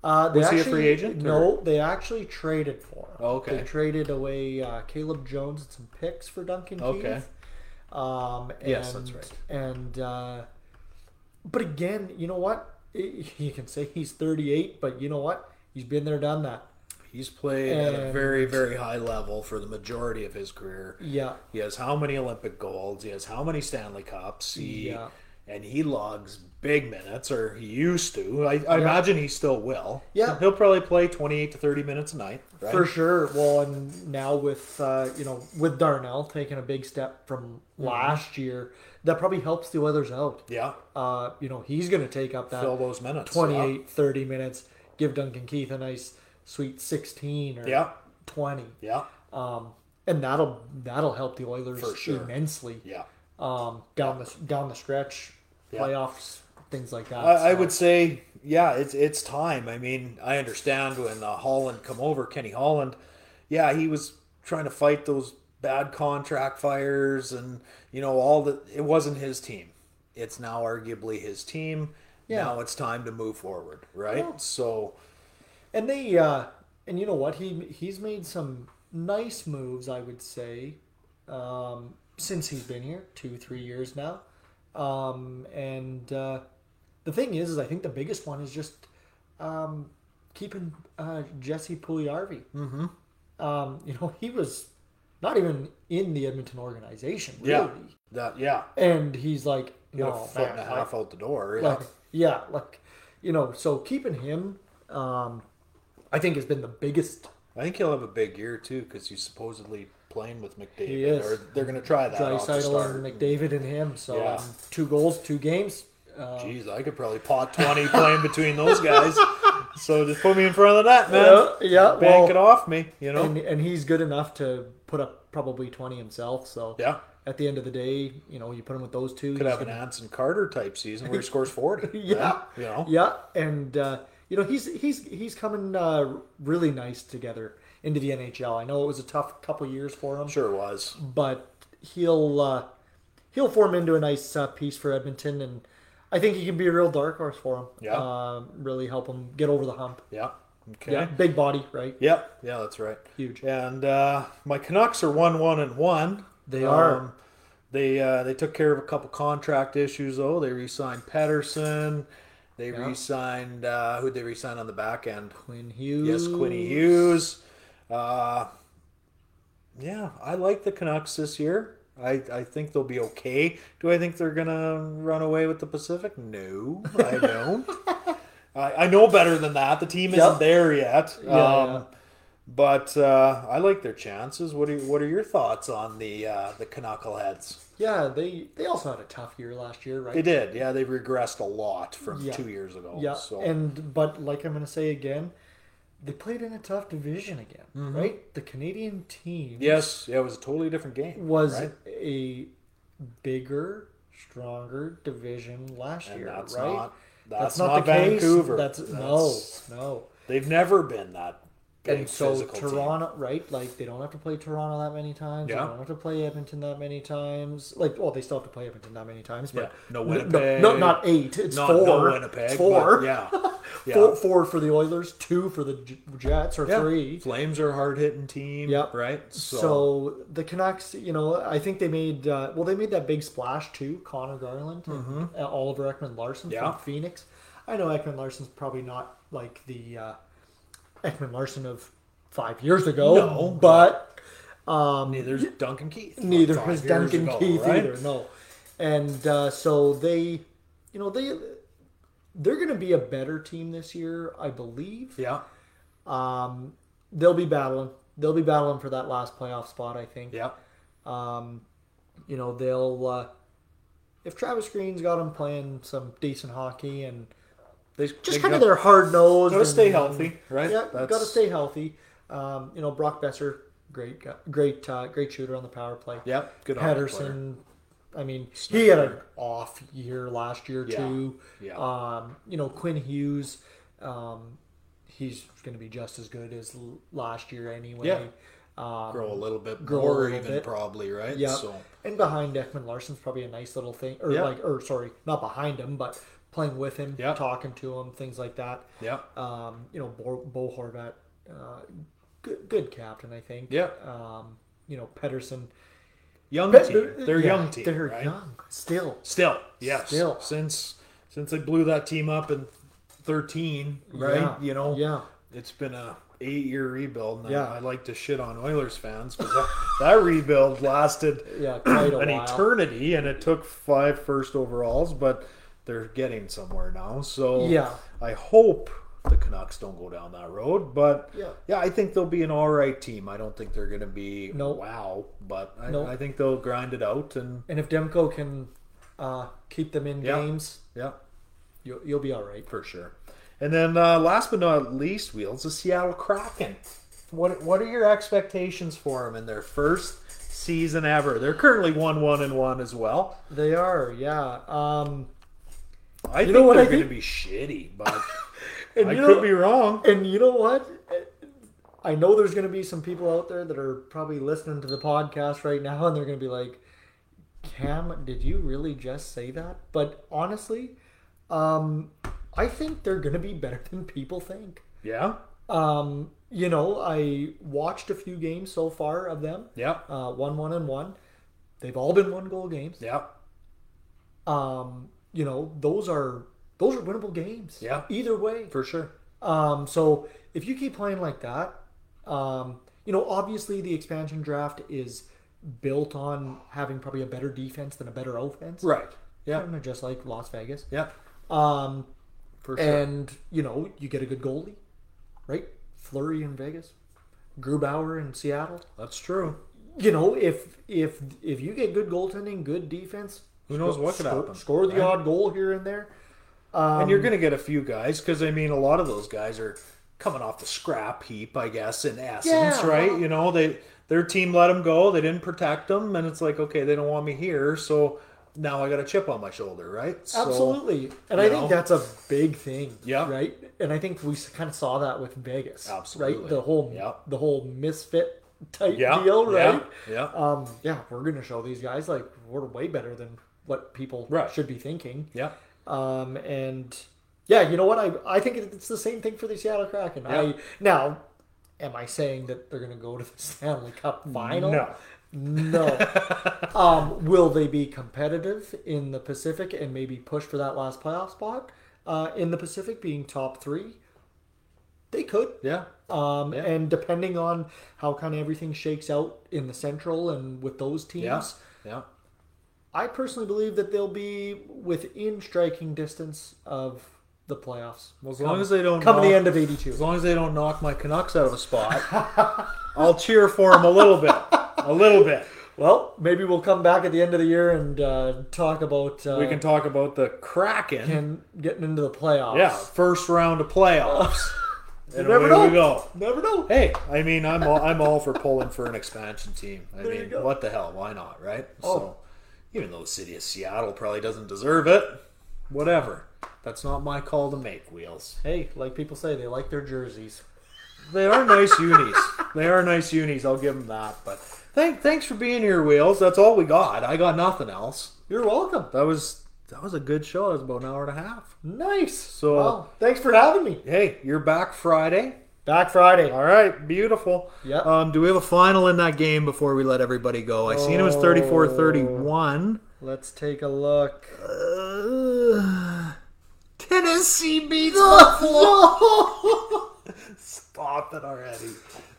S2: Uh, they
S1: Was he a
S2: actually-
S1: free agent,
S2: No, they actually traded for him.
S1: Oh, okay.
S2: They traded away uh, Caleb Jones and some picks for Duncan
S1: Okay.
S2: Keith. Um, and,
S1: Yes, that's right.
S2: And uh, but again, you know what? I- You can say he's 38, but you know what? He's been there, done that.
S1: He's played at a
S2: And-
S1: very, very high level for the majority of his career.
S2: Yeah,
S1: He has how many Olympic golds? He has how many Stanley Cups? He,
S2: Yeah.
S1: And he logs big minutes, or he used to. I, I imagine he still will.
S2: Yeah.
S1: He'll probably play 28 to 30 minutes a night, right?
S2: for sure. Well, and now with uh, you know with Darnell taking a big step from
S1: Mm-hmm.
S2: last year, that probably helps the Oilers out.
S1: Yeah.
S2: Uh, you know he's going to take up that
S1: Fill those minutes.
S2: 28, 30 minutes. Give Duncan Keith a nice sweet 16 or
S1: Yeah.
S2: 20.
S1: Yeah.
S2: And that'll that'll help the Oilers
S1: For sure.
S2: immensely
S1: Yeah.
S2: um, down the down the stretch,
S1: Yeah.
S2: playoffs, things like that.
S1: I, I
S2: So,
S1: would say, yeah, it's it's time. I mean, I understand when uh, Holland come over, Kenny Holland, yeah, he was trying to fight those bad contract fires, and you know all the. It wasn't his team. It's now arguably his team.
S2: Yeah.
S1: Now it's time to move forward, right? So
S2: and they uh, and you know what he he's made some nice moves. I would say um, since he's been here two three years now, um, and uh, the thing is, is I think the biggest one is just um, keeping uh, Jesse Pugliarvi. Mm-hmm. Um, (laughs) you know, he was not even in the Edmonton organization, really.
S1: yeah, that yeah,
S2: And he's like,
S1: you
S2: no,
S1: got a foot and a
S2: Oh, man,
S1: half out the door. Yeah.
S2: like, like, yeah, like, you know, so keeping him, um, I think has been the biggest
S1: I think he'll have a big year too because he's supposedly playing with McDavid.
S2: He is.
S1: Or they're going to try that. off the
S2: Dreisaitl
S1: start.
S2: and McDavid and him. So
S1: Yeah.
S2: um, two goals, two games.
S1: Jeez, I could probably pot 20 playing between those guys. So just put me in front of that, man.
S2: Yeah, yeah,
S1: Bank
S2: well-
S1: it off me, you know?
S2: and, and he's good enough to put up probably 20 himself so
S1: Yeah.
S2: at the end of the day you know you put him with those two
S1: could
S2: he's
S1: have an
S2: gonna-
S1: Anson Carter type season where he scores
S2: (laughs)
S1: 40.
S2: yeah
S1: You know?
S2: yeah and uh, you know he's he's he's coming uh, really nice together into the nhl i know it was a tough couple years for him
S1: Sure was.
S2: but he'll uh, he'll form into a nice uh, piece for edmonton and i think he can be a real dark horse for him
S1: Yeah.
S2: uh, really help him get over the hump
S1: Yeah. Okay.
S2: yeah big body right
S1: Yep. Yeah, that's right.
S2: Huge.
S1: And uh, my Canucks are one, one, and one. Um,
S2: They are.
S1: They uh, they took care of a couple contract issues though. They re-signed Pedersen. They re-signed uh, who'd they re-sign on the back end?
S2: Quinn Hughes.
S1: Yes, Quinny Hughes. Uh, yeah, I like the Canucks this year. I, I think they'll be okay. Do I think they're gonna run away with the Pacific? No,
S2: (laughs)
S1: I don't. I, I know better than that. The team isn't
S2: Yep.
S1: there yet. um,
S2: yeah.
S1: But uh, I like their chances. What are what are your thoughts on the uh, the Canuckleheads?
S2: Yeah, they they also had a tough year last year, right?
S1: They did, yeah. They regressed a lot from
S2: Yeah.
S1: two years ago.
S2: Yeah,
S1: so.
S2: and but like I'm gonna say again, they played in a tough division again, right? The Canadian team
S1: yes, Mm-hmm. yeah, it was a totally different game.
S2: was
S1: right?
S2: a bigger, stronger division last
S1: And
S2: year,
S1: that's
S2: right?
S1: not- that's not Vancouver.
S2: That's,
S1: That's-
S2: no, no.
S1: They've never been that big
S2: and so
S1: physical team.
S2: Toronto, right? Like they don't have to play Toronto that many times. They
S1: Yeah.
S2: don't have to play Edmonton that many times. Like, well, they still have to play Edmonton that many times, but
S1: Yeah. No
S2: n-
S1: Winnipeg.
S2: No, not eight. It's
S1: Not-
S2: four.
S1: no Winnipeg,
S2: It's four.
S1: but
S2: (laughs)
S1: yeah.
S2: Four,
S1: Yeah.
S2: four for the Oilers. Two for the J- Jets, or
S1: Yeah.
S2: three.
S1: Flames are a hard hitting team.
S2: Yep.
S1: Right.
S2: So. the Canucks, you know, I think they made uh, well, they made that big splash too. Connor Garland, and, uh, Oliver Ekman Larson
S1: Mm-hmm. Yeah.
S2: from Phoenix. I know Ekman Larson's probably not like the uh, Ekman Larson of five years ago,
S1: No,
S2: but
S1: neither's Duncan Keith.
S2: neither
S1: Five
S2: was
S1: years
S2: Duncan
S1: ago,
S2: Keith
S1: right?
S2: either. No, and uh, so they, you know, they they're going to be a better team this year, I believe.
S1: Yeah.
S2: They'll be battling. They'll be battling for that last playoff spot, I think.
S1: Yeah.
S2: you know they'll uh, if Travis Green's got them playing some decent hockey and
S1: They
S2: just kind of their hard nose.
S1: gotta
S2: and-
S1: stay healthy, right?
S2: Yeah,
S1: That's-
S2: got to stay healthy. Um, you know Brock Besser, great, gu- great, uh, great shooter on the power play.
S1: Yeah, good hockey
S2: Patterson. I mean, he had an off year last year
S1: Yeah,
S2: too.
S1: yeah.
S2: Um, you know Quinn Hughes, um, he's going to be just as good as l- last year anyway.
S1: Yeah. grow a little bit
S2: grow a
S1: more
S2: little
S1: even
S2: bit.
S1: probably right
S2: Yeah.
S1: so
S2: And behind Ekman Larson's probably a nice little thing, or
S1: Yeah.
S2: like, or sorry, not behind him, but playing with him,
S1: Yeah.
S2: talking to him, things like that.
S1: yeah
S2: Um, you know, Bo, Bo Horvat, uh, good, good captain, I think.
S1: yeah
S2: Um, you know, Pedersen.
S1: young
S2: Pe-
S1: team they're
S2: yeah,
S1: young team
S2: They're
S1: right?
S2: young still.
S1: still yes
S2: Still.
S1: since since they blew that team up in 13 right
S2: Yeah,
S1: you know
S2: Yeah.
S1: it's been a eight year rebuild and I-
S2: Yeah.
S1: I, like to shit on Oilers fans but that, that rebuild lasted
S2: Yeah, quite a
S1: an
S2: while.
S1: eternity and it took five first overalls but they're getting somewhere now so
S2: Yeah.
S1: I hope the Canucks don't go down that road but
S2: Yeah.
S1: I think they'll be an all right team I don't think they're gonna be
S2: Nope.
S1: wow but I,
S2: Nope.
S1: I think they'll grind it out and
S2: And if Demko can uh, keep them in
S1: Yeah.
S2: games,
S1: yeah
S2: you'll, you'll be all right.
S1: for sure and then uh, last but not least wheels the Seattle Kraken what what are your expectations for them in their first season ever they're currently one one and one as well
S2: They are, yeah. Um,
S1: I
S2: You
S1: think
S2: know what
S1: they're
S2: I
S1: going to
S2: think?
S1: be shitty, but
S2: (laughs) and
S1: I
S2: you
S1: could
S2: know-
S1: be wrong.
S2: And you know what? I know there's going to be some people out there that are probably listening to the podcast right now, and they're going to be like, "Cam, did you really just say that?" But honestly, um, I think they're going to be (laughs) better than people think.
S1: Yeah,
S2: Um, you know, I watched a few games so far of them.
S1: yeah,
S2: Uh, one, one, and one. They've all been one goal games.
S1: yeah,
S2: Um, you know, those are those are winnable games.
S1: Yeah.
S2: Either way.
S1: for sure.
S2: Um, so if you keep playing like that, um, you know, obviously the expansion draft is built on having probably a better defense than a better offense.
S1: Right. Yeah,
S2: Kind of just like Las Vegas.
S1: yeah,
S2: Um,
S1: for sure.
S2: and you know, you get a good goalie, right? Flurry in Vegas, Grubauer in Seattle.
S1: That's true.
S2: You know, if if if you get good goaltending, good defense,
S1: Who knows what could
S2: score,
S1: happen?
S2: score the
S1: right?
S2: odd goal here and there.
S1: and
S2: Um,
S1: you're going to get a few guys because I mean, a lot of those guys are coming off the scrap heap, I guess, in essence,
S2: Yeah.
S1: right? You know, they their team let them go, they didn't protect them, and it's like, okay, they don't want me here, so now I got a chip on my shoulder, right? So-
S2: Absolutely. And I
S1: you
S2: think
S1: know?
S2: that's a big thing.
S1: Yeah.
S2: Right? And I think we kind of saw that with Vegas.
S1: Absolutely.
S2: Right? The whole
S1: Yeah.
S2: the whole misfit type
S1: yeah,
S2: deal, right?
S1: Yeah, yeah.
S2: Um yeah, we're going to show these guys like we're way better than what people
S1: Right.
S2: should be thinking.
S1: yeah.
S2: Um and yeah, you know what? I I think it's the same thing for the Seattle Kraken.
S1: Yeah.
S2: I now am I saying that they're going to go to the (laughs) Stanley Cup final?
S1: No.
S2: No.
S1: (laughs)
S2: um, will they be competitive in the Pacific and maybe push for that last playoff spot uh, in the Pacific, being top three? They could.
S1: Yeah.
S2: Um, And depending on how kind of everything shakes out in the Central and with those teams,
S1: Yeah. Yeah.
S2: I personally believe that they'll be within striking distance of the playoffs.
S1: Well, as long as they don't
S2: come the
S1: knock-
S2: end of
S1: As
S2: 82.
S1: long as they don't knock my Canucks out of a spot, I'll cheer for them a little bit. A little bit.
S2: Well, maybe we'll come back at the end of the year and uh, talk about uh,
S1: We can talk about the Kraken.
S2: and getting into the playoffs.
S1: yeah, first round of
S2: (laughs)
S1: playoffs. and
S2: Never
S1: away
S2: know.
S1: we go.
S2: Never know.
S1: Hey, I mean, I'm all, I'm all for pulling for an expansion team. I mean,
S2: go.
S1: what the hell? Why not, right?
S2: Oh.
S1: even though the city of Seattle probably doesn't deserve it, whatever. That's not my call to make, Wheels.
S2: Hey, like people say, they like their jerseys.
S1: They are nice (laughs) unis. They are nice unis. I'll give them that. But thank, thanks for being here, Wheels. That's all we got. I got nothing else.
S2: You're welcome.
S1: That was that was a good show. That was about an hour and a half.
S2: Nice.
S1: So-
S2: Wow. thanks for having me.
S1: Hey, you're back Friday.
S2: Back Friday.
S1: All right, beautiful.
S2: Yep.
S1: Um, do we have a final in that game before we let everybody go? I seen it was 34-31.
S2: Let's take a look.
S1: Uh, Tennessee beats Buffalo. (laughs) Stop it already.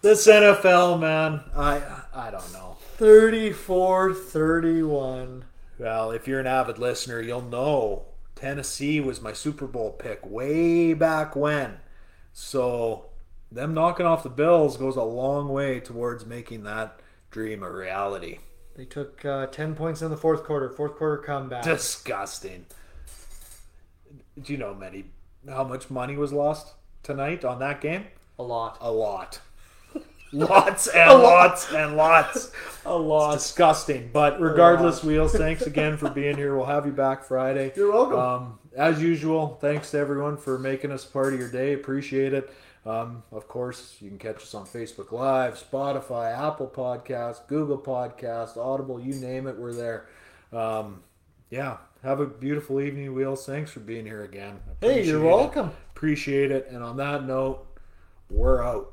S1: This NFL, man. I I don't know.
S2: 34 31.
S1: Well, if you're an avid listener, you'll know Tennessee was my Super Bowl pick way back when. So them knocking off the Bills goes a long way towards making that dream a reality. (laughs)
S2: They took uh, 10 points in the fourth quarter. Fourth quarter comeback.
S1: Disgusting. Do you know many how much money was lost tonight on that game?
S2: a lot.
S1: A lot.
S2: (laughs)
S1: Lots and lots and lots.
S2: A lot.
S1: disgusting. But regardless, Wheels,
S2: (laughs)
S1: thanks again for being here. We'll have you back Friday.
S2: You're welcome.
S1: Um, as usual, thanks to everyone for making us part of your day. Appreciate it. Um, of course, you can catch us on Facebook Live, Spotify, Apple Podcasts, Google Podcasts, Audible, you name it, we're there. Um, yeah, have a beautiful evening, Wheels. Thanks for being here again.
S2: Hey,
S1: Appreciate
S2: you're
S1: it.
S2: welcome.
S1: Appreciate it. And on that note, we're out.